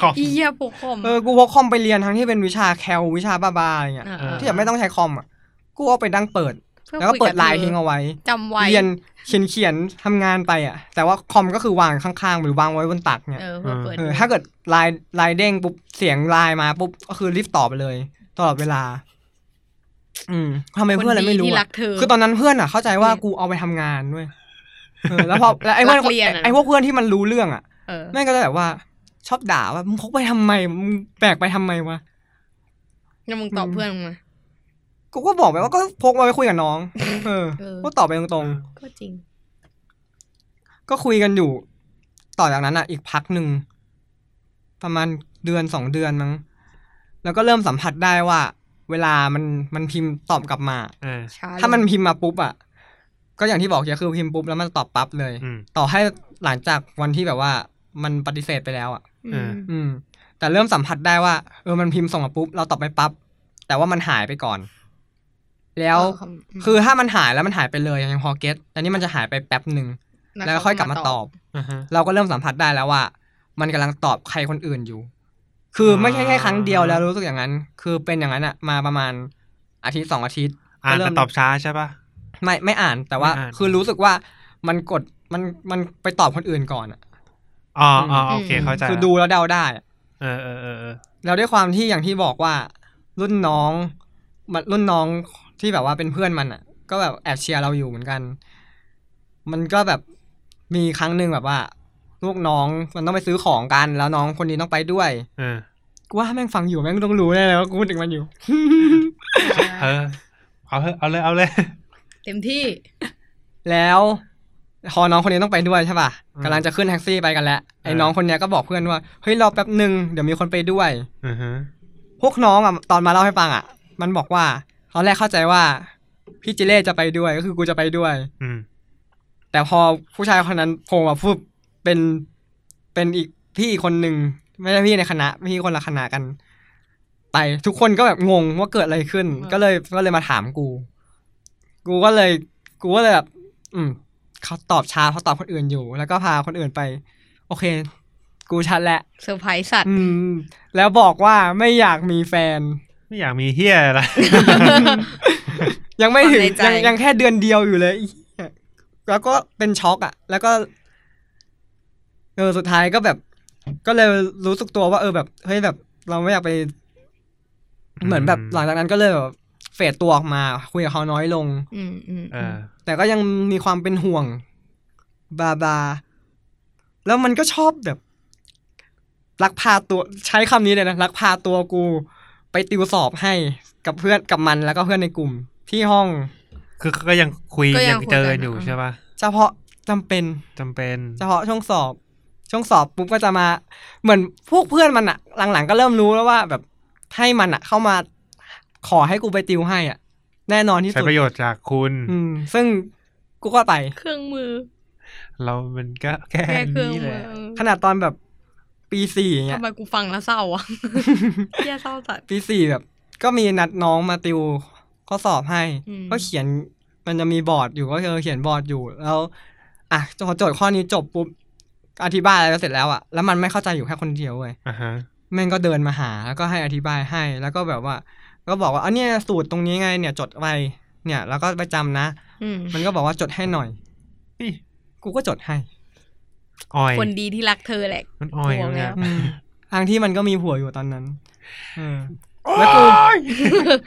ขอ
อีเหี้ยปกคอม
เออกูพกคอมไปเรียนทั้งที่เป็นวิชาแคลวิชาบ้าๆอะไรเงี้ย
า
อ
ๆ
ที่แบบไม่ต้องใช้คอมอะกูเอาไปดังเปิด
เพื่อ
แล้วก็
คุยบ
เปิดไลน์
ธอ
ทิ้งเอาไว้
จำไว้
เรียนเขียนเขียนๆทำงานไปอ่ะ แต่ว่าคอมก็คือวางข้างๆ หรือวางไว้บนตักเนี่ย
เออเพื่อเปิด
เออถ้าเกิดไลน์ไลน์เด้งปุ๊บเสียงไลน์มาปุ๊บก็คือรีบตอบไปเลย ตลอดเวลา อืมทำไมเพื่อนอะไรไม่รู้
คนดีที่รั
อะ
กเธอ
คือตอนนั้นเพื่อนอ่ะ เข้าใจว่า
เนี่ย
กูเอาไปทำงานด้วยเออแล้วพอแล้วไอ้เพื่อน
รักเรียนอะ
ไอ้พวกเพื่อนที่มันรู้เรื่องอ่ะ
เออ
แม่งก็จะแบบว่า ชอบด่าว่ามึงพกไปทำไมมึงแบกไปทำไมวะ
แล้วมึงตอบเพื่อนมึงมา
กูก็บอกไปว่าก็พกมาไว้คุยกับน้อง เออ
เออ
ก็ตอบไปตรงๆ
ก็จริง
ก็คุยกันอยู่ ต่อจากนั้นอ่ะ อีกพักหนึ่ง ประมาณเดือนสองเดือนมั้ง แล้วก็เริ่มสัมผัสได้ว่า เวลามันมันพิมพ์ตอบกลับมา
เออ
ช้
ถ้า
ลง
มันพิมพ์มาปุ๊บอ่ะ ก็อย่างที่บอกเนี่ยคือพิมพ์ปุ๊บแล้วมันตอบปั๊บเลย
อืม
ต่อให้หลังจากวันที่แบบว่า มันปฏิเสธไปแล้วอ่ะ
อื
เอ
ม
อ
อืม แต่เริ่มสัมผัสได้ว่า เออมันพิมพ์ส่งมาปุ๊บเราตอบไปปั๊บแต่ว่ามันหายไปก่อน แล้ว
เาำ
คือถ้ามันหายแล้วมันหายไปเลยยังพอเก็ตแต่นี่มันจะหายไปแป๊บหนึ่งแล้วค่อยกลับมาตอบ
อ่าฮะ
เราก็เริ่มสัมผัสได้แล้วว่า มันกำลังตอบใครคนอื่นอยู่ คือไม่ใช่แค่ครั้งเดียวแล้วรู้สึกอย่างนั้น คือเป็นอย่างนั้นอะมาประมาณอาทิตย์สองอาทิตย์
อ่าน
ก็เริ่
แต่
ม
ตอบช้าใช่ป่ะ
ไม่ไม่อ่านแต่ว่า
ไม่อ่าน
คือรู้สึกว่ามันกดมันมันไปตอบคนอื่นก่อนอะ
อ๋ออ๋อโอเคเข้าใจ
คือ
ละ
ดูแล้วเดาได้อะ
เออเออเออเออ
แล้วด้วยความที่อย่างที่บอกว่า รุ่นน้องมันรุ่นน้องที่แบบว่าเป็นเพื่อนมันอะก็แบบแอบเชียร์เราอยู่เหมือนกัน มันก็แบบมีครั้งหนึ่งแบบว่าลูกน้องมันต้องไปซื้อของกัน แล้วน้องคนนี้ต้องไปด้วย
เออ
กูว่าแม่งฟังอยู่แม่งต้องรู้แน่เลยว่ากูพูดถึงมันอยู่
เออเอาเถอะเอาเลยเอาเลย
เต็มที่
แล้วพอน้องคนนี้ต้องไปด้วยใช่ป่ะ
อืม
กำลังจะขึ้นแท็กซี่ไปกันแล้วไอ้
เออ
น้องคนเนี้ยก็บอกเพื่อนว่าเฮ้ยรอแป๊บหนึ่งเดี๋ยวมีคนไปด้วย
อือฮะ
พวกน้องอ่ะตอนมาเล่าให้ฟังอ่ะ มันบอกว่าตอนแรกเข้าใจว่าพี่จิเล่จะไปด้วยก็คือกูจะไปด้วย
อืม
แต่พอผู้ชายคนนั้นโผล่มาปุ๊บเป็นเป็นอีกพี่อีกคนหนึ่งไม่ใช่พี่ในคณะพี่คนละคณะกัน ไปทุกคนก็แบบงงว่าเกิดอะไรขึ้น
อ่า
ก็เลยก็เลยมาถามกู กูก็เลย กูก็เลยแบบอืมเขาตอบช้าเขาตอบคนอื่นอยู่ แล้วก็พาคนอื่นไป โอเค กูชัดแล้ว
เซอร์ไพรส์สัตว์
อืม แล้วบอกว่าไม่อยากมีแฟน
ไม่อยากมีเฮียอะไร
ยังไม่ถึง
ความในใจ
ยังยังแค่เดือนเดียวอยู่เลยไอ้เหี้ยแล้วก็เป็นช็อกอะแล้วก็เออสุดท้ายก็แบบ ก็เลยรู้สึกตัวว่า เออแบบเฮ้ยแบบ เราไม่อยากไป
อืม
เหมือนแบบหลังจากนั้นก็เลยแบบเฟดตัวออกมา คุยกับเขาน้อยลง
อืมอืม
เออ
แต่ก็ยังมีความเป็นห่วง บาบา แล้วมันก็ชอบแบบลักพาตัวใช้คำนี้เลยนะลักพาตัวกู ไปติวสอบให้กับเพื่อนกับมันแล้วก็เพื่อนในกลุ่ม ที่ห้อง
คือก็ยังคุย
ก็ยั
ยังงเจอ
คุยกั
กัน
น
อยู่
อ่ะ
ใช่ป่ะ
เฉพาะจำเป็น
จำเป็น
เฉพาะช่วงสอบ ช่วงสอบปุ๊บก็จะมาเหมือนพวกเพื่อนมันอะหลังๆก็เริ่มรู้แล้วว่าแบบให้มันอะเข้ามาขอให้กูไปติวให้อะแน่นอนที่
ใช้
สุด
ประโยชน์จากคุณ
อืม ซึ่งกูก็ไป
เครื่องมือ
เรามันก็แค่
แค่เครื่อง
นี้แห
มือ
ละ
ขนาดตอนแบบปีสี่อย่างเงี้
ทำ
ย
ไมกูฟังแล้วเศร้าอ่ะ เฮียเศร้าจัด
ปีสี่แบบ ก็มีนัดน้องมาติวข้อสอบให้
อืม
ก็เขียนมันจะมีบอร์ดอยู่ก็เออเขียนบอร์ดอยู่แล้ว อ่ะพอโจทย์ข้อนี้จบปุ๊บอธิบายอะไรเสร็จแล้วอะแล้วมันไม่เข้าใจอยู่แค่คนเดียวเว้ย
อ่ะฮะ
แม่งก็เดินมาหาแล้วก็ให้อธิบายให้ แล้วก็แบบว่า ก็บอกว่าอันเนี้ยสูตรตรงนี้ไงเนี่ยจดไว้เนี่ย แล้วก็ไปจำนะ
อืม
มันก็บอกว่าจดให้หน่อย
นี่
กูก็จ ดให้
อ่อย
คนดีที่รักเธอแหละ
มันอ่อย
ห่วง
ไง
แล้ว
อืมทางที่มันก็มีผัวอยู่ตอนนั้นเออแล้วกู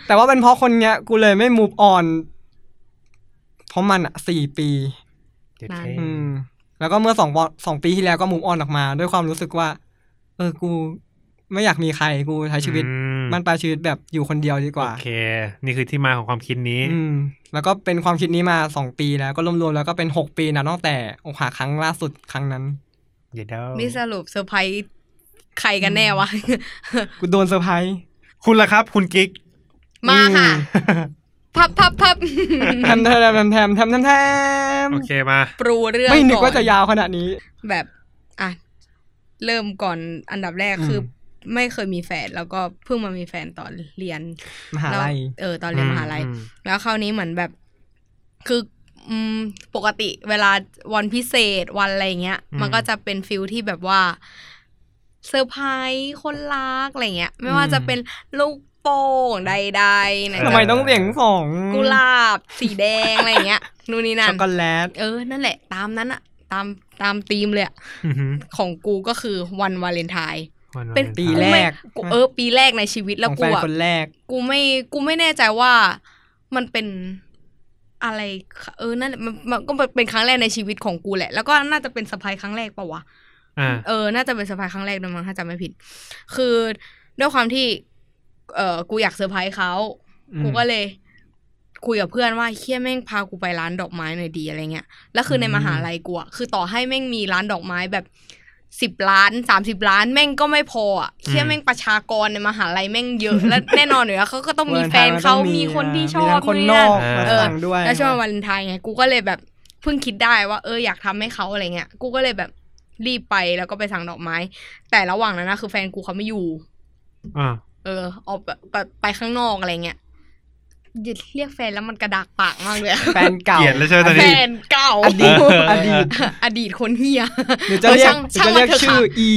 แต่ว่าเป็นเพราะคนเนี้ย กูเลยไม่มูฟออนเพราะมันอ่ะสี่ปี
เจ็ดเท่
อืม แล้วก็เมื่อสองปสองปีที่แล้วก็มูฟออนออกมา ด้วยความรู้สึกว่า เออ กูไม่อยากมีใครกูใช้ชีวิต
อืม
มันไปลายชีวิตแบบอยู่คนเดียวดีก
โอ
ว่า
เค นี่คือที่มาของความคิดนี้
อืมแล้วก็เป็นความคิดนี้มาสองปีแล้วก็รวมๆแล้วก็เป็นหกปีนะตั้งแต่อกหักครั้งล่าสุดครั้งนั้น
อย่าเดา
นี่สรุปเซอร์ไพรส์ใครกันแน่วะ
กูโดนเซอร์ไพรส์
คุณล่ะครับ คุณกิ๊ก
มาค่ะ พับพับ พับ
แทมแทมแทมแทมแทมแทม
โอเคมา
ปรูเรื่อง
ไม่นึก
ก่อ
ว่าน จะยาวขนาดนี้
แบบ อ่ะ เริ่มก่อนอันดับแรก
อืม
คือไม่เคยมีแฟน แล้วก็เพิ่งมามีแฟนตอนเรียน
มหาลัย
แล้วเออ ตอนเรียนมหาลัย
อืม
แล้วคราวนี้เหมือนแบบ คืออืมปกติเวลาวันพิเศษวันอะไรเงี้ย มันก็จะเป็นฟิลที่แบบว่าเซอร์ไพรส์คนรักอะไรเงี้ย ไม่ว่าจะเป็นลูกโป่งใดๆไหน
ทำ
จะ
ไมต้องเสียงสอง
กุหลาบ สีแดงอะไรเงี้ยนู่นนี่นั่
ช็อน กโกแลต
เออ นั่นแหละ ตามนั้นอะตามตามธีมเลยอะ
อือหือ
ของกูก็คือวันวาเลนไทน์
วันวาลไท
เป็น
ปี
กู
แร
ไม่
ก
กูเออ ปีแรกในชีวิต
ข
แล้
อ
ว
งแฟ
กู
น
อะ
คนแรก
กูไม่กูไม่แน่ใจว่ามันเป็นอะไรค่ะเออนั่นแหละมันมันก็เป็นครั้งแรกในชีวิตของกูแหละ แล้วก็น่าจะเป็นสะพายครั้งแรกปะวะ
อ่า
เออน่าจะเป็นสะพายครั้งแรกด้วยมั้งถ้าจำไม่ผิด คือด้วยความที่ เออกูอยากเซอร์ไพรส์เขา
อืม
กูก็เลย คุยกับเพื่อนว่าเฮียแม่งพากูไปร้านดอกไม้หน่อยดีอะไรเงี้ยแล้วคือในมหาลัยกูอะคือต่อให้แม่งมีร้านดอกไม้แบบสิบล้านสามสิบล้าน แม่งก็ไม่พออะเฮีย
อืม
แม่งประชากรในมหาลัยแม่งเยอะ และแน่นอนอยู่แล้วเขาก็ต้อง ต้องมีแฟนเขามีคนที่ชอ
มี
บ
ทั้งคนน
นู่
อน ก
นี่
มา
เออ
ฟังด้วย
แล้วช่วงวันวาเลนไทน์ไง กูก็เลยแบบเพิ่งคิดได้ว่า เอออยากทำให้เขาอะไรเงี้ย กูก็เลยแบบรีบไปแล้วก็ไปสั่งดอกไม้ แต่ระหว่างนั้นนะคือแฟนกูเขาไม่อยู่
อ่า
เออออกแบบไปข้างนอกอะไรเงี้ยเรียกแฟนแล้วมันกระดากปากมากเลยอะ
แฟนเก่า
เกลียดแล้วใช่ไหมตอน
แฟ
นี้
นเก่า
อดีตอดีต
อดีตคนเฮีย
หรือจะเรียกหรือ
เออช่าง
จะเรียก
ช่างมันเถอะ
ชื่อ
ค่ะ
อี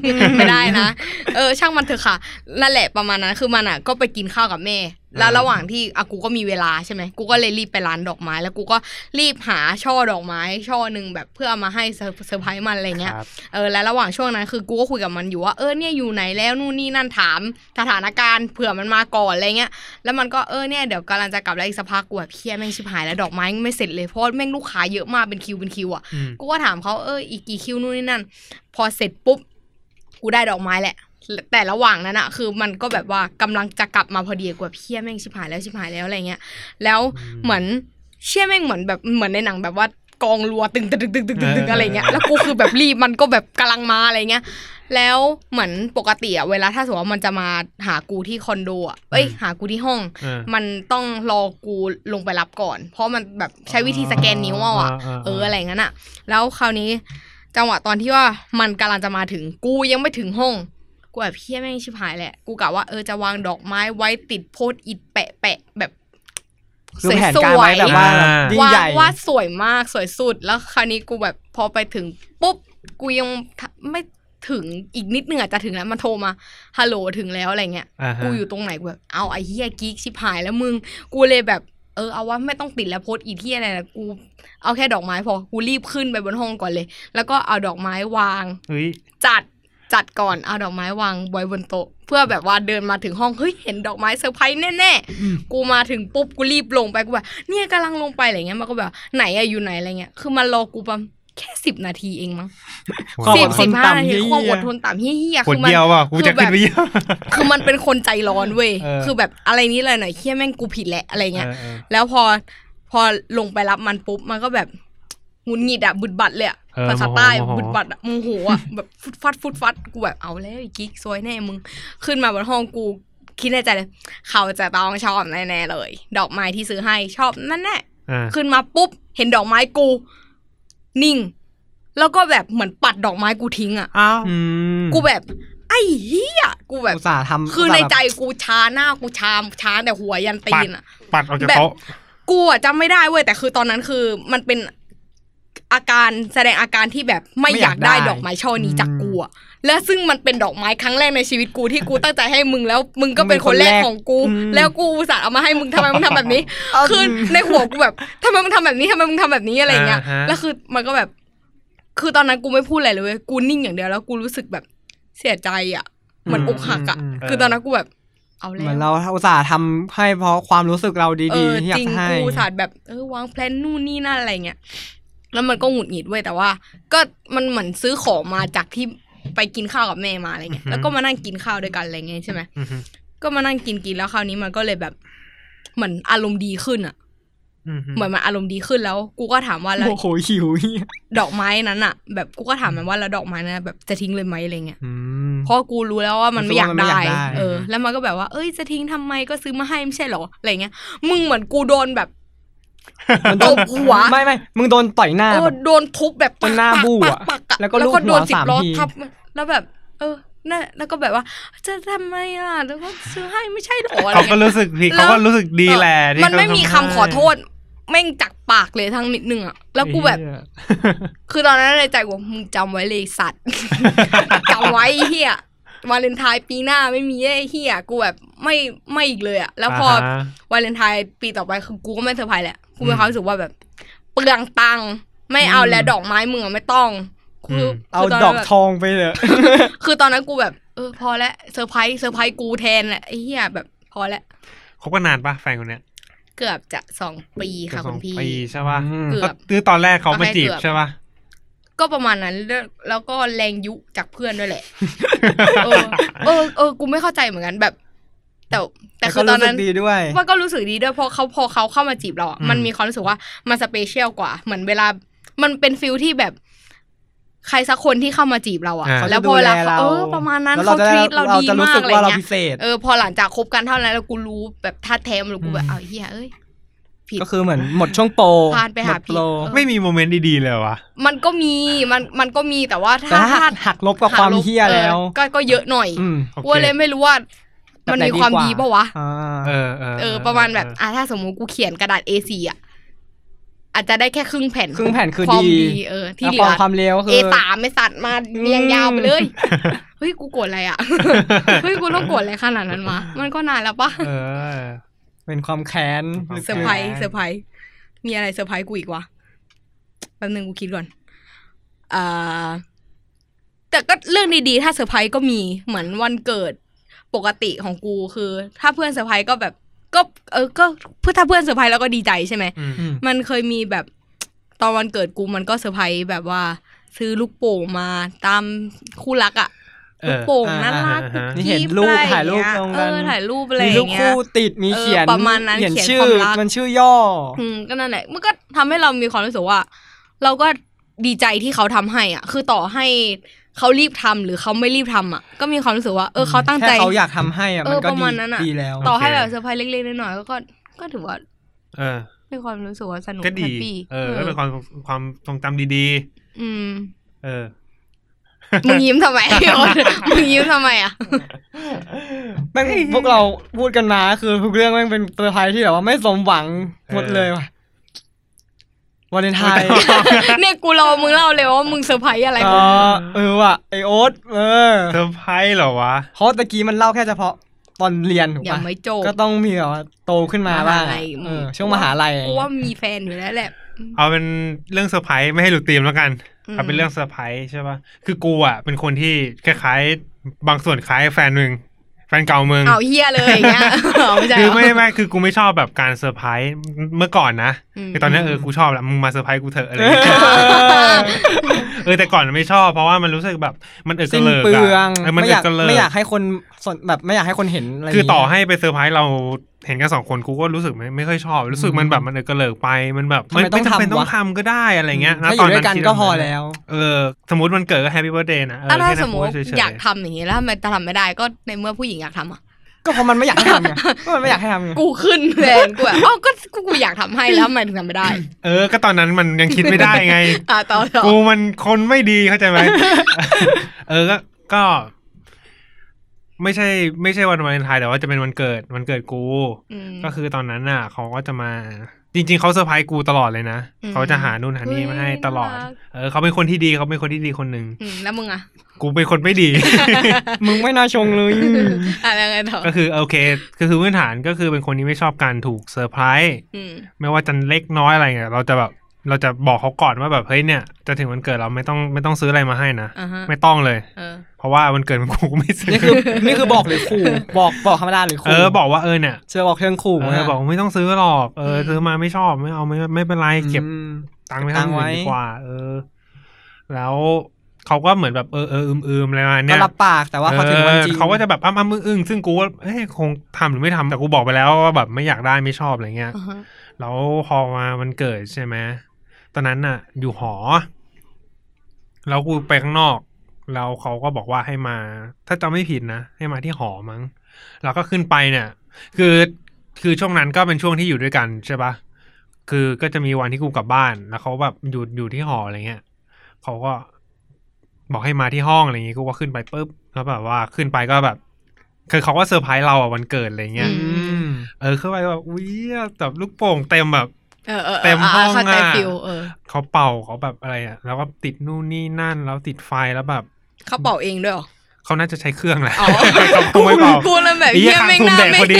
ไม่ได้นะ เออ ช่างมันเถอะค่ะนั่นแหละประมาณนั้น คือมันอ่ะก็ไปกินข้าวกับแม่ แล้ว
อ่า
ระหว่างที่อากูก็มีเวลาใช่ไหม กูก็เลยรีบไปร้านดอกไม้ แล้วกูก็รีบหาช่อดอกไม้ ช่อหนึ่งแบบเพื่อเอามาให้เซอร์เซอร์ไพรส์มันอะไรเงี้ย
ครับ
เออ แล้วระหว่างช่วงนั้นคือกูก็คุยกับมันอยู่ว่า เออ เนี่ยอยู่ไหนแล้วนู่นนี่นั่นถามสถานการณ์เผื่อมันมาก่อนอะไรเงี้ย แล้วมันก็เออเนี่ยเดี๋ยวกำลังจะกลับแล้วอีกสักพักกูแบบเพี้ยแม่งชิบหายแล้วดอกไม้ไม่เสร็จเลยเพราะแม่งลูกค้าเยอะมากเป็นคิวเป็นคิวอ่ะ
อืม
กูก็ถามเขาเอออีกกี่คิวนู่นนี่นั่น พอเสร็จปุ๊บ กูได้ดอกไม้แหละ แต่ระหว่างนั้นอะคือมันก็แบบว่ากำลังจะกลับมาพอดีกว่าเพี้ยแม่งชิบหายแล้วชิบหายแล้วอะไรเงี้ย แล้วเหมือนเชี่ยแม่งเหมือนแบบเหมือนในหนังแบบว่ากองรัวตึงตึงตึงตึงตึงตึงตึงอะไรเงี้ย แล้วกูคือแบบรีบมันก็แบบกำลังมาอะไรเงี้ย แล้วเหมือนปกติอะเวลาถ้าสมมติว่ามันจะมาหากูที่คอนโดอะเอ้ย
อืม
หากูที่ห้อง
อ่า
มันต้องรอกูลงไปรับก่อน เพราะมันแบบใช้วิธีสแกนนิ้วเอาอะ
อ่าๆๆ
เอออะไรงั้นอะแล้วคราวนี้จังหวะตอนที่ว่ามันกำลังจะมาถึงกูยังไม่ถึงห้อง กูแบบเพี้ยแม่งชิบหายแหละ กูกะว่าเออจะวางดอกไม้ไว้ติดโพสต์อิดแปะแปะๆแบบ
คือแผนการไว้แบบว่า
อ่า
ยิ่ง
วา
ให
ด
ญ่
วาดสวยมากสวยสุด แล้วคราวนี้กูแบบพอไปถึงปุ๊บกูยังไม่ถึงอีกนิดเหนือะจะถึงแล้วมันโทรมาฮัลโหลถึงแล้วอะไรเงี้ย
อ่าฮะ
กูอยู่ตรงไหนกูแบบเอาไอ้เฮียกิ๊กชิบหายแล้วมึง กูเลยแบบเออเอาว่าไม่ต้องติดแล้วโพสต์อีเที่อะไรนะกูเอาแค่ดอกไม้พอกูรีบขึ้นไปบนห้องก่อนเลย แล้วก็เอาดอกไม้วาง
เฮ้ย
จัดจัดก่อนเอาดอกไม้วางไว้บนโต๊ะเพื่อแบบว่าเดินมาถึงห้องเฮ้ยเห็นดอกไม้เซอร์ไพรส์แน่ๆกูมาถึงปุ๊บกูรีบลงไปกูแบบเนี่ยกำลังลงไปอะไรเงี้ยมันก็แบบไหนอะอยู่ไหนอะไรเงี้ยคือมันรอกูประ แค่สิบนาทีเองมั้ง
ความ
สิบ
อดทน
สิบห้านาที
ต่ำเหี้ย
ความอดทนต่ำเฮี้ยๆ
ขวด
คือมัน
เดียวอ่ะกูจะ
คื
ขึ้
อนแบบ
เดียว
คือมันเป็นคนใจร้อนเว้ย
เออ
คือแบบอะไรนี้เลยหน่อยเฮี้ยแม่งกูผิดแหละอะไรเงี้ย
เออเออ
แล้วพอพอลงไปรับมันปุ๊บมันก็แบบหงุนหงิดอะบุดบัดเลยอะ
เออ
ภาษาใต้
โมโหโมโห
บุดบัดอะโมโหอะแบบฟุดฟัดฟุดฟัดกูแบบเอาแล้วไอ้กิ๊กซวยแน่มึง ขึ้นมาบนห้องกูคิดในใจเลย เขาจะต้องชอบแน่ๆเลย ดอกไม้ที่ซื้อให้ชอบนั่นแน่
อ่ะ
ขึ้นมาปุ๊บ เห็นดอกไม้กู นิ่ง แล้วก็แบบเหมือนปัดดอกไม้กูทิ้งอะ
อ้าว
อืม
กูแบบ ไอ้เหี้ยกูแบบ
อุตส่าห์ทำ
คือในใจ
อุตส่าห์
กูช้าหน้ากูชามช้าแต่หัวยันตีนอะ
ปัดออกจาก
แบบ
โต๊ะ
กูอะจำไม่ได้เว้ยแต่คือตอนนั้นคือมันเป็นอาการแสดงอาการที่แบบไม่อยากได้ดอกไม้ช่อนี้จากกูอะและซึ่งมันเป็นดอกไม้ครั้งแรกในชีวิตกูที่กูตั้งใจให้มึงแล้ว มึงก็เป็นคนแรกของกู แล้วกูอุตส่าห์เอามาให้มึงทำไมมึงทำแบบนี้
เอา
คือในหัวกูแบบทำไมมึงทำแบบนี้ทำไมมึงทำแบบนี้อะไรเงี้ย
อ่าฮะ
แล้วคือมันก็แบบ คือตอนนั้นกูไม่พูดอะไรเลยเว้ยกูนิ่งอย่างเดียวแล้วกูรู้สึกแบบเสียใจอ่ะเหมือนอกหักอ่ะ
ม
คือตอนนั้นกูแบบ เอา
ม
แล้
เหมือน
ว
เราอุตส่าห์ทำให้เพราะความรู้สึกเรา
เอ
ดี
อ
ๆที่อยา
จริ
ก
ง
ให้
กูศาสตร์แบบเออวางแพลนนู่นนี่นั่นอะไรเงี้ยแล้วมันก็หงุดหงิดเว้ยแต่ว่า ก็มันเหมือนซื้อของมาจากที่ไปกินข้าวกับแม่มาอะไรเงี้ย
อือฮึ
แล้วก็มานั่งกินข้าวด้วยกันอะไรเงี้ยใช่ไหม
อือฮึ
ก็มานั่งกินกินแล้วคราวนี้มันก็เลยแบบ เหมือนอารมณ์ดีขึ้นอ่ะ
อือฮึ
เหมือนมันอารมณ์ดีขึ้นแล้ว กูก็ถามว่าแล้ว
โอ้โหหิวเหี้ย
ดอกไม้นั้นอ่ะ แบบกูก็ถามมันว่าแล้วดอกไม้นั้นอะแบบจะทิ้งเลยไหมอะไรเงี้ย
อืม
เพราะกูรู้แล้วว่ามัน
รู้
ไม่
สึ
อก ยา
ว่า
ก
มันไม่อ
ได้
ยากได้
เออ แล้วมันก็แบบว่าเอ้ยจะทิ้งทำไมก็ซื้อมาให้ไม่ใช่เหรออะไรเงี้ยมึงเหมือนกูโดนแบบ
มันโดน
ตบหัว
ไม่ไม่มึงโดนต่อยหน้า
เออ
แบบ
โดนทุบแบบ
จนหน้าบู้อะ
ปักๆปักๆ
แล้วก็ลูบหัว
โดนสิบ
สาม
ล้อ
ที
ทับแล้วแบบ เออนั่นแล้วก็แบบว่า จะทำไมอ่ะแล้วก็ซื้อให้ไม่ใช่หรออะไร
เขาก็
เงี้ย
รู้สึกผิด
แล้ว
เขาก็รู้สึกดีแหละที่
มันไม่
เขา
มี
ทำ
คำ
ให้
ขอโทษแม่งจากปากเลยทั้งนิดนึงอ่ะแล้วกูแบบ
ไอ้เหี้ย
คือตอนนั้นในใจกูมึงจำไว้เลยสัตว์ จำไว้ไอ้เฮียวาเลนไทน์ปีหน้าไม่มีไอ้เฮียกูแบบไม่ไม่อีกเลยอ่ะแล้วพออา
ฮะ
วาเลนไทน์ปีต่อไปคือกูก็ไม่เซอร์ไพรส์แหละกูมีความรู้สึกว่าแบบเปลืองตังค์ไม่เอาแล้วดอกไม้มึงอะไม่ต้องคือ
ม
คื
เอา
ตน
ด
นั้
อก
นแบบ
ทองไปเลย
คือตอนนั้นกูแบบเออพอแล้วเซอร์ไพรส์เซอร์ไพรส์กูแทนแหละไอ้เฮียแบบพอแล้ว
คบกันนานปะแฟนคนเนี้ย
เกือบจะสองปีค่ะ
ส
คุ
อง
ณพี่
ปีใช่ปะ
อืม
เกือบ
คือตอนแรกเขามาจีบ
ตอนแรกเกือบ
ใช่ปะ
ก็ประมาณนั้นแล้วแล้วก็แรงยุจากเพื่อนด้วยแหละ เออเออเออ กูไม่เข้าใจเหมือนกันแบบ แต่แต่คือตอนนั้น
ล้วก็รู้สึกดีด้วย
มันก็รู้สึกดีด้วยเพราะเขาพอเขาเข้ามาจีบเราอะมันมีความรู้สึกว่ามันสเปเชียลกว่า เหมือนเวลา มันเป็นฟิลที่แบบ ใครสักคนที่เข้ามาจีบเราอะ
อ่า
แล้วพอเวลา
ขจะดูแ
เขาเออประมาณนั้น
แล้ว
เขาทรีตเรา
เรา
ดี
จะรู้
มา
สึ
ก
ก
อะไร
ว่าเราพิ
เงี้ย
เศษ
เออพอหลังจากคบกันเท่านั้นแล้วกูรู้แบบท่าแท้มแล้วกูแบ
อื
บ
ม
เอาเฮียเอ้ยผิด
ก็คือเหมือนหมดช่วงโปร
พาดไปหา
หมดโปร
ผิด
ไม่มีโมเมนต์ดีๆเลยวะ
มันก็มีมันมันก็มีแต่ว่าถ้า
แต่ถ้าหักหักลบกับความ
หักล
เฮี้ยแล้ว
เออก็ก็เยอะหน่อย
อืม
โอเค
กูเลยไม่รู้ว่า มันมีความดีปะวะ
อ่า
เออเออ
เออ ประมาณแบบ อ่ะถ้าสมมุติกูเขียนกระดาษ A4 อ่ะ อาจจะได้แค่ครึ่งแผ่น
ครึ่งแผ่นคือ
ความ
ดี
ดีเออ ที่เหลื
แล้
อ
วความเร็วคือ
A3 ไม่สัตว์มาเรียงยาวไปเลย เฮ้ย กูโกรธอะไรอ่ะ เฮ้ย กูต้องโกรธอะไรขนาดนั้นวะมันก็นานแล้วปะ
เออ
เป็นความแค้น
ความ
เซ
แค้
อน ร์ไพรส์เซอร์ไพรส์มีอะไรเซอร์ไพรส์กูอีกวะแป๊บนึงกูคิดก่อนอ่าแต่ก็เรื่องดีๆ ถ้าเซอร์ไพรส์ก็มีเหมือนวันเกิดปกติของกูคือ ถ้าเพื่อนเซอร์ไพรส์ก็แบบ ก็ เออก็เพื่อถ้าเพื่อนเซอร์ไพรส์แล้วก็ดีใจใช่ไหม
อืม
อืม
มันเคยมีแบบตอนวันเกิดกูมันก็เซอร์ไพรส์แบบว่า ซื้อลูกโป่งมาตามคู่รักอะ
เออ
ลูกโป่งน่ารัก
อ่าฮะ
กุ๊ก
นี่เห็น
กิ๊บ
รูป
อะไอ
ถ่ายรูปลง
เอ
กัน
อถ่ายรูปอะไร
มี
อ
รู
ย่า
ป
งเงี้ย
คู่ติดมีเขียน
เออประมาณนั้น
เขียน
เขียน
ชื่อ
ความรัก
มันชื่อย่ออ
อืมก็นั่นแหละมันก็ทำให้เรามีความรู้สึกว่า เราก็ดีใจที่เขาทำให้อ่ะ คือต่อให้เขารีบทำหรือเขาไม่รีบทำอ่ะ ก็มีความรู้สึกว่า เออเขาตั้งใจ
แค่เขาอยากทำให้อะ
เออ
มันก็
ประ
ดี
มาณนั้นอะ
ดีแล้ว
ต่อให้
โอเค
แบบเซอร์ไพรส์เล็กๆน้อยๆก็ก็ถือว่า
เออ
มีความรู้สึกว่าสนุก
ก็
แฮ
ดี
ปปี้
เออก็เป็นความความทรงจำดี
อืม
ๆ เออ
มึงยิ้มทำ ไม มึงยิ้มทำไมอ่ะ
แม่งพวกเราพูดกันมาคือทุกเรื่องแม่งเป็นเซอร์ไพรส์ที่แบบว่าไม่สมหวังหมดเลยว่ะวาเลนไทน์
เนี่ยกูรอมึงเล่าเลยว่ามึงเซอร์ไพรส์อะไร
เอ
ของ
อ
มึง
เออว่ะไอโอ๊ตเออ
เซอร์ไพรส์เหรอวะ
เพราะตะกี้มันเล่าแค่เฉพาะตอนเรียนถูก
ยัง
ปะ
ไม่จบ
ก็ต้องมีแบบว่าโตขึ้นมาบ้าง
ห
อะ
ลัย
เออช่วงมหาลัยอะไร
กู
เงี้
ว่าย มีแฟนอยู่แล้วแหละ
เอาเป็นเรื่องเซอร์ไพรส์ไม่ให้หลุดธีมแล้วกัน
อืม
เอาเป็นเรื่องเซอร์ไพรส์ใช่ปะคือกูอ่ะเป็นคนที่คล้ายๆ บางส่วนคล้ายแฟนมึง แฟนเก่ามึง
เอาเฮียเลยอย่างเงี้ย เอาไม่ใช่
คือไม่
เหรอ
ไม่คือกูไม่ชอบแบบการเซอร์ไพรส์เมื่อก่อนนะ
อืม
คือตอนเนี้ยเออกูชอบแหละมึงมาเซอร์ไพรส์กูเถอะอะไรอย่างเงี้ย
เออ
เออแต่ก่อนไม่ชอบ เพราะว่ามันรู้สึกแบบมันเอก
สิ้น
เลิก
เปลือง
ะเออมัน
ไม่
เอ
อยาก
กเลิก
ไม่อยากให้คนสนแบบไม่อยากให้คนเห็นอะไร
คือต่อ
นี้
ให้ไปเซอร์ไพรส์เราเห็นกันสองคนกูก็รู้สึกไม่ไม่ค่อยชอบ รู้สึกมันแบบมันเอกเลิกไปมันแบบ
ทำไมต้อง
จำเป็น
ทำวะ
ต้องทำก็ได้อะไรเงี้ยนะ
ถ้าอ
ตอยู่ น
ด้ว
นั้น
ยกัน
คิด
ก็พอ
บบนั้น
แล้ว
เออสมมติวันเกิดก็แฮปปี้เบิร์ดเดย์นะเออ
อ่ะถ้า
แค่นั้น
สมมติ
พูดเฉ
อยาก
ๆ
ทำอย่างนี้แล้วทำไมทำไม่ได้ก็ในเมื่อผู้หญิงอยากทำ อ่ะ
ก็เพราะมันไม่อยากให้ทำไงก็มันไม่อยากให้ทำไง
กูขึ้นแรงกู แบบเอ้าก็กูกูอยากทำให้แล้วทำไมถึงทำไม่ได้
เออ ก็ตอนนั้นมันยังคิดไม่ได้ ไง
อ่ะต่อต่อ
กูมันคนไม่ดีเข้าใจไหม เออ ก็ ก็ ไม่ใช่ ไม่ใช่วันวาเลนไทน์แต่ว่าจะเป็นวันเกิด วันเกิดกู
อืม
ก็คือตอนนั้นน่ะ เขาก็จะมา จริง ๆ เขาเซอร์ไพรส์กูตลอดเลยนะ
อืม
เขาจะหานู่นหานี่มาให้ตลอด
น่ารัก
เออ เขาเป็นคนที่ดี เขาเป็นคนที่ดีคนหนึ่ง
อืมแล้วมึงอ่ะ
กูเป็นคนไม่ ดี
มึงไม่น่าชงเลย
อ่ะแล้วไงต่อ
ก็คือโอเค ก็คือพื้นฐานก็คือเป็นคนที่ไม่ชอบการถูกเซอร์ไพรส์
อืม
ไม่ว่าจะเล็กน้อยอะไรเนี่ยเราจะแบบเราจะบอกเขาก่อนว่าแบบเฮ้ยเนี่ยจะถึงวันเกิดเราไม่ต้องไม่ต้องซื้ออะไรมาให้นะ
อ่าฮะ
ไม่ต้องเลย
เออ
เพราะว่าวันเกิดมันกูไม่ซื้อ
นี่คือนี่คือบอกหรือขู่บอกบอกธรรมดาหรือ
เอ
ขู่
อบอกว่าเออเนี่ย
เชื่อบอกเชิงขู่
เออบอกไม่ต้องซื้อหรอกเอออ
ม
ซื้อมาไม่ชอบไม่เอาไม่ไม่เป็นไร
อืม
เก็บตังค์ไว้
เก็บตั
ทาง
งค์
อื่
ไว้
นดีกว่า เออ แล้วเขาก็เหมือนแบบเออเอออืมอืมอะไรมา
ก็
เนี่ย
รับปากแต่ว่าพอถึงวันจริง
เออเขาก็จะแบบอ้ำอ้ำอึ้งอึ้งซึ่งกูว่าเอ้ยคงทำหรือไม่ทำแต่กูบอกไปแล้วว่าแบบไม่อยากได้ไม่ชอบอะไรเงี้ย
อ่าฮะ
แล้วพอมามันเกิดใช่ไหม ตอนนั้นน่ะ อยู่หอ แล้วกูไปข้างนอก แล้วเขาก็บอกว่าให้มา ถ้าจำไม่ผิดนะ ให้มาที่หอมั้ง แล้วก็ขึ้นไปเนี่ย คือ คือช่วงนั้นก็เป็นช่วงที่อยู่ด้วยกันใช่ปะคือก็จะมีวันที่กูกลับบ้าน แล้วเขาแบบอยู่อยู่ที่หออะไรเงี้ย เขาก็บอกให้มาที่ห้องอะไรเงี้ยกูก็ขึ้นไปปุ๊บ แล้วแบบว่าขึ้นไปก็แบบ คือเขาก็เซอร์ไพรส์เราอะวันเกิดอะไรเงี้ย
อืม
เออเข้าไปแบบอุ้ยแบบลูกโป่งเต็มแบบ
เออเออ
เต็มห้อง
เข้าใจ
อะ
ฟิลเออ
เขาเป่าเขาแบบอะไรอ่ะ แล้วก็ติดนู่นนี่นั่น แล้วติดไฟแล้วแบบ
เขาเป่าเองด้วยเหรอ
เขาน่าจะใช้ เครื่องแหละ
อ๋อ
เขาคงไม่เป่า
กูเลยแบบ
ไอ้
เฮีย
คาง
แม่ง
ซู
ห
ม
น้า
แดก
ไม่
พ อดี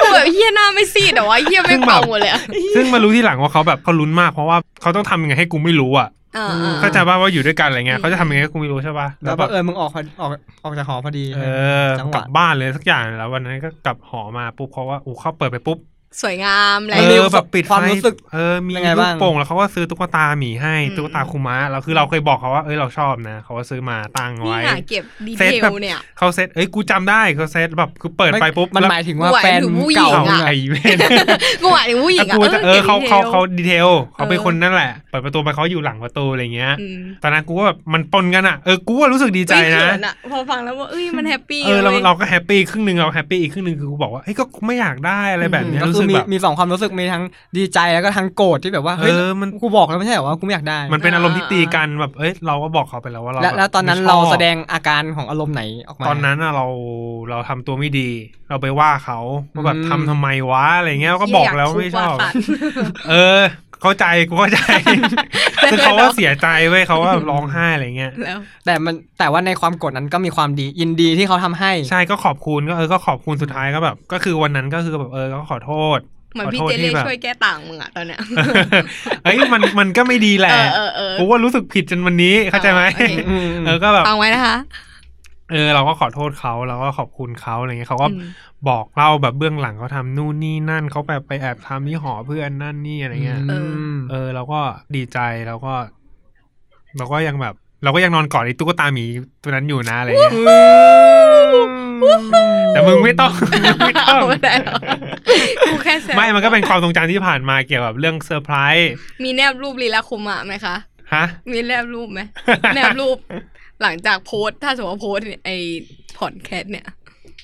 กูแบบเฮียหน้าไม่ซีดแต่ว่าเฮียแม่งเป่าหมดเลยอะ
ซึ่งมารู้ที่หลังว่าเขาแบบเขาลุ้นมากเพราะว่าเขาต้องทำยังไงให้กูไม่รู้อ่ะ
อ่า
อืม
อ่า
เข้าใจป่ะว่าอยู่ด้วยกันอะไรเงี้ยเขาจะทำยังไงให้กูไม่รู้ใช่ป่ะ
แล้ว
แบ
บั
บ
งเออมึงออกพอออกออกจากหอพอดี
เออ
จังหวะ
กลับบ้านเลยสักอย่างแล้ววันนั้นก็กลับหอมาปุ๊บเขาว่าอู้เขาเปิดไปปุ๊บ
สวยงามอะไร
เอ
มี
อแบบปิดไฟ
ความรู้สึก
เออมี
ยังไง
ลู
บ้าก ง
โป่งแล้วเขาก็ซื้อตุ๊กตาหมีให้ตุ๊กตาคุมะเราคือเราเคยบอกเขาว่าเอ้ยเราชอบนะเขาก็ซื้อมาตั้ง
นี่
ไว้
หาเก็บดี
เซ
เท
ตแบ
ล
บ
เนี่ย
เขาเซตเอ้ยกูจำได้เขาเซตแบบคือเปิดไปปุ๊บ
มัน
แล้ว
หมายถึงว่า
หมาย
แฟน
ถึงผู้หญิ
เก่าง มึ
อะ
ง
ไอ้
อะ
เว้น
กูหมายถึงผู้หญิง
กูจะ
อะ
เออเขาเขาเขา
ก็บ
ดี
ดีทล
เทลเขาเป็น
เออ
คนนั่นแหละ เปิดประตูไปเขาอยู่หลังประตูอะไรเงี้ย
อืม
ตอนนั้นกูก็แบบมันปนกันอ่ะเออกูก็รู้สึกดีใจ
เอ้ย
นะ
เขิอะพอฟังแล้วว่าเอ้ยมันแฮปปี้
เออเรา
ว้ย
เราก็แฮปปี้ครึ่งหนึ่งเราแฮปปี้อีกครึ่งหนึ่งคือกูบอกว่าเฮ้ยก็ไม่อยากได้อะไรแบบเนี้ย
ก็
รู้
คือ
สึ
ก มี
แบบ
มีสองความรู้สึกมีทั้งดีใจแล้วก็ทั้งโกรธที่แบบว่าเฮ้ย
เออมัน
กูบอกแล้วไม่ใช่เหรอว่ากูไม่อยากได้
มันเป็นอารมณ์ที่
อ่า
ตีกันแบบเอ้ยเราก็บอกเขาไปแล้วว่าเรา
และ
บบ
แล้วตอนนั้น
ไม่ช
เรา
อบ
แสดงอาการของอารมณ์ไหนออกมา
ตอนนั้นอะเราเราทำตัวไม่ดี เราไปว่าเขาว่าแบบ
อืม
ทำทำไมวะอะไรเงี้ยก็
เหี้ย
บอก
ยา
แล้วไม่
ทุ
ช
ว่า
อบ
สัตว์
เออ เข้าใจกู เข้าใจ คือเขาว่าเสียใจเว้ยเขาว่าร้องไห้อะไรเงี้ย
แล้ว
แต่มันแต่ว่าในความโกรธนั้นก็มีความดียินดีที่เขาทำให้
ใช่ก็ขอบคุณก็เออก็ขอบคุณสุดท้ายก็แบบ ก็คือวันนั้นก็คือแบบเออก็ขอโทษ
เหมือน
ขอ
พี่
โทษ
เจ
ที่
เล่
แบบ
ช่วยแก้ต่างมึงอะตอนเนี้ย
เอ้ยมันมันก็ไม่ดีแหละ
เออเออเออ
กูว่ารู้สึกผิดจนวันนี้เข้าใจไหม
อ๋อโอเค
อืม
เออก็แบบ
ฟังไว้นะคะ
เออเราก็ขอโทษเขาเราก็ขอบคุณเขาอะไรเงี้ยเขาก็
อืม
บอกเล่าแบบเบื้องหลังเขาทำนู่นนี่นั่นเขาแบบไปแอบทำที่หอเพื่อนนั่นนี่อะไรเงี้ย
ม
เออเราก็ดีใจเราก็เราก็ยังแบบ เราก็ยังนอนกอดไอ้ตุ๊กตาหมีตัวนั้นอยู่นะอะไรเงี้ยแต่มึงไม่ ต้องมึงไม่ต้
เอา
อง
ไม่ได้หร อกกูแค่แซว
ไม่มันก็เป็นความทรงจำที่ผ่านมาเกี่ยวกับเรื่องเซอร์ไพรส์
มีแนบรูปลีลาคุมะไหมคะ
ฮะ
มีแนบรูปไหม แนบรูป หลังจากโพสต์ถ้าสมมติว่าโพสต์เนี่ยไอ้พอดแคสต์เนี่ย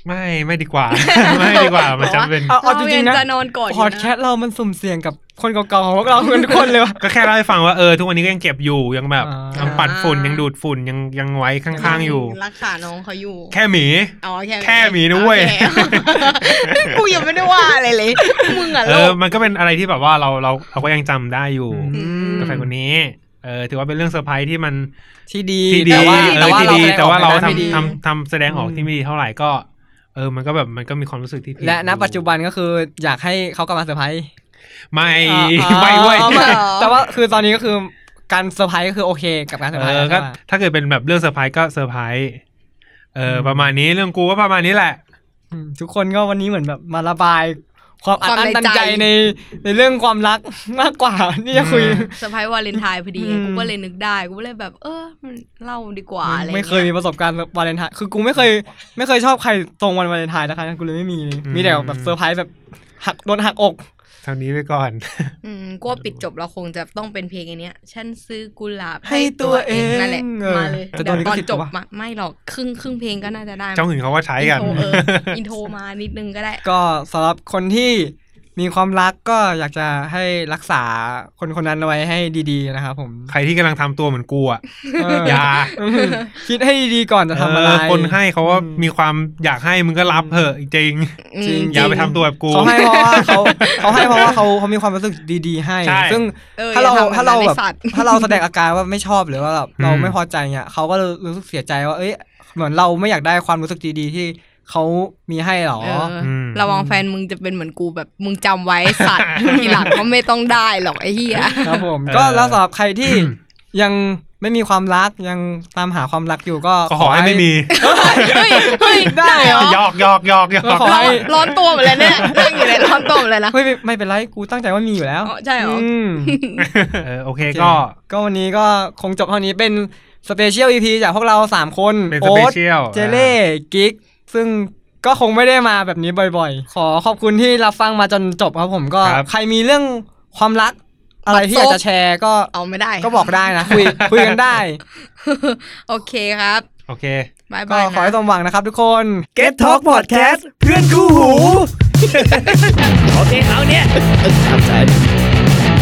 ไม่ไม่ดีกว่า ไม่ดีกว่ามันจำเป็น
เอาเอาจริงๆนะ
เรายังจะนอนกอดอยู่นะ
พอดแคสต์เรามันสุ่มเสี่ยงกับคนเก่าๆของพวกเราทุกคนเลยว่ะ
ก็แค่เล่าให้ฟังว่าเออทุกวันนี้ก็ยังเก็บอยู่ยังแบบ
อ่ายั
ยังปัดฝุ่นยังดูดฝุ่นยังยังไว้ข้างๆอยู่
รักษาน้องเขาอยู่
แค่หมี
อ๋อแค่
แค่มีนะเว้ย
โอเค กูยังไม่ได้ว่าอะไรเลย มึงอ่ะ
เอ
โล
อก มันก็เป็นอะไรที่แบบว่าเราเราเราก็ยังจำได้อยู่
อืม
กับแฟนคนนี้เออถือว่าเป็นเรื่องเซอร์ไพรส์ที่มัน
ที่ดี
ที่ดี
แต่ว่า
เออที่ดีแต่ว่าเรา
สดงออกในด้นไม่ดี
ทำทำทำแสดงออกที่ไม่ดีเท่าไหร่ก็ เออ มันก็แบบมันก็มีความรู้สึกที่ผิด
และณ
อยู่
ปัจจุบันก็คืออยากให้เขากลับมาเซอร์ไพรส์
ไม่
อ่าอ่า
ไม่เว้ย
อ๋อ
เหรอ
แต่ว่าคือตอนนี้ก็คือการเซอร์ไพรส์ก็คือโอเคกับการเซอร์
เอ
ไพรส์
อ
แล้ว
ก็
ใช่ปะ
ถ้าเกิดเป็นแบบเรื่องเซอร์ไพรส์ก็เซอร์ไพรส์เอออ
ม
ประมาณนี้เรื่องกูก็ประมาณนี้แหละ
อืมทุกคนก็วันนี้เหมือนแบบมาระบาย ความอัดอั้น
ความใน
ตันใจ
ใจ
ในในเรื่องความรักมากกว่า นี่จะคุย
อืม
เซอร์ไพรส์วาเลนไทน์พอดีไง
อืม
กูก็เลยนึกได้ กูก็เลยแบบ เออมันเล่าดีกว่าอะไร
ไม่เคยมีประสบการณ์วาเลนไทน์คือกูไม่เคย ไม่เคยชอบใครตรงวันวาเลนไทน์นะคะกูเลยไม่มีเลย
อืม
มีแต่แบบเซอร์ไพรส์แบบหักโดนหักอก
ทางนี้ไปก่อน
อืมกูว่าปิดจบเราคงจะต้องเป็นเพลงอันเนี้ย ฉันซื้อกุหลาบ
ให้ตัวเอง
นั่นแหละ
เออ
มาเลย
จะโด
เดี๋ย
นลิข
วตอน
สิทธิ์
จบ
ปะวะ
มาไม่หรอกครึ่งครึ่งเพลงก็น่าจะได้
เจ้าหึงเขาก็ใช้กัน
อิโทรเอออินโทรมานิดนึงก็ได้
ก็สำหรับคนที่มีความรักก็อยากจะให้รักษาคนคนนั้นเอาไว้ให้ดีๆนะครับผม
ใครที่กำลังทำตัวเหมือนกูอ่ะ
เออ
อย่า
คิดให้ดีๆก่อนจะทำอะไร
เออคนให้เขาก็
อืม
มีความอยากให้มึงก็รับเถอะจริง
จริง
อย่าไปทำตัวแบบกู
เขาให้เพราะว่าเขาเขาให้เพราะว่าเขาเขามีความรู้สึกดีๆ ให้
ใช่
ซึ่ง
เออ
ถ้าเรา
อย่าทำแบบ
ถ้าเราแบบ
นั้นไอ้สัตว์
ถ้าเราแสดงอาการว่าไม่ชอบหรือว่าแบบเรา
อืม
ไม่พอใจเนี่ยเขาก็รู้สึกเสียใจว่าเอ้ยเหมือนเราไม่อยากได้ความรู้สึกดีๆ ที่เขามีให้หรอ
เอออ
ม
ระวังแฟนมึงจะเป็นเหมือนกูแบบมึงจำไว้สัต ว์ ทีหลังก็ไม่ต้องได้หรอกไอ้เหี้ย
ครับผม
เออ
ก็แล้วสำหรับใครที่
อืม
ยังไม่มีความรักยังตามหาความรักอยู่ก็
ขอให้ไม่มี
เฮ้ยเฮ้ย
ได้เหรอ
หยอกหยอกหยอกหย
ก็
อก
ขอให้
ร้อนตัวหมดเลยเนี่ยนั่งอยู่ในร้อนตัวหมดเลยนะ
ไม่เป็นไม่เป็นไรกูตั้งใจว่ามีอยู่แล้ว
อ๋อใช่เหรออื
ม
เออโอเคก็
ก็วันนี้ก็คงจบเท่านี้เป็นสเปเชียลอีพีจากพวกเรา 3 คน
เป็นส
โอ๊
เป
ต
เชียล
เจเล่กิ๊กซึ่งก็คงไม่ได้มาแบบนี้บ่อยๆ ขอขอบคุณที่รับฟังมาจนจบครับผมก็
ครับ
ใครมีเรื่องความรักอะไรที่อยากจะแชร์ก็
เอาไม่ได้
ก็บอกได้นะ คุยคุยกันได้
โอเคครับ
โอเค
บาย
ก็
บาย
ขอ
นะ
ให้สมหวังนะครับทุกคน
Get Talk Podcast เพื่อนคู่หู
โอเคเอาเนี่ย
I'm tired.